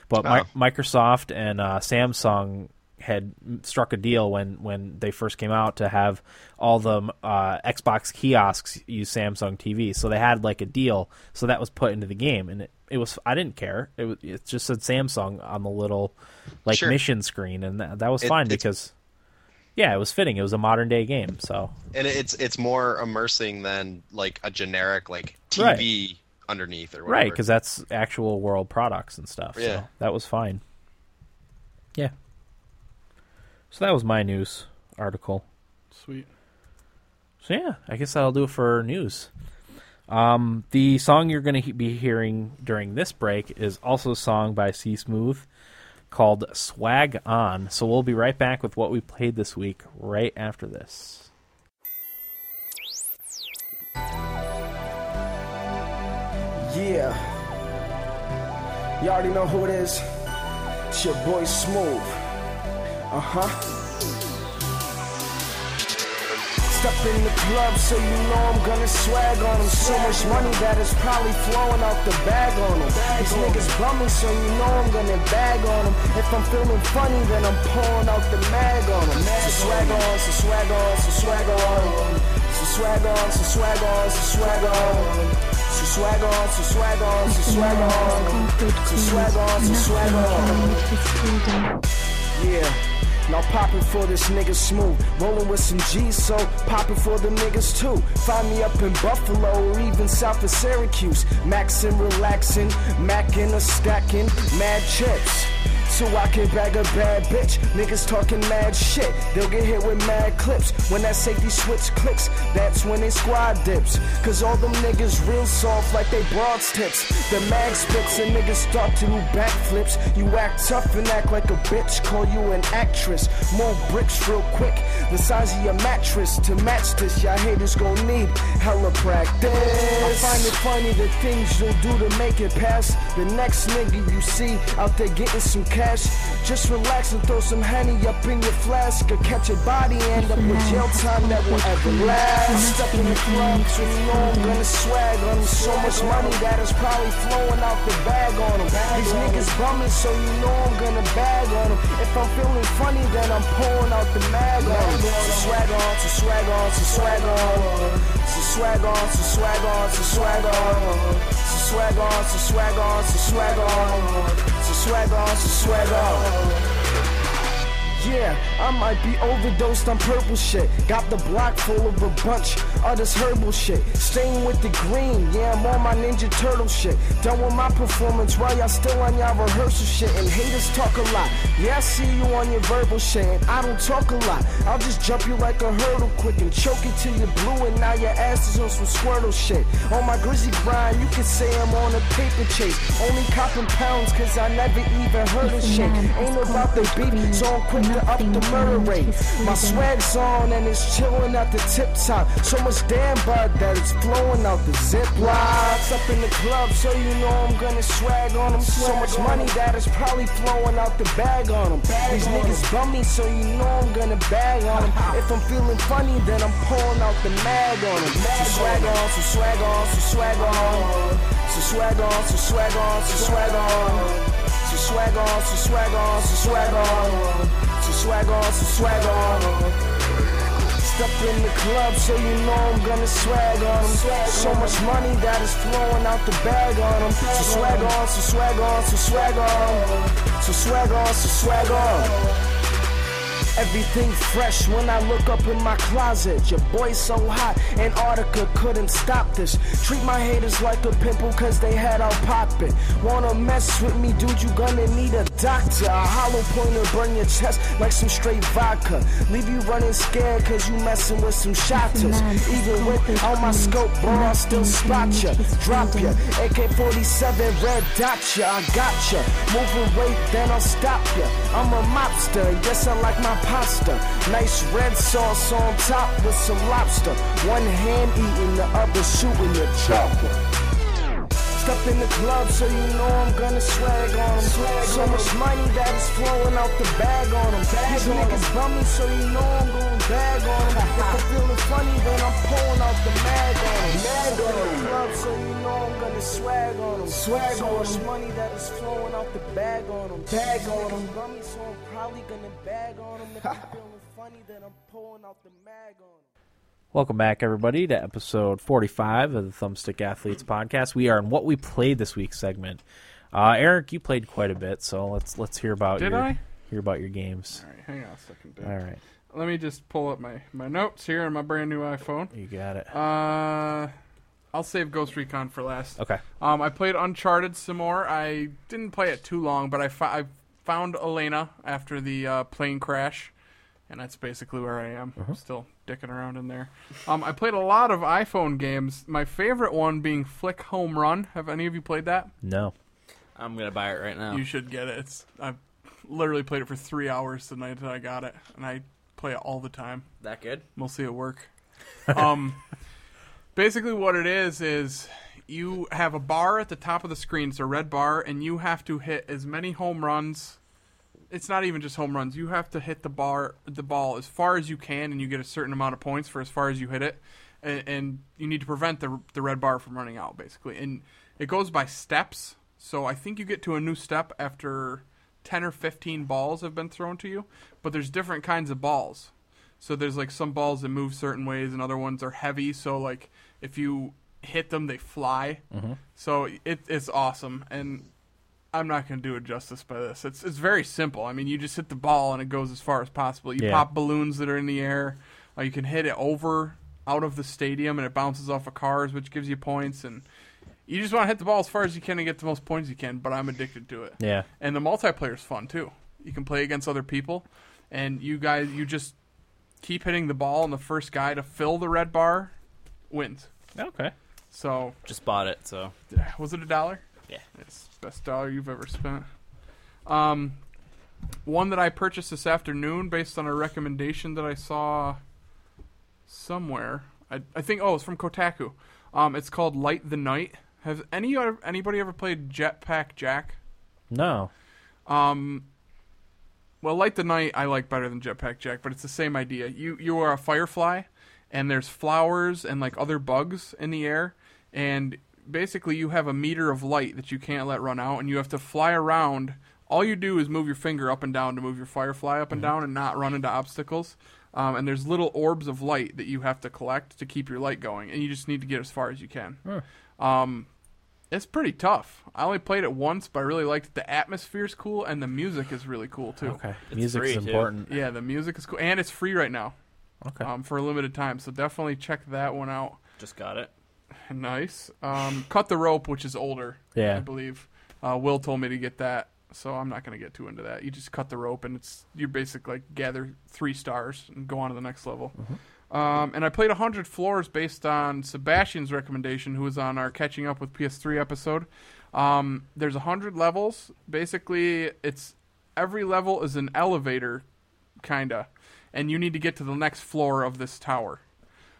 But Mi- Microsoft and uh, Samsung had m- struck a deal when when they first came out to have all the m- uh, Xbox kiosks use Samsung TV. So they had like a deal, so that was put into the game, and it, it was I didn't care. It was it just said Samsung on the little like Sure. mission screen, and that, that was It- fine it's- because yeah, it was fitting. It was a modern day game, so And it's it's more immersing than like a generic like Right. TV underneath or whatever. right because that's actual world products and stuff. Yeah. so that was fine. Yeah. So that was my news article. Sweet. So yeah, I guess that'll do it for news. Um, the song you're going to he- be hearing during this break is also a song by C Smooth called "Swag On." So we'll be right back with what we played this week right after this. Yeah. You already know who it is. It's your boy Smooth. Uh huh. Step in the club so you know I'm gonna swag on him. So much money that is probably flowing out the bag on him. These niggas bumming so you know I'm gonna bag on him. If I'm feeling funny then I'm pouring out the mag on him. So swag on, so swag on, so swag on. So swag on, so swag on, so swag on. So swag on, so swag on, so swag on. So swag on, so swag on. Yeah. Now poppin' for this nigga smooth. Rollin' with some G's, so poppin' for them niggas too. Find me up in Buffalo or even south of Syracuse. Maxin', relaxin', mackin' or stackin', mad chips. so I can bag a bad bitch. Niggas talking mad shit, they'll get hit with mad clips. When that safety switch clicks, that's when they squad dips. Cause all them niggas real soft like they broad tips. The mag spits and niggas start to do backflips. You act tough and act like a bitch, call you an actress. Move bricks real quick, the size of your mattress. To match this, y'all haters gon' need hella practice. I find it funny the things you'll do to make it past. The next nigga you see out there getting some cash. Just relax and throw some honey up in your flask. Or catch a body and end up with jail time that will ever last. Up in the club, so you know I'm gonna swag on 'em. So much money that is probably flowing out the bag on 'em. These niggas bumming, so you know I'm gonna bag on 'em. If I'm feeling funny, then I'm pulling out the mag on 'em. So swag on, so swag on, so swag on. So swag on, so swag on, so swag on. So swag on, so swag on, so swag on. So swag on, so swag on. Yeah, I might be overdosed on purple shit. Got the block full of a bunch of this herbal shit. Staying with the green, yeah, I'm on my Ninja Turtle shit. Done with my performance while y'all still on y'all rehearsal shit. And haters talk a lot. Yeah, I see you on your verbal shit. And I don't talk a lot. I'll just jump you like a hurdle quick and choke it till you're blue. And now your ass is on some squirtle shit. On my grizzly grind, you can say I'm on a paper chase. Only copping pounds, cause I never even heard of shit. Ain't about the beat, so I'm quick to up the murder rate. My swag's on and it's chilling out the tip top. So much damn bud that it's flowing out the zip lines. Up in the club, so you know I'm gonna swag on them. So much money that it's probably flowing out the bag on them. These niggas bum me, so you know I'm gonna bag on them. If I'm feeling funny, then I'm pulling out the mag on them. So swag on, so swag on, so swag on. So swag on, so swag on, so swag on. So swag on, so swag on, so swag on. So swag on, so swag on. Step in the club, so you know I'm gonna swag on 'em. So much money that is flowing out the bag on 'em. So swag on, so swag on, so swag on. So swag on, so swag on. Everything fresh when I look up in my closet. Your boy's so hot, Antarctica couldn't stop this. Treat my haters like a pimple, cause they had out poppin'. Wanna mess with me, dude, you gonna need a doctor. A hollow pointer burn your chest like some straight vodka. Leave you running scared, cause you messing with some shotters. Even with all my scope, bro, I still spot ya. Drop ya, AK 47, red dot ya. I got ya. Move away, then I'll stop ya. I'm a mobster, yes, I like my pasta. Nice red sauce on top with some lobster. One hand eating, the other shooting the chopper. Step in the club, so you know I'm gonna swag on 'em. so much money that is flowing out the bag on 'em. These niggas bummy, so you know I'm gonna bag on 'em. <laughs> If I'm feeling funny, then I'm pulling out the mag on 'em. Mag on the club, so you know I'm gonna swag on 'em. Swag so much money that is flowing out the bag on 'em. Bag on 'em. Bummy, so I'm probably gonna bag on <laughs> 'em. If I'm feeling funny, then I'm pulling out the mag on 'em. Welcome back, everybody, to episode 45 of the Thumbstick Athletes podcast. We are in what we played this week segment. Uh, Eric, you played quite a bit, so let's let's hear about Did your I? hear about your games. All right, hang on a second. Dude. All right, Let me just pull up my, my notes here on my brand new iPhone. you got it. Uh, I'll save Ghost Recon for last. Okay, Um, I played Uncharted some more. I didn't play it too long, but I, fo- I found Elena after the uh, plane crash, and that's basically where I am. Still dicking around in there. Um, I played a lot of iPhone games. My favorite one being Flick Home Run. Have any of you played that? no, I'm gonna buy it right now. You should get it. It's I literally played it for three hours the night that I got it, and I play it all the time that good? mostly at work. Um, <laughs> basically, what it is is you have a bar at the top of the screen, it's a red bar, and you have to hit as many home runs. It's not even just home runs. You have to hit the bar, the ball as far as you can, and you get a certain amount of points for as far as you hit it. And, and you need to prevent the the red bar from running out, basically. And it goes by steps. So I think you get to a new step after ten or fifteen balls have been thrown to you. But there's different kinds of balls. So there's like some balls that move certain ways, and other ones are heavy. So like if you hit them, they fly. So it, it's awesome, and I'm not gonna do it justice by this. It's it's very simple. I mean, you just hit the ball and it goes as far as possible. You Yeah. pop balloons that are in the air. Uh, you can hit it over out of the stadium, and it bounces off of cars, which gives you points. And You just want to hit the ball as far as you can and get the most points you can, but I'm addicted to it. Yeah. And the multiplayer's fun too. You can play against other people and you guys you just keep hitting the ball and the first guy to fill the red bar wins. Okay. So, Just bought it, so <laughs> was it a dollar? Yeah. It's best dollar you've ever spent. Um, one that I purchased this afternoon based on a recommendation that I saw somewhere. I, I think oh, it's from Kotaku. Um, it's called Light the Night. Has any anybody ever played Jetpack Jack? No. Um, well, Light the Night I like better than Jetpack Jack, but it's the same idea. You you are a firefly, and there's flowers and like other bugs in the air, and basically you have a meter of light that you can't let run out, and you have to fly around. All you do is move your finger up and down to move your firefly up and down, and not run into obstacles. Um, and there's little orbs of light that you have to collect to keep your light going, and you just need to get as far as you can. Um, it's pretty tough. I only played it once, but I really liked it. The atmosphere's cool, and the music is really cool too. Okay. It's Music's free, too. important. Yeah, the music is cool, and it's free right now Okay. um, for a limited time. So definitely check that one out. just got it. <laughs> Nice. Um, Cut the rope, which is older, Yeah. I believe. Uh, Will told me to get that, so I'm not gonna get too into that. You just cut the rope, and it's you're basically like gather three stars and go on to the next level. Um, and I played 100 Floors based on Sebastian's recommendation, who was on our Catching Up with PS3 episode. Um, there's 100 levels. Basically, it's every level is an elevator, kinda, and you need to get to the next floor of this tower.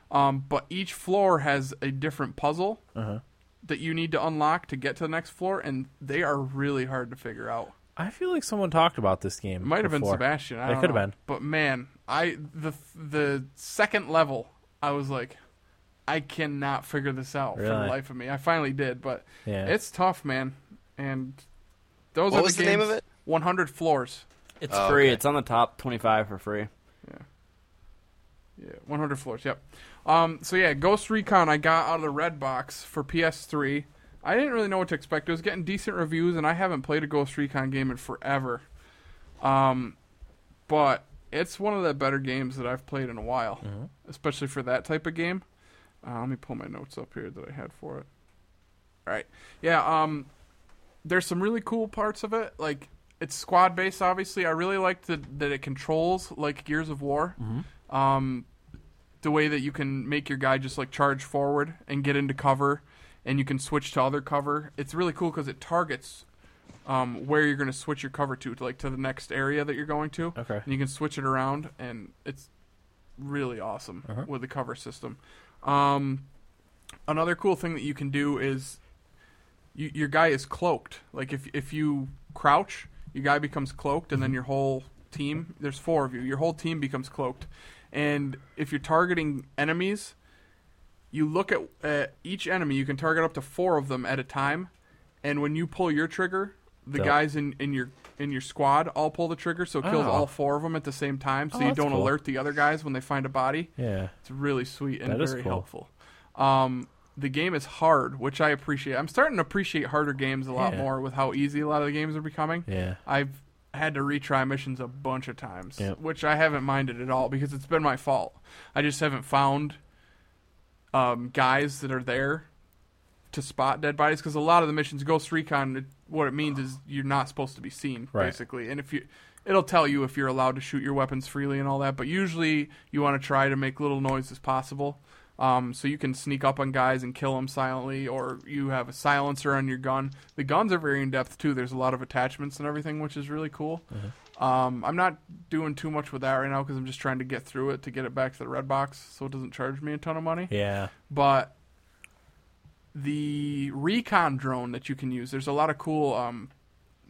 Um, but each floor has a different puzzle Uh-huh. that you need to unlock to get to the next floor, and they are really hard to figure out. I feel like someone talked about this game. It might have been before. Sebastian. I It don't could have know. been. But man, I the the second level, I was like, I cannot figure this out for the Really? life of me. I finally did, but Yeah. it's tough, man. And those What are was the, the name games- of it? 100 floors. It's Oh, free. okay. It's on the top twenty-five for free. Yeah, 100 floors. Yep. Um. So yeah, Ghost Recon I got out of the red box for PS3. I didn't really know what to expect. It was getting decent reviews, and I haven't played a Ghost Recon game in forever. Um, but it's one of the better games that I've played in a while, especially for that type of game. Uh, let me pull my notes up here that I had for it. All right. Yeah. Um, there's some really cool parts of it. Like it's squad based, obviously. I really like that that it controls like Gears of War. Um, the way that you can make your guy just like charge forward and get into cover, and you can switch to other cover. It's really cool because it targets um, where you're going to switch your cover to, to, like to the next area that you're going to. Okay. And you can switch it around, and it's really awesome Uh-huh. with the cover system. Um, another cool thing that you can do is you, your guy is cloaked. Like if if you crouch, your guy becomes cloaked, Mm-hmm. and then your whole team. There's four of you. Your whole team becomes cloaked, and if you're targeting enemies, you look at at each enemy. You can target up to four of them at a time, and when you pull your trigger, the Yep. guys in in your in your squad all pull the trigger, so it kills Oh. all four of them at the same time. So Oh, you that's don't cool. alert the other guys when they find a body. Yeah. It's really sweet and That is very cool. helpful. Um, the game is hard, which I appreciate. I'm starting to appreciate harder games a lot Yeah. more with how easy a lot of the games are becoming. Yeah. I've had to retry missions a bunch of times, Yep. which I haven't minded at all because it's been my fault. I just haven't found um, guys that are there to spot dead bodies because a lot of the missions, Ghost Recon, it, what it means is you're not supposed to be seen, Right. basically. And if you, it'll tell you if you're allowed to shoot your weapons freely and all that. But usually, you want to try to make little noise as possible. Um, so you can sneak up on guys and kill them silently, or you have a silencer on your gun. The guns are very in depth too. There's a lot of attachments and everything, which is really cool. Mm-hmm. Um, I'm not doing too much with that right now because I'm just trying to get through it to get it back to the red box, so it doesn't charge me a ton of money. Yeah. But the recon drone that you can use, there's a lot of cool um,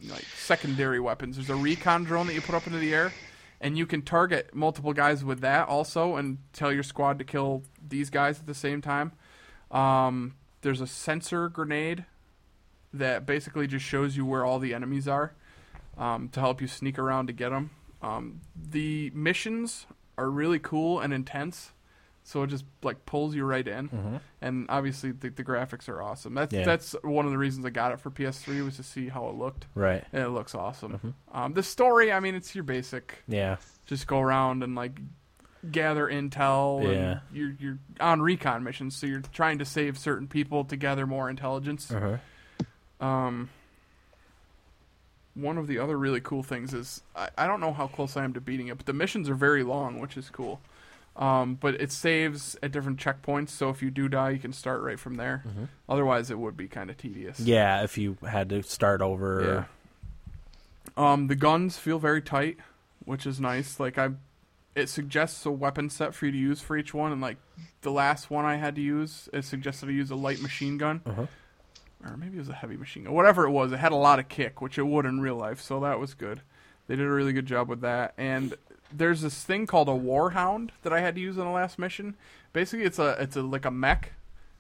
like secondary weapons. There's a recon drone that you put up into the air, and you can target multiple guys with that also, and tell your squad to kill these guys at the same time. Um, there's a sensor grenade that basically just shows you where all the enemies are um, to help you sneak around to get them. Um, the missions are really cool and intense, so it just like pulls you right in. And obviously, the, the graphics are awesome. That's Mm-hmm. Yeah. that's one of the reasons I got it for PS3 was to see how it looked. Right. <laughs> Mm-hmm. And it looks awesome. Um, the story, I mean, it's your basic Yeah. just go around and like gather intel. and Yeah. you're you're on recon missions, so you're trying to save certain people to gather more intelligence. Um, one of the other really cool things is I, I don't know how close I am to beating it, but the missions are very long, which is cool. Um, but it saves at different checkpoints, so if you do die, you can start right from there. Otherwise, it would be kind of tedious. Yeah, if you had to start over. Um, the guns feel very tight, which is nice. Like I, it suggests a weapon set for you to use for each one, and like the last one I had to use, it suggested I use a light machine gun, or maybe it was a heavy machine gun. Whatever it was, it had a lot of kick, which it would in real life, so that was good. They did a really good job with that, and. There's this thing called a warhound that I had to use on the last mission. Basically, it's a it's a like a mech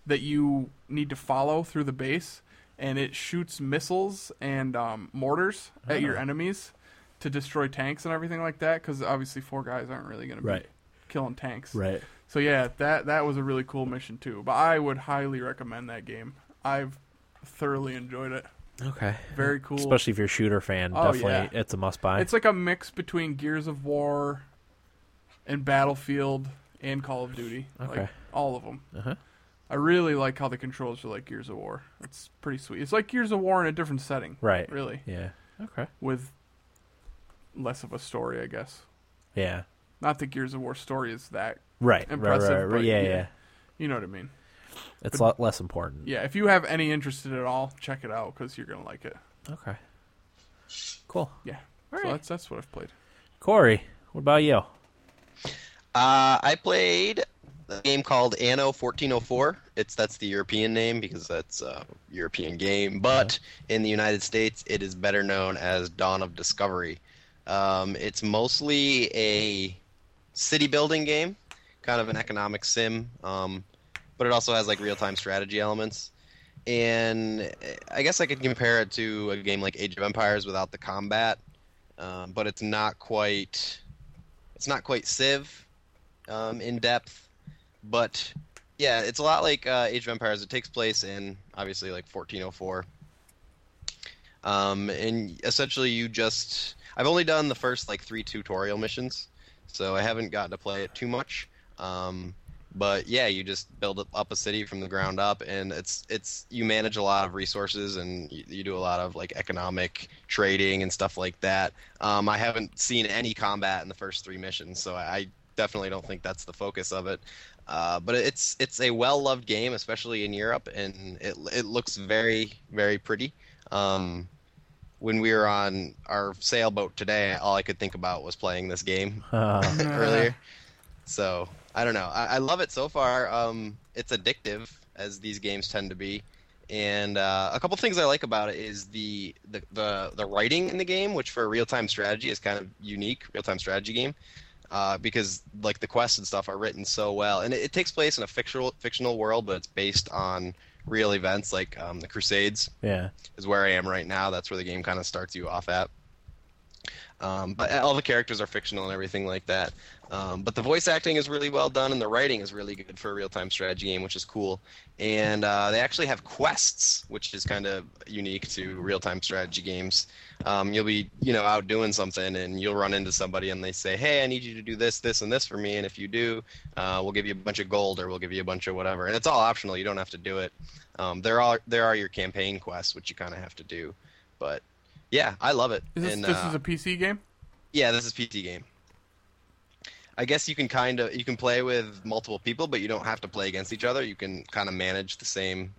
that you need to follow through the base, and it shoots missiles and um, mortars at Oh. your enemies to destroy tanks and everything like that. Because obviously, four guys aren't really going to Right. be killing tanks. Right. So yeah, that that was a really cool mission too. But I would highly recommend that game. I've thoroughly enjoyed it. Okay. Very cool. Especially if you're a shooter fan, Oh, definitely yeah. it's a must buy. it's like a mix between Gears of War and Battlefield and Call of Duty. Like Okay. all of them. Uh-huh. I really like how the controls are like Gears of War. It's pretty sweet. It's like Gears of War in a different setting, right. really, Yeah. Okay. with less of a story, I guess. Yeah. Not that Gears of War story is that, Right. Impressive, right. Right. but right. Yeah, yeah. yeah. you know what I mean. It's a lot less important. Yeah, if you have any interest in it at all, check it out cuz you're going to like it. Okay. Cool. Yeah. All So right. that's that's what I've played. Corey, what about you? Uh, I played a game called Anno 1404. It's that's the European name because that's a European game, but in the United States, it is better known as Dawn of Discovery. Um, it's mostly a city building game, kind of an economic sim, um, but it also has like real time strategy elements. And I guess I could compare it to a game like Age of Empires without the combat, um, but it's not quite it's not quite Civ um, in depth, but yeah, it's a lot like uh, Age of Empires. It takes place in obviously like 1404, um, and essentially you just I've only done the first like three tutorial missions, so I haven't gotten to play it too much. Um, but yeah, you just build up- up a city from the ground up, and it's it's you manage a lot of resources, and you, you do a lot of like economic trading and stuff like that. Um, I haven't seen any combat in the first three missions, so I, I definitely don't think that's the focus of it. Uh, but it's it's a well loved game, especially in Europe, and it it looks very very pretty. Um, when we were on our sailboat today, all I could think about was playing this game Uh, <laughs> earlier. So I don't know. I, I love it so far. Um, it's addictive, as these games tend to be. And uh, a couple things I like about it is the, the the the writing in the game, which for a real time strategy is kind of unique. Real time strategy game. Uh, because like the quests and stuff are written so well, and it, it takes place in a fictional fictional world, but it's based on real events like um, the Crusades yeah. is where I am right now. That's where the game kind of starts you off at. Um, but all the characters are fictional and everything like that. Um, but the voice acting is really well done, and the writing is really good for a real-time strategy game, which is cool. And uh, they actually have quests, which is kind of unique to real-time strategy games. Um, you'll be, you know, out doing something, and you'll run into somebody, and they say, "Hey, I need you to do this, this, and this for me." And if you do, uh, we'll give you a bunch of gold, or we'll give you a bunch of whatever. And it's all optional; you don't have to do it. Um, there are there are your campaign quests, which you kind of have to do. But yeah, I love it. Is this And, this uh, is a PC game? yeah, this is PT game. I guess you can kind of you can play with multiple people, but you don't have to play against each other. You can kind of manage the same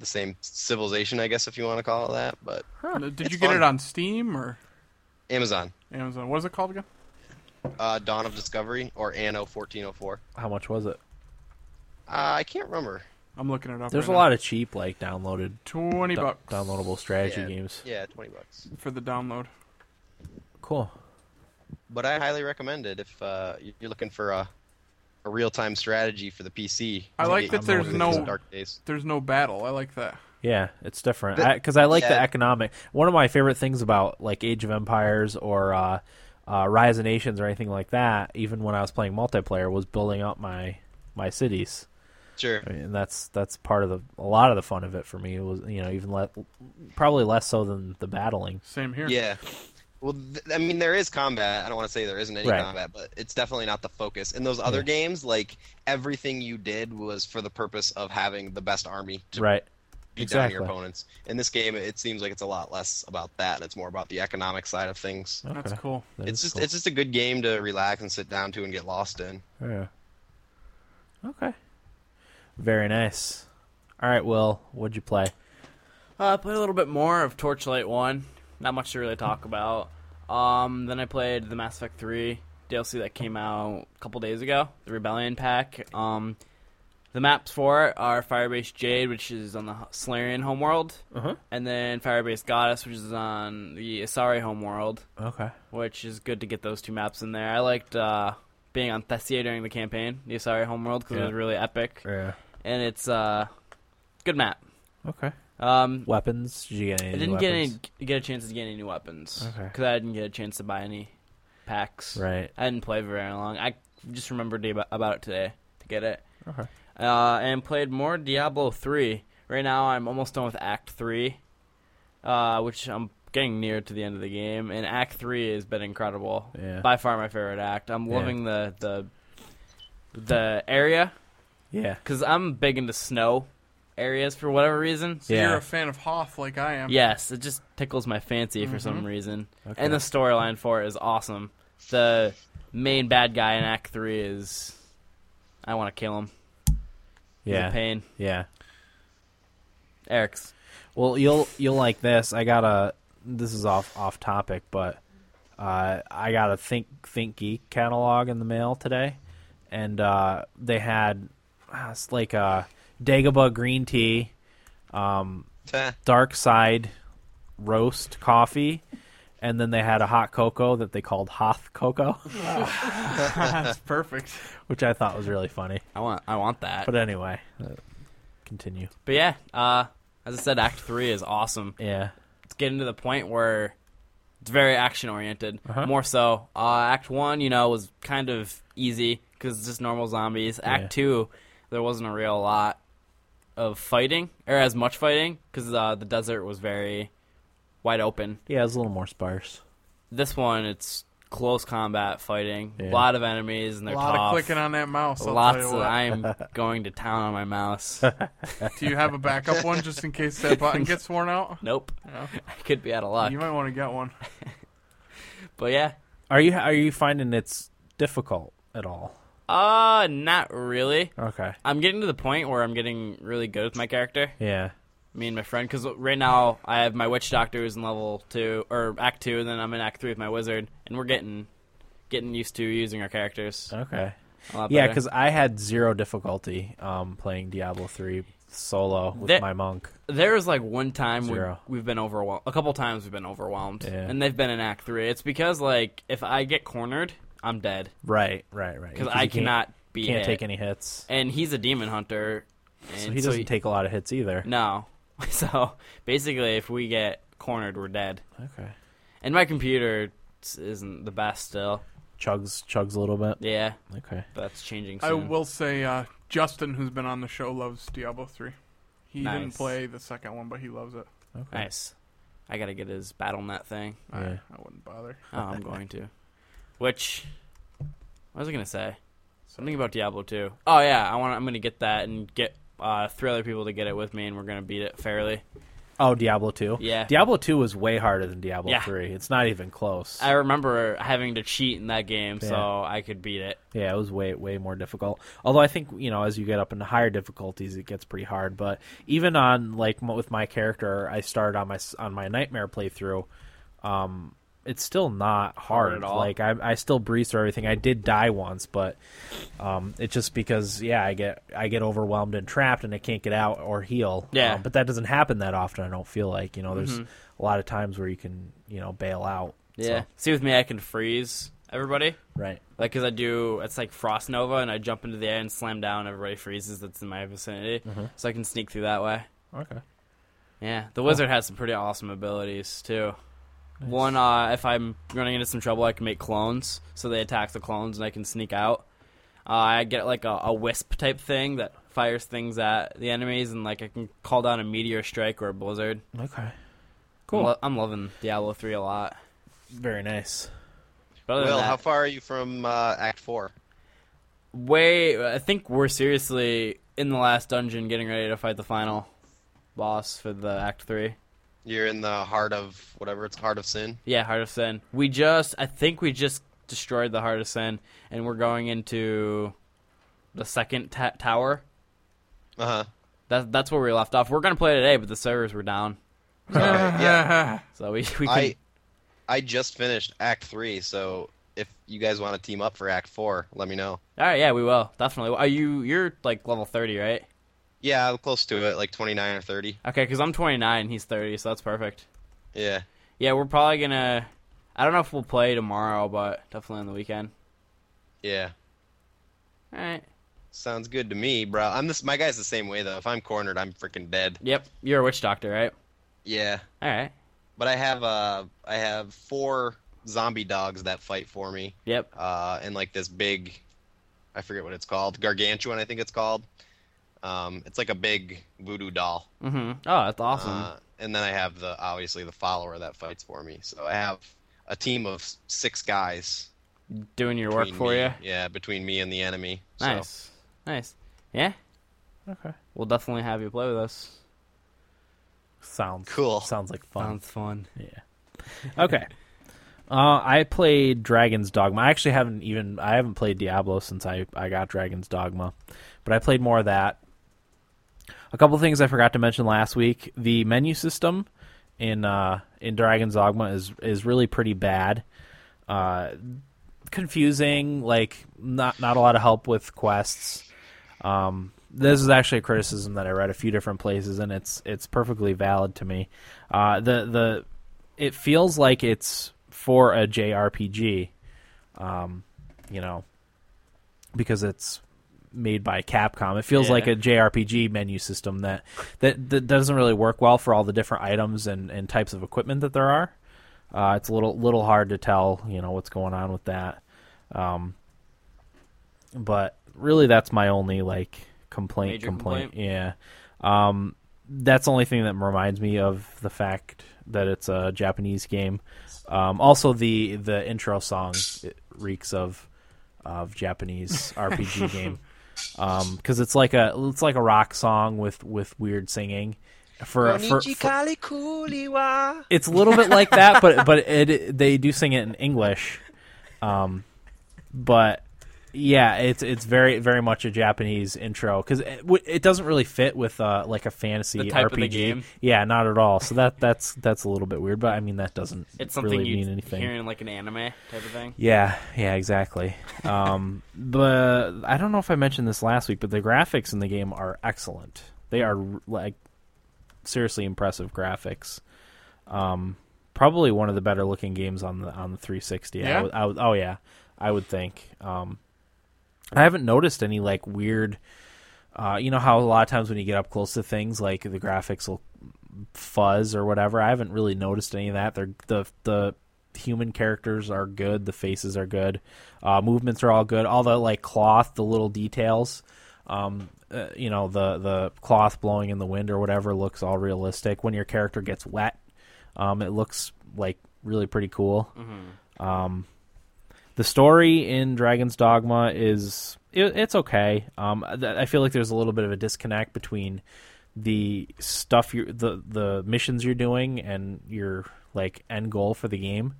the same civilization, I guess if you want to call it that, but Did It's you get fun. it on Steam or Amazon. Amazon? What is it called again? Uh, Dawn of Discovery or Anno 1404. How much was it? Uh, I can't remember. I'm looking it up. There's a right now. lot of cheap, like downloaded, twenty do- bucks downloadable strategy yeah, games. Yeah, 20 bucks. for the download. Cool. But I highly recommend it if uh, you're looking for a a real-time strategy for the PC. I to like get that you there's through no- these dark days. There's no battle. I like that. Yeah, it's different But- because I, like the yeah. economic. One of my favorite things about like Age of Empires or uh, uh, Rise of Nations or anything like that, even when I was playing multiplayer, was building up my my cities. Sure. I mean, and that's that's part of the a lot of the fun of it for me. It was you know even le- probably less so than the battling. Same here. Yeah. Well, th- I mean, there is combat. I don't want to say there isn't any Right. combat, but it's definitely not the focus. In those other Yeah. games, like everything you did was for the purpose of having the best army to right. beat down your exactly. opponents. In this game, it seems like it's a lot less about that, and it's more about the economic side of things. Okay. That's cool. Oh, That it's is just cool. it's just a good game to relax and sit down to and get lost in. Yeah. Okay. Very nice. All right, Will, what'd you play? Uh, I played a little bit more of Torchlight 1. Not much to really talk about. Um, then I played the Mass Effect 3 DLC that came out a couple days ago, the Rebellion Pack. Um, the maps for it are Firebase Jade, which is on the H- Solarian homeworld, Uh-huh. and then Firebase Goddess, which is on the Asari homeworld, Okay. which is good to get those two maps in there. I liked uh, being on Thessia during the campaign, the Asari homeworld, because Yeah. it was really epic, Yeah. and it's uh, good map. Okay. Um, Weapons? Did you get any? I didn't weapons? get any get a chance to get any new weapons Okay. because I didn't get a chance to buy any packs. Right. I didn't play very long. I just remembered ab- about it today to get it. Okay. Uh, and played more Diablo three. Right now, I'm almost done with Act three, uh, which I'm getting near to the end of the game. And Act three has been incredible. Yeah. By far my favorite act. I'm Yeah. loving the the the area Yeah. because I'm big into snow areas for whatever reason. So Yeah. you're a fan of Hoth like I am. Yes, it just tickles my fancy for some reason. Mm-hmm. Okay. And the storyline for it is awesome. The main bad guy in Act 3 is. I want to kill him. He's a Yeah. pain. Yeah. Eric's. Well, you'll you'll like this. I gotta. This is off off topic, but uh, I got a Think Think Geek catalog in the mail today, and uh, they had uh, it's like a Dagobah green tea, um, Teh. dark side roast coffee, and then they had a hot cocoa that they called Hoth <laughs> cocoa, That's perfect. which I thought was really funny. I want I want that. But But, anyway, uh, continue. yeah, uh, as I said, Act 3 is awesome. Yeah. It's getting to the point where it's very action oriented. Uh-huh. More so. Uh, Act 1, you know, was kind of easy because it's just normal zombies. Act Yeah. 2, there wasn't a real lot of fighting, or as much fighting, because uh, the desert was very wide open. Yeah, it was a little more sparse. This one, it's close combat fighting, a Yeah. lot of enemies, and A they're lot tough. of clicking on that mouse. I'll Lots tell of. you what. <laughs> I am going to town on my mouse. Do you have a backup one just in case that button gets <laughs> worn out? nope, Yeah. I could be out of luck. You might want to get one. But yeah, Are you are you finding it's difficult at all? uh, not really. Okay. I'm getting to the point where I'm getting really good with my character. Yeah. me and my friend because right now i have my witch doctor who's in level two or act two and then i'm in act three with my wizard and we're getting getting used to using our characters Okay. a lot Yeah, better. because I had zero difficulty um, playing Diablo three solo with That- my monk. there was like one time we, Zero. we've been overwhelmed a couple times we've been overwhelmed Yeah. and they've been in act three it's because like if i get cornered i'm dead Right, right, right. because i you can't- cannot be can't hit. take any hits. and he's a demon hunter and So he doesn't take a lot of hits either. <laughs> no <laughs> so basically if we get cornered we're dead Okay. and my computer s- isn't the best still Chugs chugs a little bit. yeah Okay. That's changing soon. I will say uh, Justin, who's been on the show, loves Diablo 3. He didn't Nice. play the second one, but he loves it. Okay. Nice. I gotta get his BattleNet thing. I, Yeah. I wouldn't bother. Oh, <laughs> I'm going to. Which, what was I gonna say? Something about Diablo 2. Oh yeah, I want. I'm gonna get that and get uh, three other people to get it with me, and we're gonna beat it fairly. Oh, Diablo two. Yeah. Diablo two was way harder than Diablo Yeah. three. It's not even close. I remember having to cheat in that game so Yeah. I could beat it. Yeah, it was way way more difficult. Although I think you know, as you get up into higher difficulties, it gets pretty hard. But even on like m- with my character, I started on my s- on my nightmare playthrough. Um, it's still not hard. at all. Like I, I still breeze through everything. I did die once, but um, it's just because yeah, I get I get overwhelmed and trapped, and I can't get out or heal. Yeah. Mm-hmm. Um, but that doesn't happen that often. I don't feel like you know. There's a lot of times where you can you know bail out. Yeah. So, See, with me, I can freeze everybody. right. Like, cause I do, it's like Frost Nova, and I jump into the air and slam down. Everybody freezes. That's in my vicinity, Mm-hmm. so I can sneak through that way. Okay. Yeah, the wizard has some pretty awesome abilities too. One, uh, if I'm running into some trouble, I can make clones, so they attack the clones and I can sneak out. Uh, I get like a, a wisp type thing that fires things at the enemies, and like I can call down a meteor strike or a blizzard. Okay. Cool. I'm, lo- I'm loving Diablo three a lot. Very nice. But other than Will, that- how far are you from uh, Act Four? way I think we're seriously in the last dungeon getting ready to fight the final boss for the act 3. You're in the heart of whatever it's heart of sin. Yeah, Heart of Sin. We just I think we just destroyed the Heart of Sin and we're going into the second ta- tower. Uh huh. That that's where we left off. We're going to play today, but the servers were down. Uh, yeah, So we <laughs> we I could I just finished Act Three, so if you guys want to team up for Act Four, let me know. All right, yeah, we will. Definitely. Are you you're like level 30, right? Yeah, I'm close to it, like 29 or 30. Okay, cuz I'm 29, he's 30, so that's perfect. Yeah. Yeah, we're probably going to I don't know if we'll play tomorrow, but definitely on the weekend. Yeah. All right. Sounds good to me, bro. I'm this. My guy's the same way though. If I'm cornered, I'm freaking dead. Yep, you're a witch doctor, right? Yeah. All right. But I have uh, I have four zombie dogs that fight for me. Yep. Uh, and like this big, I forget what it's called, gargantuan. I think it's called. Um, it's like a big voodoo doll. hmm Oh, that's awesome. Uh, and then I have the obviously the follower that fights for me. So I have a team of s- six guys. Doing your work between for me- you. Yeah, between me and the enemy. So, Nice. Nice. Yeah. Okay. We'll definitely have you play with us. Sounds Cool. Sounds like fun. Sounds fun. <laughs> Okay. Uh, I played Dragon's Dogma. I actually haven't even I haven't played Diablo since I, I got Dragon's Dogma, but I played more of that. A couple things I forgot to mention last week: the menu system in uh, in Dragon's Dogma is is really pretty bad, uh, confusing. Like not not a lot of help with quests. Um, this is actually a criticism that I read a few different places, and it's it's perfectly valid to me. Uh, the the it feels like it's for a JRPG, um, you know, because it's made by Capcom. It feels Yeah. like a JRPG menu system that, that that doesn't really work well for all the different items and, and types of equipment that there are. Uh, it's a little little hard to tell, you know, what's going on with that. Um, but really, that's my only like complaint. Major complaint. yeah. Um, that's the only thing that reminds me of the fact that it's a Japanese game. Um, also, the the intro song it reeks of of Japanese RPG game because Um, it's like a it's like a rock song with with weird singing. For, for, for it's a little bit like that, but but it they do sing it in English. Um, but yeah, it's it's very very much a Japanese intro because it, w- it doesn't really fit with uh, like a fantasy The type of RPG. the game. Yeah, not at all. So that that's that's a little bit weird, but I mean that doesn't It's something really you mean anything. hear in like an anime type of thing. Yeah, yeah, exactly. Um, but I don't know if I mentioned this last week, but the graphics in the game are excellent. They are like seriously impressive graphics. Um, probably one of the better looking games on the on the 360. I Yeah? would- I would- oh yeah, I would think. Um, I haven't noticed any like weird. Uh, you know how a lot of times when you get up close to things, like the graphics will fuzz or whatever. I haven't really noticed any of that. They're the the human characters are good. The faces are good. Uh, movements are all good. All the like cloth, the little details. Um, uh, you know the the cloth blowing in the wind or whatever looks all realistic. When your character gets wet, um, it looks like really pretty cool. Um, the story in Dragon's Dogma is it, it's okay. Um, th- I feel like there's a little bit of a disconnect between the stuff you the the missions you're doing and your like end goal for the game.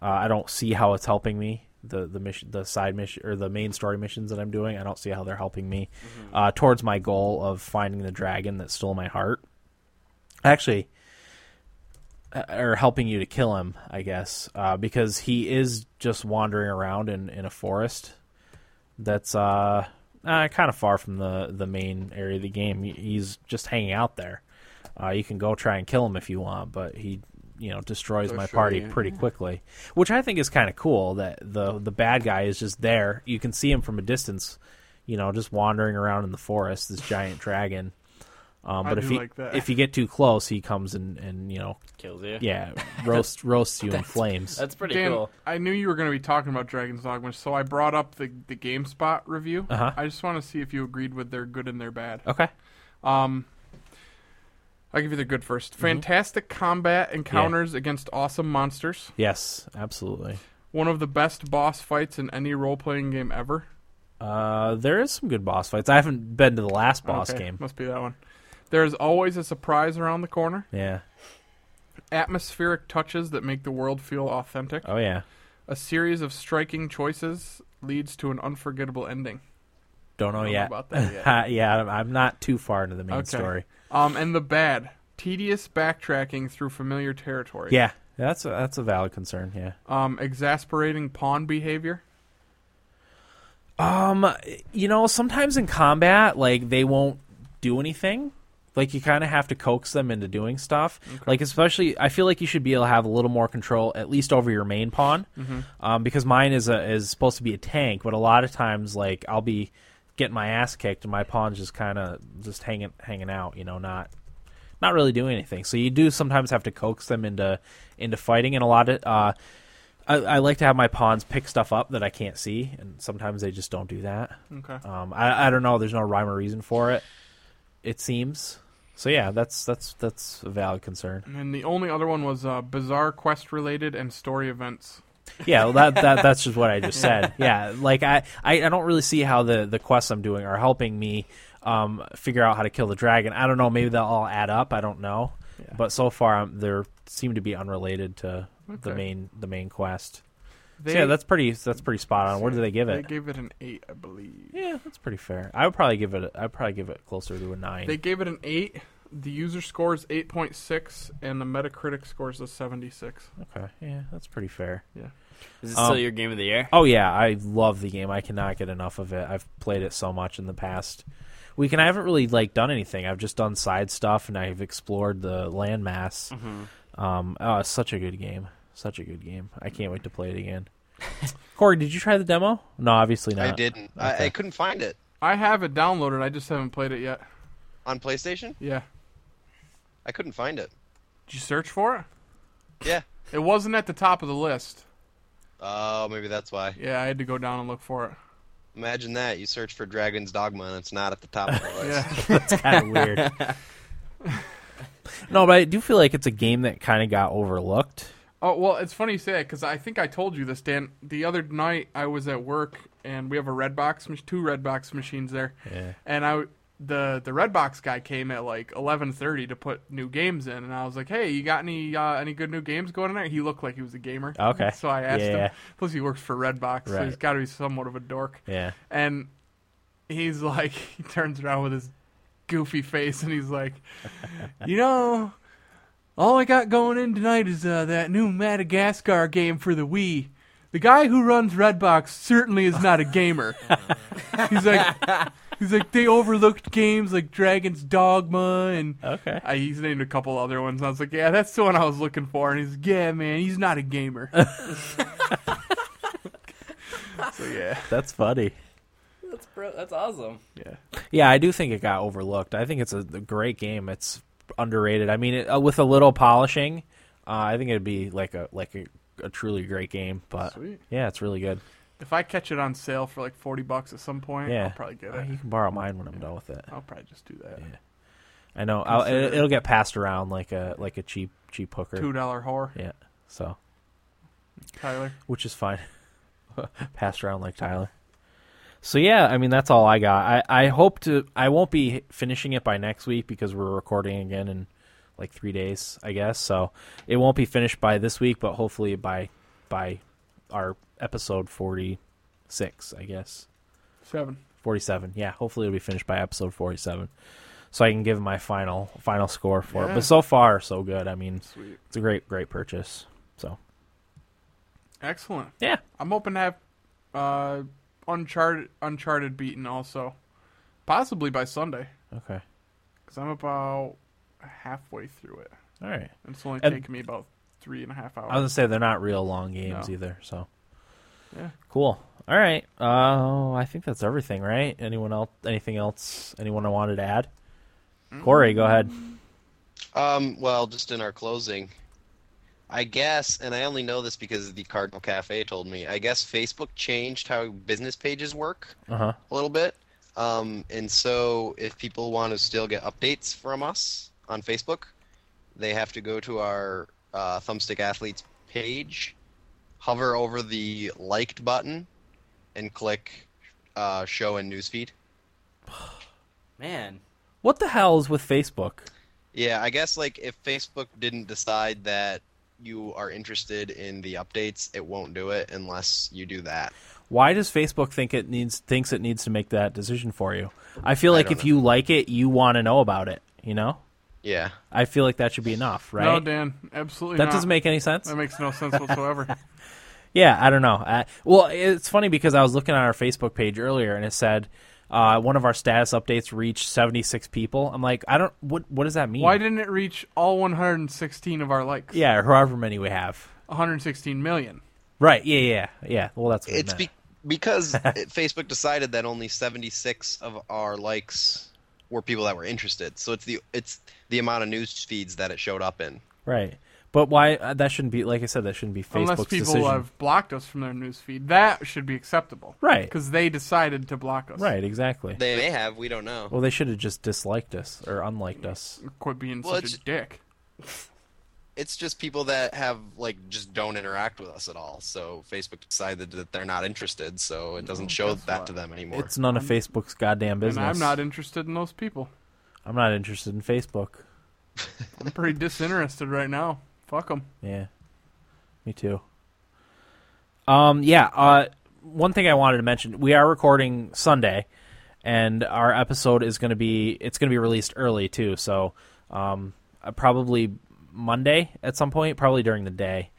Uh, I don't see how it's helping me. The the mission the side mission or the main story missions that I'm doing. I don't see how they're helping me uh, towards my goal of finding the dragon that stole my heart. Actually, or helping you to kill him, I guess, uh, because he is just wandering around in, in a forest that's uh, uh, kind of far from the, the main area of the game. He- He's just hanging out there. Uh, you can go try and kill him if you want, but he you know destroys Oh, my Destroy party you. pretty quickly, which I think is kind of cool. That the the bad guy is just there. You can see him from a distance, you know, just wandering around in the forest. This giant dragon. Um, I but if do you like that. if you get too close, he comes and, and you know Kills you. <laughs> yeah, roast roasts you in flames. That's pretty Dan, cool. I knew you were going to be talking about Dragon's Dogma, so I brought up the the GameSpot review. Uh-huh. Oh. I just want to see if you agreed with their good and their bad. okay. Um, I'll give you the good 1st Fantastic combat encounters against awesome monsters. Yes, absolutely. One of the best boss fights in any role playing game ever. Uh, there is some good boss fights. I haven't been to the last boss Okay, game. Must be that one. There is always a surprise around the corner. Yeah. Atmospheric touches that make the world feel authentic. Oh yeah. A series of striking choices leads to an unforgettable ending. Don't know Don't know yet. about that yet. Ha, <laughs> yeah, I'm- I'm not too far into the main Okay. story. Um, and the bad. Tedious backtracking through familiar territory. Yeah, that's a, that's a valid concern. Yeah. Um, exasperating pawn behavior. Um, you know, sometimes in combat, like they won't do anything. Like you kind of have to coax them into doing stuff. Like especially, I feel like you should be able to have a little more control, at least over your main pawn, um, because mine is a is supposed to be a tank. But a lot of times, like I'll be getting my ass kicked, and my pawn's just kind of just hanging hanging out, you know, not not really doing anything. So you do sometimes have to coax them into into fighting, and a lot of uh, I, I like to have my pawns pick stuff up that I can't see, and sometimes they just don't do that. Okay. Um, I, I don't know. There's no rhyme or reason for it. It seems. So yeah, that's that's that's a valid concern. And the only other one was uh, bizarre quest related and story events. Yeah, well, that, that that's just what I just <laughs> said. Yeah, like I, I, I don't really see how the the quests I'm doing are helping me um, figure out how to kill the dragon. I don't know. Maybe they'll all add up. I don't know. But so far, um, they seem to be unrelated to the Okay. main the main quest. So, They, yeah, that's pretty that's pretty spot on. Where do they give it? They gave it an eight, I believe. Yeah, that's pretty fair. I would probably give it. I would probably give it closer to a nine. They gave it an eight. The user score is eight point six, and the Metacritic score is a seventy six. okay, yeah, that's pretty fair. Is it Um, still your game of the year? Oh yeah, I love the game. I cannot get enough of it. I've played it so much in the past week, and I haven't really like done anything. I've just done side stuff, and I've explored the landmass. Mm-hmm. Um, oh, it's such a good game. Such a good game. I can't wait to play it again. <laughs> Corey, did you try the demo? No, obviously Uh, not. I didn't. I, I couldn't find it I have it downloaded. I just haven't played it yet. on PlayStation. Yeah. I couldn't find it. Did you search for it? Yeah. It wasn't at the top of the list. Oh, maybe that's why. Yeah, I had to go down and look for it. Imagine that. You search for Dragon's Dogma and it's not at the top <laughs> of the list. Yeah. kind of weird. no, but I do feel like it's a game that kind of got overlooked. Oh well, it's funny you say that because I think I told you this, Dan. The other night I was at work and we have a red box, mach- two red box machines there, Yeah. and I the the red box guy came at like eleven thirty to put new games in, and I was like, hey, you got any uh, any good new games going in there? He looked like he was a gamer. Okay. So I asked Yeah. him. Plus he works for Redbox, so he's Right. got to be somewhat of a dork. Yeah. And he's like, <laughs> he turns around with his goofy face and he's like, you know, all I got going in tonight is uh, that new Madagascar game for the Wii. The guy who runs Redbox certainly is not a gamer. he's like, he's like they overlooked games like Dragon's Dogma and Okay. I, he's named a couple other ones. I was like, yeah, that's the one I was looking for. And he's, yeah, man, he's not a gamer. so yeah, That's funny. That's bro, that's awesome. yeah. Yeah, I do think it got overlooked. I think it's a, a great game. It's underrated. I mean, it, uh, with a little polishing, uh, I think it'd be like a like a, a truly great game. But Sweet. yeah, it's really good. If I catch it on sale for like forty bucks at some point, Yeah, <laughs> I'll probably get Uh, it. you can borrow mine when I'm done with it. I'll probably just do that. I know I'll, Consider it, it. it'll get passed around like a like a cheap cheap hooker. Two dollar whore, Yeah, so Tyler. which is fine. <laughs> Passed around like Tyler. So yeah, I mean that's all I got. I, I hope to I won't be finishing it by next week because we're recording again in like three days, I guess. So it won't be finished by this week, but hopefully by by our episode forty six, I guess. Seven. Forty seven. Yeah, hopefully it'll be finished by episode forty seven. So I can give my final final score for it. Yeah. But so far so good. I mean Sweet. it's a great, great purchase. So Excellent. yeah. I'm hoping to have uh, Uncharted Uncharted beaten also, possibly by Sunday, Okay. because I'm about halfway through it. All right. And it's only And- taking me about three and a half hours. I was gonna say they're not real long games No. either. So, Yeah. cool. All right. Uh, I think that's everything, right? Anyone else? Anything else? Anyone I wanted to add? Corey, go ahead. Um, well, just in our closing, I guess, and I only know this because the Cardinal Cafe told me. I guess Facebook changed how business pages work Uh huh. a little bit, um, and so if people want to still get updates from us, on Facebook, they have to go to our uh, Thumbstick Athletes page, hover over the liked button, and click uh, show in newsfeed. Man, What the hell is with Facebook? Yeah, I guess like if Facebook didn't decide that you are interested in the updates, it won't do it unless you do that. Why does Facebook think it needs thinks it needs to make that decision for you? I feel like don't if you like it, you want to know about it. You know, Yeah. I feel like that should be enough, right? No, Dan, absolutely that not. doesn't make any sense. That makes no sense <laughs> whatsoever. Yeah, I don't know. I, well, it's funny because I was looking on our Facebook page earlier and it said uh, one of our status updates reached 76 people. I'm like, I don't what what does that mean? Why didn't it reach all 116 of our likes? yeah, or however many we have. 116 million. Right. Yeah, yeah, yeah. Well, that's what I It's meant. be- <laughs> because it- Facebook decided that only 76 of our likes were people that were interested. So it's the it's the amount of news feeds that it showed up in. right. But why uh, that shouldn't be like I said that shouldn't be Facebook's Unless people decision. have blocked us from their newsfeed, that should be acceptable, Right. Because they decided to block us, Right, exactly. They may have, we don't know. well, they should have just disliked us or unliked us. Quit being Well, such it's- a dick. It's just people that have like just don't interact with us at all. So Facebook decided that they're not interested, so it doesn't show guess that what? to them anymore. It's none of Facebook's goddamn business. And I'm not interested in those people. I'm not interested in Facebook. I'm <laughs> pretty disinterested right now. Fuck them. Yeah. Me too. Um yeah, uh one thing I wanted to mention, we are recording Sunday and our episode is going to be it's going to be released early too, so um uh, probably Monday at some point, probably during the day.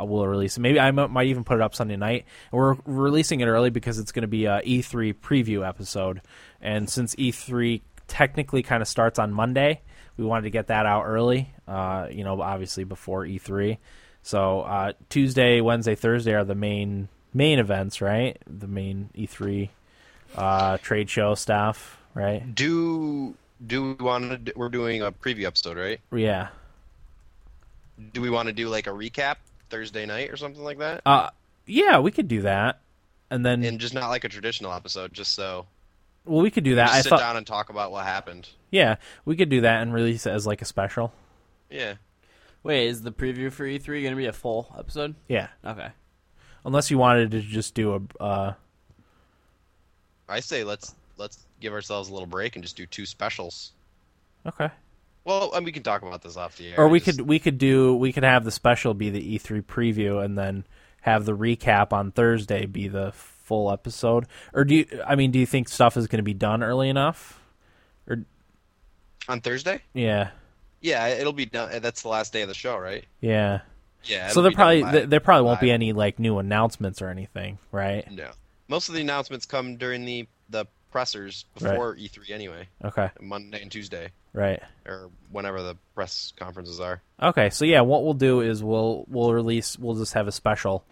Uh, we'll release. it. Maybe I m- might even put it up Sunday night. And We're releasing it early because it's going to be a E3 preview episode, and since E3 technically kind of starts on Monday, we wanted to get that out early. Uh, you know, obviously before E3. So uh, Tuesday, Wednesday, Thursday are the main main events, right? The main E E3 uh, trade show stuff, right? do do we want to do, we're doing a preview episode, right? Yeah. Do we want to do like a recap Thursday night or something like that? Uh, yeah, we could do that, and then and just not like a traditional episode, just so well, we could do that. just I sit thought, down and talk about what happened. yeah, we could do that and release it as like a special. Yeah. wait, is the preview for E3 gonna be a full episode? Yeah, Okay. unless you wanted to just do a. Uh, I say let's let's give ourselves a little break and just do two specials. okay. Well, and we can talk about this off the air. Or we Just- could we could do we could have the special be the E3 preview and then have the recap on Thursday be the full episode. Or do you? I mean, do you think stuff is going to be done early enough? on Thursday. Yeah, Yeah, it'll be done. That's the last day of the show, right? yeah. Yeah. so it'll there be done probably by- there, there probably won't by- Mm. be any like new announcements or anything, right? No. Most of the announcements come during the the pressers before E3 anyway, Okay, Monday and Tuesday right. or whenever the press conferences are. Okay, so yeah, what we'll do is we'll we'll release we'll just have a special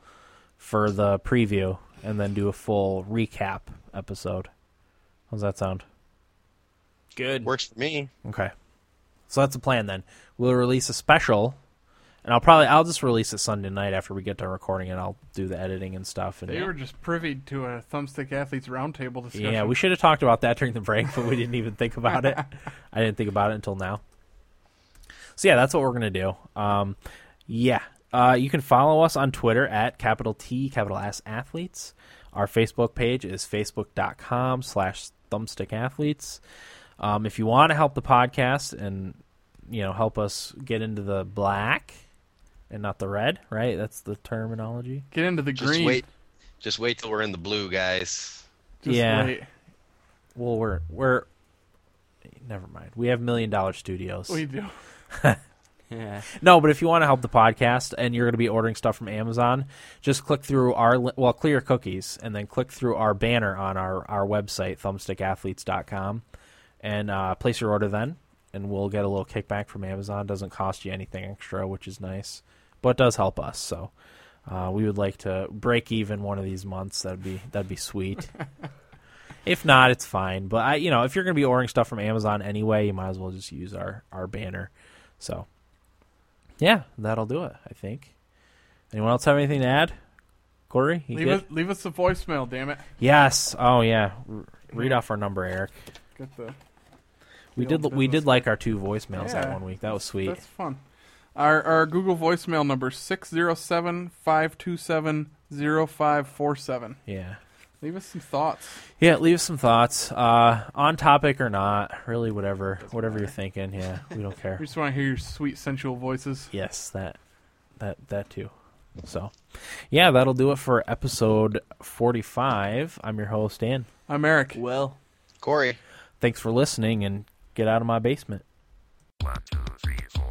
for the preview and then do a full recap episode. How's that sound? Good. Works for me. Okay. So that's the plan then. We'll release a special and I'll probably I'll just release it Sunday night after we get done recording and I'll do the editing and stuff and They were just privy to a thumbstick athletes roundtable discussion. Yeah, we should have talked about that during the break, but we didn't even think about it. I didn't think about it until now. So yeah, that's what we're gonna do. Um, yeah, uh, you can follow us on Twitter at capital T capital S athletes. Our Facebook page is facebook.com slash thumbstick athletes. Um, if you want to help the podcast and you know help us get into the black and not the red, right? That's the terminology. get into the Just green. wait. Just wait till we're in the blue, guys. Just Yeah. wait. Well, we're we're never mind. We have million dollar studios. We do. Yeah. No, but if you want to help the podcast and you're going to be ordering stuff from Amazon, just click through our li- well, clear cookies, and then click through our banner on our our website, thumbstickathletes.com, and uh, place your order then, and we'll get a little kickback from Amazon. Doesn't cost you anything extra, which is nice, but does help us. So uh, we would like to break even one of these months. That'd be that'd be sweet. If not, it's fine. But I, you know, if you're going to be ordering stuff from Amazon anyway, you might as well just use our our banner. So, yeah, that'll do it. I think. Anyone else have anything to add? Corey, you Leave good? us, leave us a voicemail, damn it. Yes. Oh yeah. R- read off our number, Eric. Get the We The did old we business. did like our two voicemails that Yeah. one week. That was sweet. That's fun. Our our Google voicemail number 607-527-0547. yeah. Leave us some thoughts. Yeah, leave us some thoughts. Uh, on topic or not, really whatever. whatever you're thinking, yeah. We don't care. We just want to hear your sweet sensual voices. yes, that that that too. So yeah, that'll do it for episode forty five. I'm your host, Dan. I'm Eric. Well. Corey. Thanks for listening and get out of my basement. One, two, three, four.